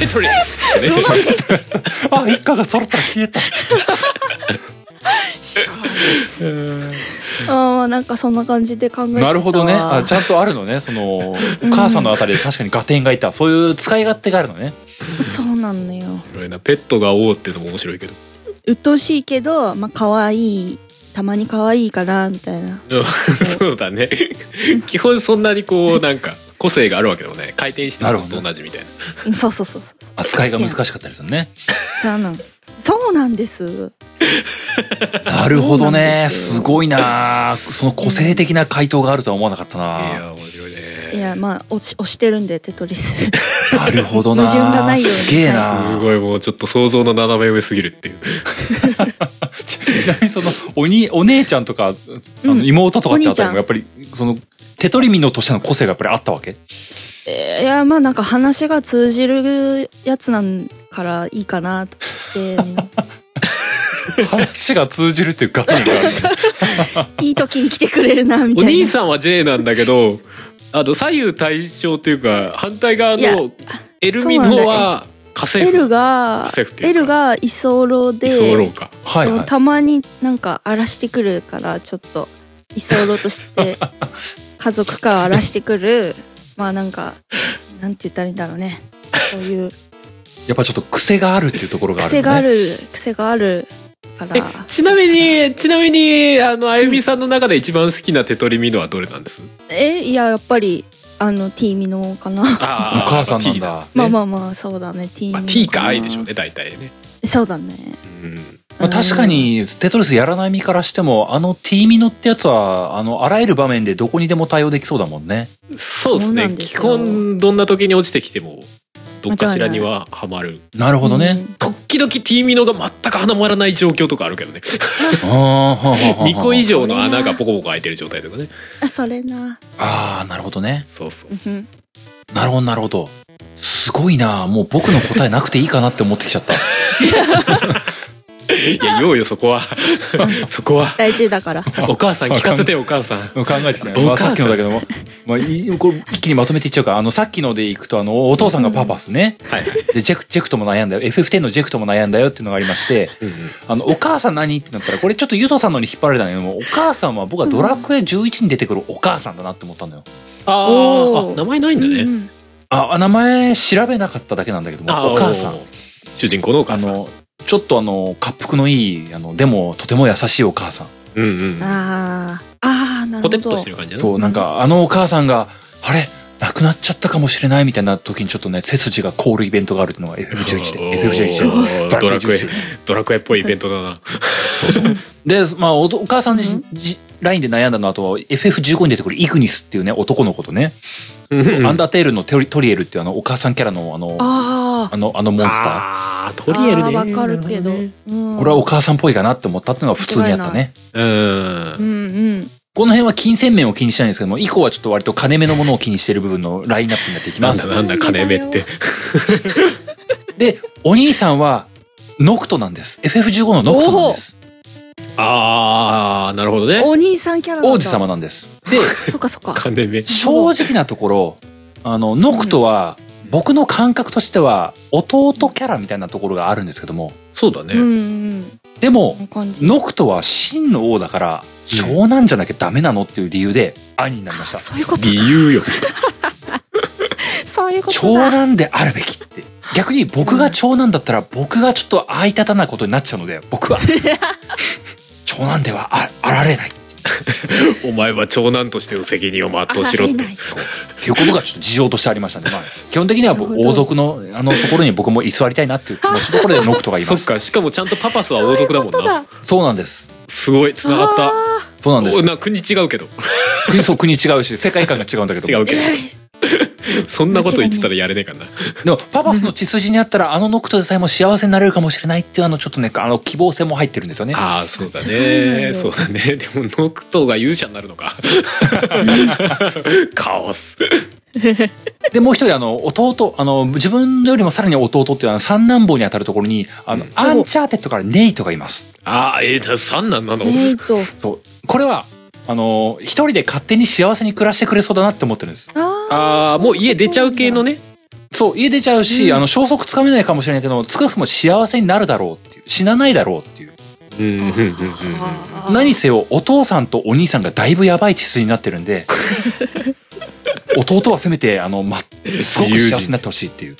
[SPEAKER 2] テトリスってね
[SPEAKER 1] あ、一家が揃ったら消えた。
[SPEAKER 3] ーあーなんかそんな感じで考えてたわ
[SPEAKER 1] なるほどね。あ、ちゃんとあるのね。そのお母さんのあたりで確かに合点がいた。そういう使い勝手があるのね。
[SPEAKER 3] そうなのよ
[SPEAKER 2] これなペットが王っていうのも面白いけど
[SPEAKER 3] 鬱陶しいけどまあ可愛いたまに可愛いかなみたいな
[SPEAKER 2] そうだね 基本そんなにこうなんか個性があるわけでもね回転してもずっと同じみたいな
[SPEAKER 3] うんそうそうそうそう
[SPEAKER 1] 扱いが難しかったりするね。
[SPEAKER 3] そうなんそうなんです
[SPEAKER 1] なるほど
[SPEAKER 3] そうなん
[SPEAKER 1] ね。
[SPEAKER 3] ですよ
[SPEAKER 1] すごいなあその個性的な回答があるとは思わなかった
[SPEAKER 2] い
[SPEAKER 1] な
[SPEAKER 2] や面白い
[SPEAKER 3] い
[SPEAKER 2] ね
[SPEAKER 3] やまあ押し押してるんでテトリス
[SPEAKER 1] なるほどな
[SPEAKER 3] 矛盾がないように
[SPEAKER 1] すげえ
[SPEAKER 2] す
[SPEAKER 1] な
[SPEAKER 2] ごいもうちょっと想像の斜め上すぎるっていう
[SPEAKER 1] ちちなみにその、おに、お姉ちゃんとか、あ
[SPEAKER 3] う
[SPEAKER 1] の、
[SPEAKER 3] ん
[SPEAKER 1] 妹とかってあ
[SPEAKER 3] お兄ち
[SPEAKER 1] た
[SPEAKER 3] ゃ
[SPEAKER 1] り
[SPEAKER 3] ん
[SPEAKER 1] も、やっぱり、その、手取り身のとしての個性がやっぱりあったわけ
[SPEAKER 3] えーいやまあなんか話が通じるやつなんからいいかなと思って
[SPEAKER 1] 話が通じるっていう概念があるのね
[SPEAKER 3] いい時に来てくれるなみ
[SPEAKER 2] お
[SPEAKER 3] たい
[SPEAKER 2] 兄
[SPEAKER 3] な
[SPEAKER 2] さんは J なんだけどあと左右対称っていうか反対側
[SPEAKER 3] いや
[SPEAKER 2] のエルミノは家政
[SPEAKER 3] L
[SPEAKER 2] 婦
[SPEAKER 3] が
[SPEAKER 2] セーフっていうか
[SPEAKER 3] L が居候
[SPEAKER 2] 居
[SPEAKER 3] で
[SPEAKER 2] 候か
[SPEAKER 1] はいはい。
[SPEAKER 3] たまになんか荒らしてくるからちょっと居候として 家族感を荒らしてくるまあなんかなんて言ったらいいんだろうねそう いう
[SPEAKER 1] やっぱちょっと癖があるっていうところがある、ね。
[SPEAKER 3] 癖がある癖があるから
[SPEAKER 2] えちなみにちなみにあのあゆみさんの中で一番好きな手取りミノはどれなんです
[SPEAKER 3] えいややっぱりあの T ミノかな
[SPEAKER 2] あー
[SPEAKER 1] お母さんなんだ
[SPEAKER 2] T
[SPEAKER 3] まあま
[SPEAKER 2] あ
[SPEAKER 3] あまあそうだね T ミ
[SPEAKER 2] ま
[SPEAKER 3] ノか
[SPEAKER 2] あ
[SPEAKER 3] な
[SPEAKER 2] T か I でしょうね大体ね
[SPEAKER 3] そうだね
[SPEAKER 2] うん
[SPEAKER 1] まあ、確かに、テトリスやらない身からしても、あの T ミノってやつは、あの、あらゆる場面でどこにでも対応できそうだもんね。
[SPEAKER 2] そうです
[SPEAKER 3] そう
[SPEAKER 2] ね
[SPEAKER 3] なんです
[SPEAKER 2] 基
[SPEAKER 3] よ
[SPEAKER 2] 本どんな時に落ちてきてもどっかしらにはハマる
[SPEAKER 1] なるほどね。
[SPEAKER 2] 時々 T ミノが全くはまらない状況とかあるけどね
[SPEAKER 1] あーはあはあはあ はあ
[SPEAKER 2] 2個以上の穴がポコポコ開いてる状態とかね
[SPEAKER 3] あそれな
[SPEAKER 1] ああ、なるほどね。
[SPEAKER 2] そうそう
[SPEAKER 3] うん
[SPEAKER 1] なるほど、なるほど。すごいなもう僕の答えなくていいかなって思ってきちゃ った。
[SPEAKER 2] いや、ようよ、そこは。 そこは。
[SPEAKER 3] 大事 だから。
[SPEAKER 2] お母さん、聞かせてよ、お母さん。
[SPEAKER 1] 考えてきたよ
[SPEAKER 2] お
[SPEAKER 1] まあ
[SPEAKER 2] 母さん
[SPEAKER 1] さっきのだけども。まあ、いこれ一気にまとめていっちゃうから、あの、さっきのでいくと、あの、お父さんがパパスね。
[SPEAKER 2] はい。
[SPEAKER 1] で、ジェク、ジェクトも悩んだよ。FF10 のジェクトも悩んだよっていうのがありまして、あの、お母さん何ってなったら、これちょっとユトさんのに引っ張られたんだけども、お母さんは僕はドラクエ11に出てくるお母さんだなって思ったんだよ。
[SPEAKER 2] あ
[SPEAKER 3] おー
[SPEAKER 2] ーあ、名前ないんだ
[SPEAKER 3] う
[SPEAKER 2] ね。
[SPEAKER 3] ん
[SPEAKER 1] あ、あ名前調べなかっただけなんだけども、
[SPEAKER 2] あー
[SPEAKER 1] お母さん。。
[SPEAKER 2] 主人公のお
[SPEAKER 1] あ
[SPEAKER 2] 母さん。
[SPEAKER 1] の、ちょっとあの、滑覆のいい、あの、でもとても優しいお母さん。
[SPEAKER 2] うんうん。
[SPEAKER 3] あーあー、な
[SPEAKER 2] ポ
[SPEAKER 3] るほ
[SPEAKER 2] テ
[SPEAKER 3] ど。
[SPEAKER 2] ッとしてる感じだね。
[SPEAKER 1] そう、なんか、あのお母さんが、あれ亡くなっちゃったかもしれないみたいな時にちょっとね、背筋が凍るイベントがあるっていうのが FF11
[SPEAKER 2] お
[SPEAKER 1] で、
[SPEAKER 2] ー
[SPEAKER 1] FF11 で、
[SPEAKER 2] ドラクエ
[SPEAKER 1] 11で。
[SPEAKER 2] ドラクエっぽいイベントだな。
[SPEAKER 1] で、まあ、おお母さん自
[SPEAKER 3] う
[SPEAKER 1] 身、じラインで悩んだの後は、FF15 に出てくるイグニスっていうね、男の子とね、アンダーテールのテオリトリエルっていうあの、お母さんキャラのあの、あ
[SPEAKER 3] ああ。
[SPEAKER 1] の、あのモンスタ
[SPEAKER 2] あー、
[SPEAKER 3] あ
[SPEAKER 2] トリエル
[SPEAKER 3] ー
[SPEAKER 2] で。
[SPEAKER 3] わかるけど。
[SPEAKER 2] う
[SPEAKER 3] うん
[SPEAKER 1] ー。
[SPEAKER 3] ん
[SPEAKER 1] これはお母さんっぽいかなって思ったっていうのが普通にあった
[SPEAKER 3] 間違いな
[SPEAKER 1] ね。
[SPEAKER 2] うん
[SPEAKER 3] う。んうん。
[SPEAKER 1] この辺は金銭面を気にしないんですけども、以降はちょっと割と金目のものを気にしてる部分のラインナップになっていき
[SPEAKER 2] な
[SPEAKER 1] ま
[SPEAKER 2] ん
[SPEAKER 1] す
[SPEAKER 2] だ。なんだ、金目って。
[SPEAKER 1] で、お兄さんは、ノクトなんです。FF15 のノクトなんです。
[SPEAKER 2] ああ、なるほどね。
[SPEAKER 3] お兄さんキャラなんだ
[SPEAKER 1] 王子。様なんです。で、
[SPEAKER 3] そっかそっか。
[SPEAKER 2] 金目。
[SPEAKER 1] 正直なところ、あの、ノクトは、僕の感覚としては、弟キャラみたいなところがあるんですけども、
[SPEAKER 2] そうだ
[SPEAKER 3] うん
[SPEAKER 2] ね。
[SPEAKER 3] うん。
[SPEAKER 1] でも
[SPEAKER 3] こ、の感じ。
[SPEAKER 1] ノクトは真の王だから、長男じゃなきゃダメなのっていう理由で、兄になりました。
[SPEAKER 3] そういうこと
[SPEAKER 2] 理。由よ。
[SPEAKER 3] そういうこと
[SPEAKER 1] 長
[SPEAKER 3] だ。
[SPEAKER 1] 男であるべきって。逆に僕が長男だったら、僕がちょっと相立たないことになっちゃうので、僕 は。長男ではああられない。
[SPEAKER 2] お前は長男としての責任を全うしろって
[SPEAKER 3] あられない。
[SPEAKER 1] っていうことがちょっと事情としてありましたね。まあ、基本的には僕
[SPEAKER 3] なるほど
[SPEAKER 1] 王族のあのところに僕も居座りたいなっていう気持ちのところでノクトがいま
[SPEAKER 2] そ
[SPEAKER 1] す。
[SPEAKER 2] っか、しかもちゃんとパパスは王族だもん
[SPEAKER 3] そういう
[SPEAKER 2] な
[SPEAKER 3] こ。
[SPEAKER 1] そうなんです。
[SPEAKER 2] すごい、繋がった。
[SPEAKER 1] そうなんで
[SPEAKER 2] お
[SPEAKER 1] す。
[SPEAKER 2] な国違うけど。
[SPEAKER 1] 国そう国違うし、世界観が違うんだけど。
[SPEAKER 2] 違うけ
[SPEAKER 3] え
[SPEAKER 2] ど。
[SPEAKER 3] らい。
[SPEAKER 2] そんなこと言ってたらやれねえかな。
[SPEAKER 1] でも、パパスの血筋にあったら、あのノクトでさえも幸せになれるかもしれないっていうあの、ちょっとね、あの、希望性も入ってるんですよね。
[SPEAKER 2] ああ、そうだ
[SPEAKER 3] そうなん
[SPEAKER 2] ね。
[SPEAKER 3] だ
[SPEAKER 2] そうだね。でも、ノクトが勇者になるの か。カオス。
[SPEAKER 1] で、もう一人、あの、弟、あの、自分よりもさらに弟っていうあの、三男坊にあたるところに、あの、アンチャーテッドからネイトがいます。
[SPEAKER 2] ああ、えー、だ三男なの、
[SPEAKER 3] えーっと。
[SPEAKER 1] そう。これは、あの、一人で勝手に幸せに暮らしてくれそうだなって思ってるんです。
[SPEAKER 3] あ
[SPEAKER 2] ああ、もう家出ちゃう系のね。
[SPEAKER 1] そう、家出ちゃうし、
[SPEAKER 3] うん
[SPEAKER 1] あの、消息つかめないかもしれないけど、つかくも幸せになるだろうっていう、死なないだろうっていう。
[SPEAKER 2] うん、うん、うん、うんうん。
[SPEAKER 3] あ。
[SPEAKER 1] 何せよ、お父さんとお兄さんがだいぶやばい血筋になってるん で、弟はせめて、あの、ま、すごく幸せになってほしいっていう。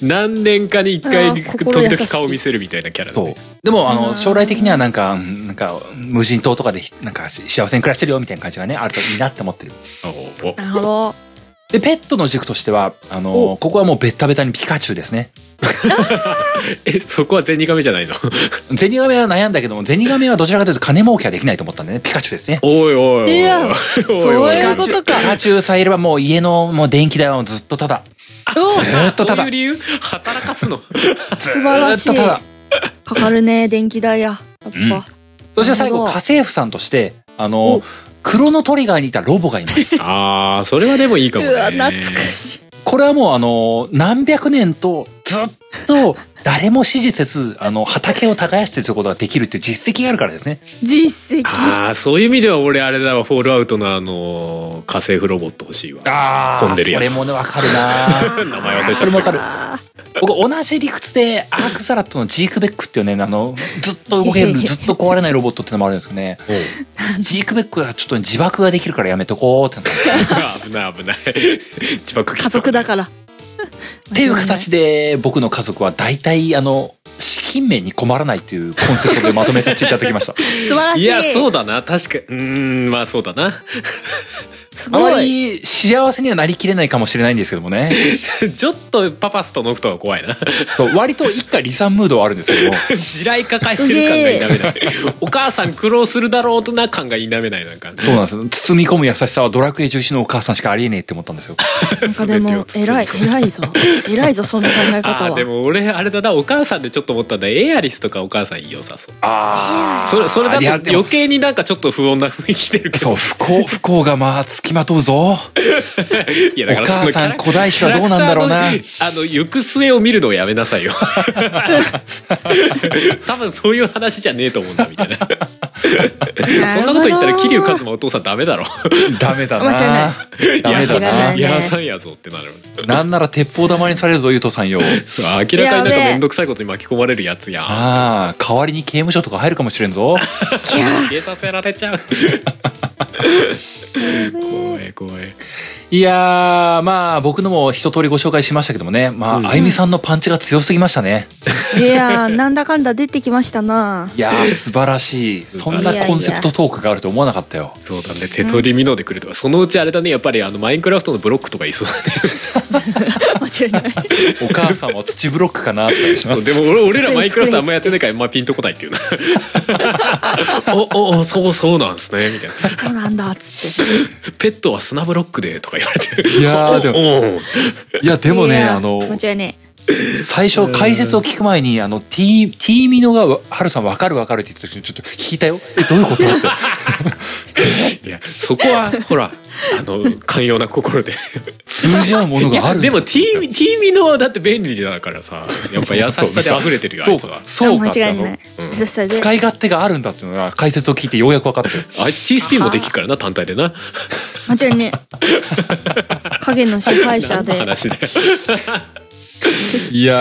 [SPEAKER 2] 何年かに一
[SPEAKER 3] あ
[SPEAKER 2] 回、
[SPEAKER 3] ー
[SPEAKER 2] 時
[SPEAKER 3] 心優しい
[SPEAKER 2] 々顔見せるみたいなキャラだ
[SPEAKER 1] そう
[SPEAKER 2] ね。。
[SPEAKER 1] でも、あ
[SPEAKER 3] う
[SPEAKER 1] の、
[SPEAKER 3] ん
[SPEAKER 1] 将来的にはなんか、うんなんか、無人島とかで、なんか、し幸せに暮らしてるよみたいな感じがね、あるといいなって思ってる。
[SPEAKER 2] おお
[SPEAKER 3] なるほど。
[SPEAKER 1] で、ペットの軸としては、あの、
[SPEAKER 3] お
[SPEAKER 1] ここはもうベッタベタにピカチュウですね。
[SPEAKER 2] え、そこはゼニガメじゃないの
[SPEAKER 1] ゼニガメは悩んだけども、ゼニガメはどちらかというと金儲けができないと思ったんでね、ピカチュウですね。
[SPEAKER 2] おいおいおい。
[SPEAKER 3] いや
[SPEAKER 2] おいおい
[SPEAKER 3] そういうこと
[SPEAKER 1] ピカチュウさえいればもう家のもう電気代はもうずっとただ。
[SPEAKER 3] お
[SPEAKER 1] ずっとただ
[SPEAKER 2] そういう理由働かすの。
[SPEAKER 3] 素晴らし
[SPEAKER 1] ずっ
[SPEAKER 3] い
[SPEAKER 1] とただ。
[SPEAKER 3] かかるね、電気代や。やっぱ。
[SPEAKER 1] そして最後、
[SPEAKER 3] なるほど
[SPEAKER 1] 家政婦さんとして、あの、クロノトリガーにいたロボがい ます。
[SPEAKER 2] ああ、それはでもいいかもね。
[SPEAKER 3] うわ、懐かしい。
[SPEAKER 1] これはもうあの、何百年とずっと誰も支持せず、あの、畑を耕してすることができるっていう実績があるからですね。
[SPEAKER 3] 実績。
[SPEAKER 2] ああ、そういう意味では俺あれだわ、フォールアウトのあのー、家政婦ロボット欲しいわ。
[SPEAKER 1] あ
[SPEAKER 2] 飛んでるやつ
[SPEAKER 1] それもね、わかるな
[SPEAKER 2] 名 前忘れちゃった
[SPEAKER 1] それもわかる。
[SPEAKER 3] あ
[SPEAKER 1] 僕、同じ理屈で、アークサラットのジークベックっていうね、あの、ずっと動ける、ずっと壊れないロボットってのもあるんですけどね。ジークベックはちょっと自爆ができるからやめとこうってなって。
[SPEAKER 2] 危ない危ない。 自爆
[SPEAKER 3] 家族だから。っ
[SPEAKER 1] っていう形で僕の家族は大体あの資金面に困らないというコンセプトでまとめさせていただきました
[SPEAKER 3] 素晴らしい。。
[SPEAKER 2] いや、そううだな。確か、うーん、まあそうだな。
[SPEAKER 3] す
[SPEAKER 1] あま
[SPEAKER 3] ごい。
[SPEAKER 1] り幸せにはなりきれないかもしれないんですけどもね
[SPEAKER 2] ちょっとパパスとノクトは怖いな。
[SPEAKER 1] そう割と一家離散ムードはあるんですけども
[SPEAKER 2] 地雷抱えてる感が否めない。お母さん苦労するだろうとな感が否めないなんか。
[SPEAKER 1] そうなんです包み込む優しさはドラクエ重視のお母さんしかありえねえって思ったんですよ
[SPEAKER 3] なんかでも、偉い、偉いぞ。偉いぞ、その考え
[SPEAKER 2] あ
[SPEAKER 3] 方
[SPEAKER 2] あで
[SPEAKER 3] は。
[SPEAKER 2] も俺あれだなお母さんでちょっと思ったんだエアリスとかお母さん良さそう
[SPEAKER 1] ああ
[SPEAKER 2] それそれだ
[SPEAKER 1] いや
[SPEAKER 2] と
[SPEAKER 1] でも
[SPEAKER 2] 余計になんかちょっと不穏な雰囲気出るけど
[SPEAKER 1] そう不幸不幸がまあつつきまとうぞ。
[SPEAKER 2] いやだか
[SPEAKER 1] お
[SPEAKER 2] ら
[SPEAKER 1] 母さん
[SPEAKER 2] そのキャラ
[SPEAKER 1] 古代種はどうなんだろうな
[SPEAKER 2] キャラクターのあの行く末を見るのをやめな さいよ多分そういう話じゃねえと思うんだみたいなそんなこと言ったら桐生一馬お父さんダメだろ
[SPEAKER 1] ダメだな。
[SPEAKER 3] 間
[SPEAKER 1] ダメだ
[SPEAKER 3] 間違いない
[SPEAKER 1] な。
[SPEAKER 3] ね
[SPEAKER 2] やらさんやぞってなる
[SPEAKER 1] なんなら鉄砲玉にされるぞ、ゆうとさんよ。
[SPEAKER 2] そう明らかになん
[SPEAKER 3] や
[SPEAKER 2] か
[SPEAKER 3] べえ
[SPEAKER 2] 面倒くさいことに巻き込まれるやつやん
[SPEAKER 1] ああ、代わりに刑務所とか入るかもしれん ぞ。
[SPEAKER 3] いや
[SPEAKER 2] 消えさせられちゃう怖い怖い
[SPEAKER 1] いやー、まあ僕のも一通りご紹介しましたけどもね、まあ、
[SPEAKER 2] うん
[SPEAKER 1] あゆみさんのパンチが強すぎましたね。
[SPEAKER 3] ーいやーなんだかんだ出てきまし たない
[SPEAKER 1] やー、素晴らしい。そんなコンセプトトークがあると思わなかったよ。
[SPEAKER 2] そうだね手取り身のでくるとか、そのうちあれだねやっぱりあのマインクラフトのブロックとかいそうだね
[SPEAKER 3] 間違いない
[SPEAKER 1] お母さんは土ブロックかなとか言いしま
[SPEAKER 2] そう
[SPEAKER 1] す。
[SPEAKER 2] でも俺俺ら
[SPEAKER 3] 作り
[SPEAKER 2] マインクラフトあんまやってないから、まあ、ピンとこないっていうなおおそうそうなんですねみたいな
[SPEAKER 3] そうなんだっつって
[SPEAKER 2] ペットは砂ブロックでとか言われて
[SPEAKER 1] いやーでも
[SPEAKER 2] も
[SPEAKER 1] いや、でも
[SPEAKER 3] い
[SPEAKER 1] ね、
[SPEAKER 3] やー
[SPEAKER 1] あの、
[SPEAKER 3] 間違いね
[SPEAKER 1] 最初解説を聞く前に、あの、T、T ミノが、ハルさんわかるわかるって言ってた時にちょっと聞いたよ。え、どういうことって。
[SPEAKER 2] いやそこはほらあの寛容な心で
[SPEAKER 1] 通じ合うもの
[SPEAKER 2] い
[SPEAKER 1] があ
[SPEAKER 2] や
[SPEAKER 1] るんだ
[SPEAKER 2] でも T, T ミノはだって便利だからさやっぱ優しさで溢れてるよあ
[SPEAKER 1] そ
[SPEAKER 2] いうつは
[SPEAKER 1] か。そうか。
[SPEAKER 3] 間違いない
[SPEAKER 2] うん
[SPEAKER 3] 実際で
[SPEAKER 1] 使い勝手があるんだっていうのが解説を聞いてようやく分かったよ。
[SPEAKER 2] あいつ TSP もできるからな単体でな
[SPEAKER 3] 間違いね 影の支配者で
[SPEAKER 2] 何の話で
[SPEAKER 1] いや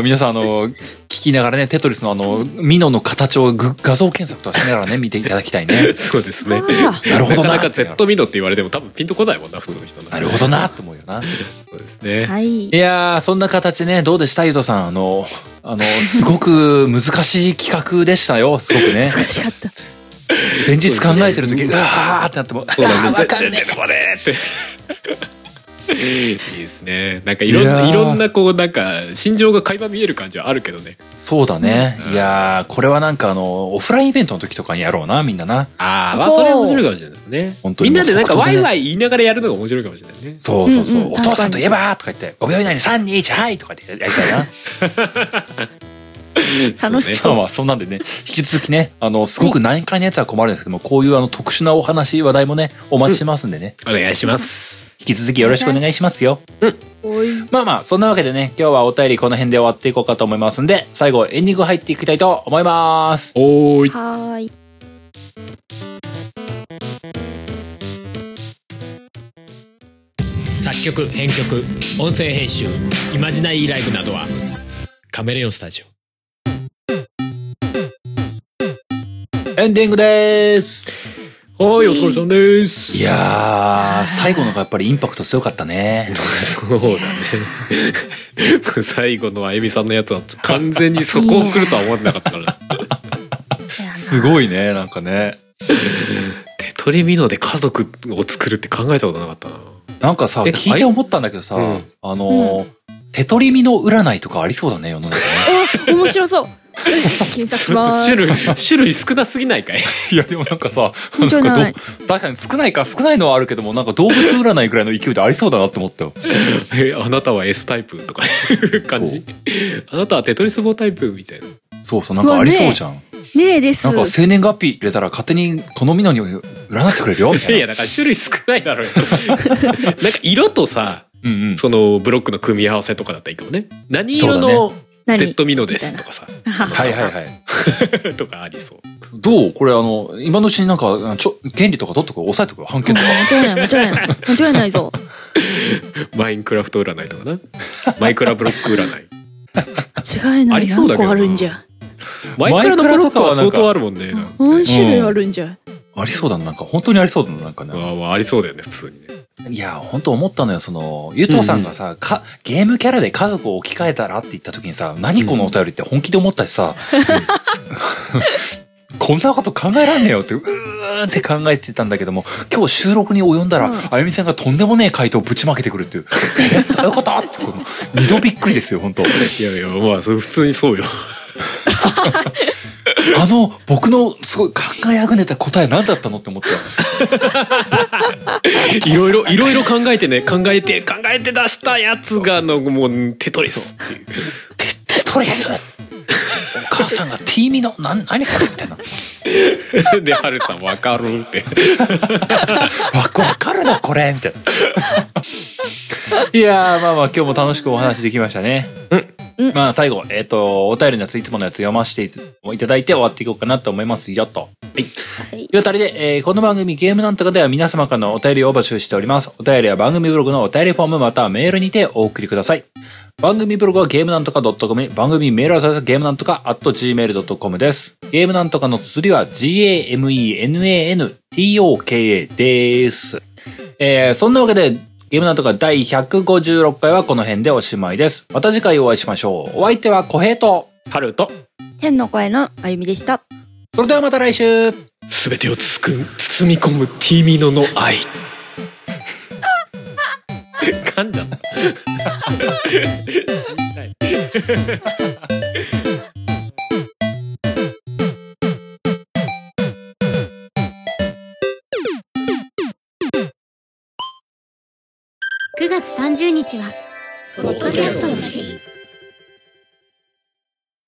[SPEAKER 1] ー、皆さん、あの、聞きながらね、テトリスのあの、ミノの形をぐ画像検索とかしながらね、見ていただきたい ね。
[SPEAKER 2] そうですね
[SPEAKER 3] あ
[SPEAKER 1] なるほどな
[SPEAKER 2] なかなか Z ミノって言われても多分ピンとこないもんな普通の人
[SPEAKER 1] なるほどなって思うよな。
[SPEAKER 2] そうですね
[SPEAKER 3] はい
[SPEAKER 1] いやー、そんな形ね、どうでしたゆうとさん。あの、あの、すごく難しい企画でしたよ、すごくね
[SPEAKER 3] 難。しかった
[SPEAKER 1] 前日考えてる時、
[SPEAKER 2] そう
[SPEAKER 1] う
[SPEAKER 2] ね
[SPEAKER 1] わーってなっても、
[SPEAKER 2] そうだね
[SPEAKER 1] あーわかんね
[SPEAKER 2] 全然これって いいですねなんかいろん
[SPEAKER 1] いや
[SPEAKER 2] な
[SPEAKER 1] ー
[SPEAKER 2] いろんなこうなんか心情が垣間見える感じはあるけどね
[SPEAKER 1] そうだね。いやー、これはなんかあの、オフラインイベントの時とかにやろうな、みんなな。
[SPEAKER 2] ああまあ
[SPEAKER 3] ほう
[SPEAKER 2] それは面白いかもしれないですね
[SPEAKER 1] 本当に
[SPEAKER 2] みんなでなんか
[SPEAKER 1] もう
[SPEAKER 2] ワ
[SPEAKER 1] 即答
[SPEAKER 2] イ
[SPEAKER 1] でね
[SPEAKER 2] ワイ言いながらやるのが面白いかもしれないね
[SPEAKER 1] そうそうそう。
[SPEAKER 3] うんうん
[SPEAKER 1] お父さん
[SPEAKER 3] 確かに
[SPEAKER 1] といえばとか言って、5秒以内に3、2、1、はいとかでやりたいな。
[SPEAKER 3] 楽し
[SPEAKER 1] さんはそんなんでね、引き続きね、あの、すごく難解なやつは困るんですけども、こういうあの、特殊なお話、話題もね、お待ちしてますんでね、
[SPEAKER 2] お願いします
[SPEAKER 1] 引き続きよろしくお願いしますよ。
[SPEAKER 3] おい
[SPEAKER 1] まあまあ、そんなわけでね、今日はお便りこの辺で終わっていこうかと思いますんで、最後エンディング入っていきたいと思います。
[SPEAKER 2] おーい
[SPEAKER 3] はーい
[SPEAKER 2] 作曲編曲音声編集イマジナイーライブなどはカメレオンスタジオ
[SPEAKER 1] エンディングです。
[SPEAKER 2] はいお疲れさんです
[SPEAKER 1] いやー、最後のがやっぱりインパクト強かったね。
[SPEAKER 2] そうだね最後のあゆみさんのやつは完全にそこを来るとは思ってなかったからな
[SPEAKER 1] すごいね、なんかね。
[SPEAKER 2] 手取りミノで家族を作るって考えたことなかったな
[SPEAKER 1] なんかさ、
[SPEAKER 2] え
[SPEAKER 1] 聞いて思ったんだけどさ、
[SPEAKER 2] うん
[SPEAKER 1] あのー、手取り身の占いとかありそうだね、世の中ね。
[SPEAKER 3] 面 白そう検索し
[SPEAKER 2] ちょっ
[SPEAKER 3] ま
[SPEAKER 2] と
[SPEAKER 3] す
[SPEAKER 2] 種類種類少なすぎないかい
[SPEAKER 1] いやでもなんかさ、
[SPEAKER 3] 面白いな
[SPEAKER 1] なんかど確かに少ないか少ないのはあるけども、なんか動物占いぐらいの勢いでありそうだなって思ったよ。
[SPEAKER 2] えあなたは S タイプとかいう感
[SPEAKER 1] そう
[SPEAKER 2] じあなたはテトリス棒タイプみたいな
[SPEAKER 1] そうそう、なんかありそうじゃん。
[SPEAKER 3] ねえです
[SPEAKER 1] なんか生年月日入れたら勝手にこのミノに占ってくれるよみた
[SPEAKER 2] い
[SPEAKER 1] い
[SPEAKER 2] や
[SPEAKER 1] な。
[SPEAKER 2] だから種類少ないだろうよなんか色とさ
[SPEAKER 1] うんうん。
[SPEAKER 2] そのブロックの組み合わせとかだったらいいかもね何色
[SPEAKER 1] そ
[SPEAKER 2] の
[SPEAKER 3] 何
[SPEAKER 2] Z ミノですとかさ、
[SPEAKER 1] はいはいはい。
[SPEAKER 2] とかありそう
[SPEAKER 1] どうこれあの、今のうちになんか、ちょ、原理とか取っとく押さえとく判
[SPEAKER 3] うん
[SPEAKER 1] 決 とか。
[SPEAKER 3] 間違いない間違いない間違いないぞ
[SPEAKER 2] マインクラフト占いとかなマイクラブロック占い
[SPEAKER 3] 間違いな
[SPEAKER 2] あ
[SPEAKER 3] い
[SPEAKER 2] りそうだけど
[SPEAKER 3] 何個
[SPEAKER 2] な
[SPEAKER 3] あるんじゃ
[SPEAKER 2] マイクラのブロックは相当あるもんねなんか
[SPEAKER 3] 何種類あるんじゃ
[SPEAKER 1] ありそうだな、なんか本当にありそうだな、なんかね。
[SPEAKER 2] ああまあありそうだよね普通にね
[SPEAKER 1] いや、本当思ったのよ、その、ゆとうさんがさ、か、ゲームキャラで家族を置き換えたらって言った時にさ、何このお便りって本気で思ったしさ、 こんなこと考えらんねえよって、うーんって考えてたんだけども、今日収録に及んだら、
[SPEAKER 3] うん
[SPEAKER 1] あゆみさんがとんでもねえ回答をぶちまけてくるっていう、えどういうことってこの、二度びっくりですよ、本当
[SPEAKER 2] いやいやまあそれ普通にそうよ
[SPEAKER 1] あの、僕のすごい考えあぐねた答え何だったのって思ったよ。
[SPEAKER 2] いろいろいろいろ考えてね考えて考えて出したやつがのもうテトリスっていう
[SPEAKER 1] テテトリスお母さんが T ミの何何それみたいな
[SPEAKER 2] でハルさん分かるって
[SPEAKER 1] わわかるのこれみたいないやーまあまあ今日も楽しくお話できましたね
[SPEAKER 3] うん
[SPEAKER 1] まあ最後えっ、とお便りのやついつものやつ読ませていただいて終わっていこうかなと思いますよと
[SPEAKER 3] はい
[SPEAKER 1] いうあたりで、えーこの番組ゲームなんとかでは皆様からのお便りを募集しております。お便りは番組ブログのお便りフォームまたはメールにてお送りください。番組ブログはゲームなんとか .com に番組メールアドレスはゲームなんとか .gmail.com です。ゲームなんとかの綴りは g-a-m-e-n-a-n-t-o-k-a です。えーそんなわけで、ゲームなんとか第156回はこの辺でおしまいです。また次回お会いしましょう。お相手は小平と。
[SPEAKER 2] ハルと
[SPEAKER 3] 天の声のあゆみでした。
[SPEAKER 1] それではまた来週
[SPEAKER 2] 全てをつく包み込むティミノの愛噛んだ死んだよ
[SPEAKER 4] 9月30日はポッドキャストの日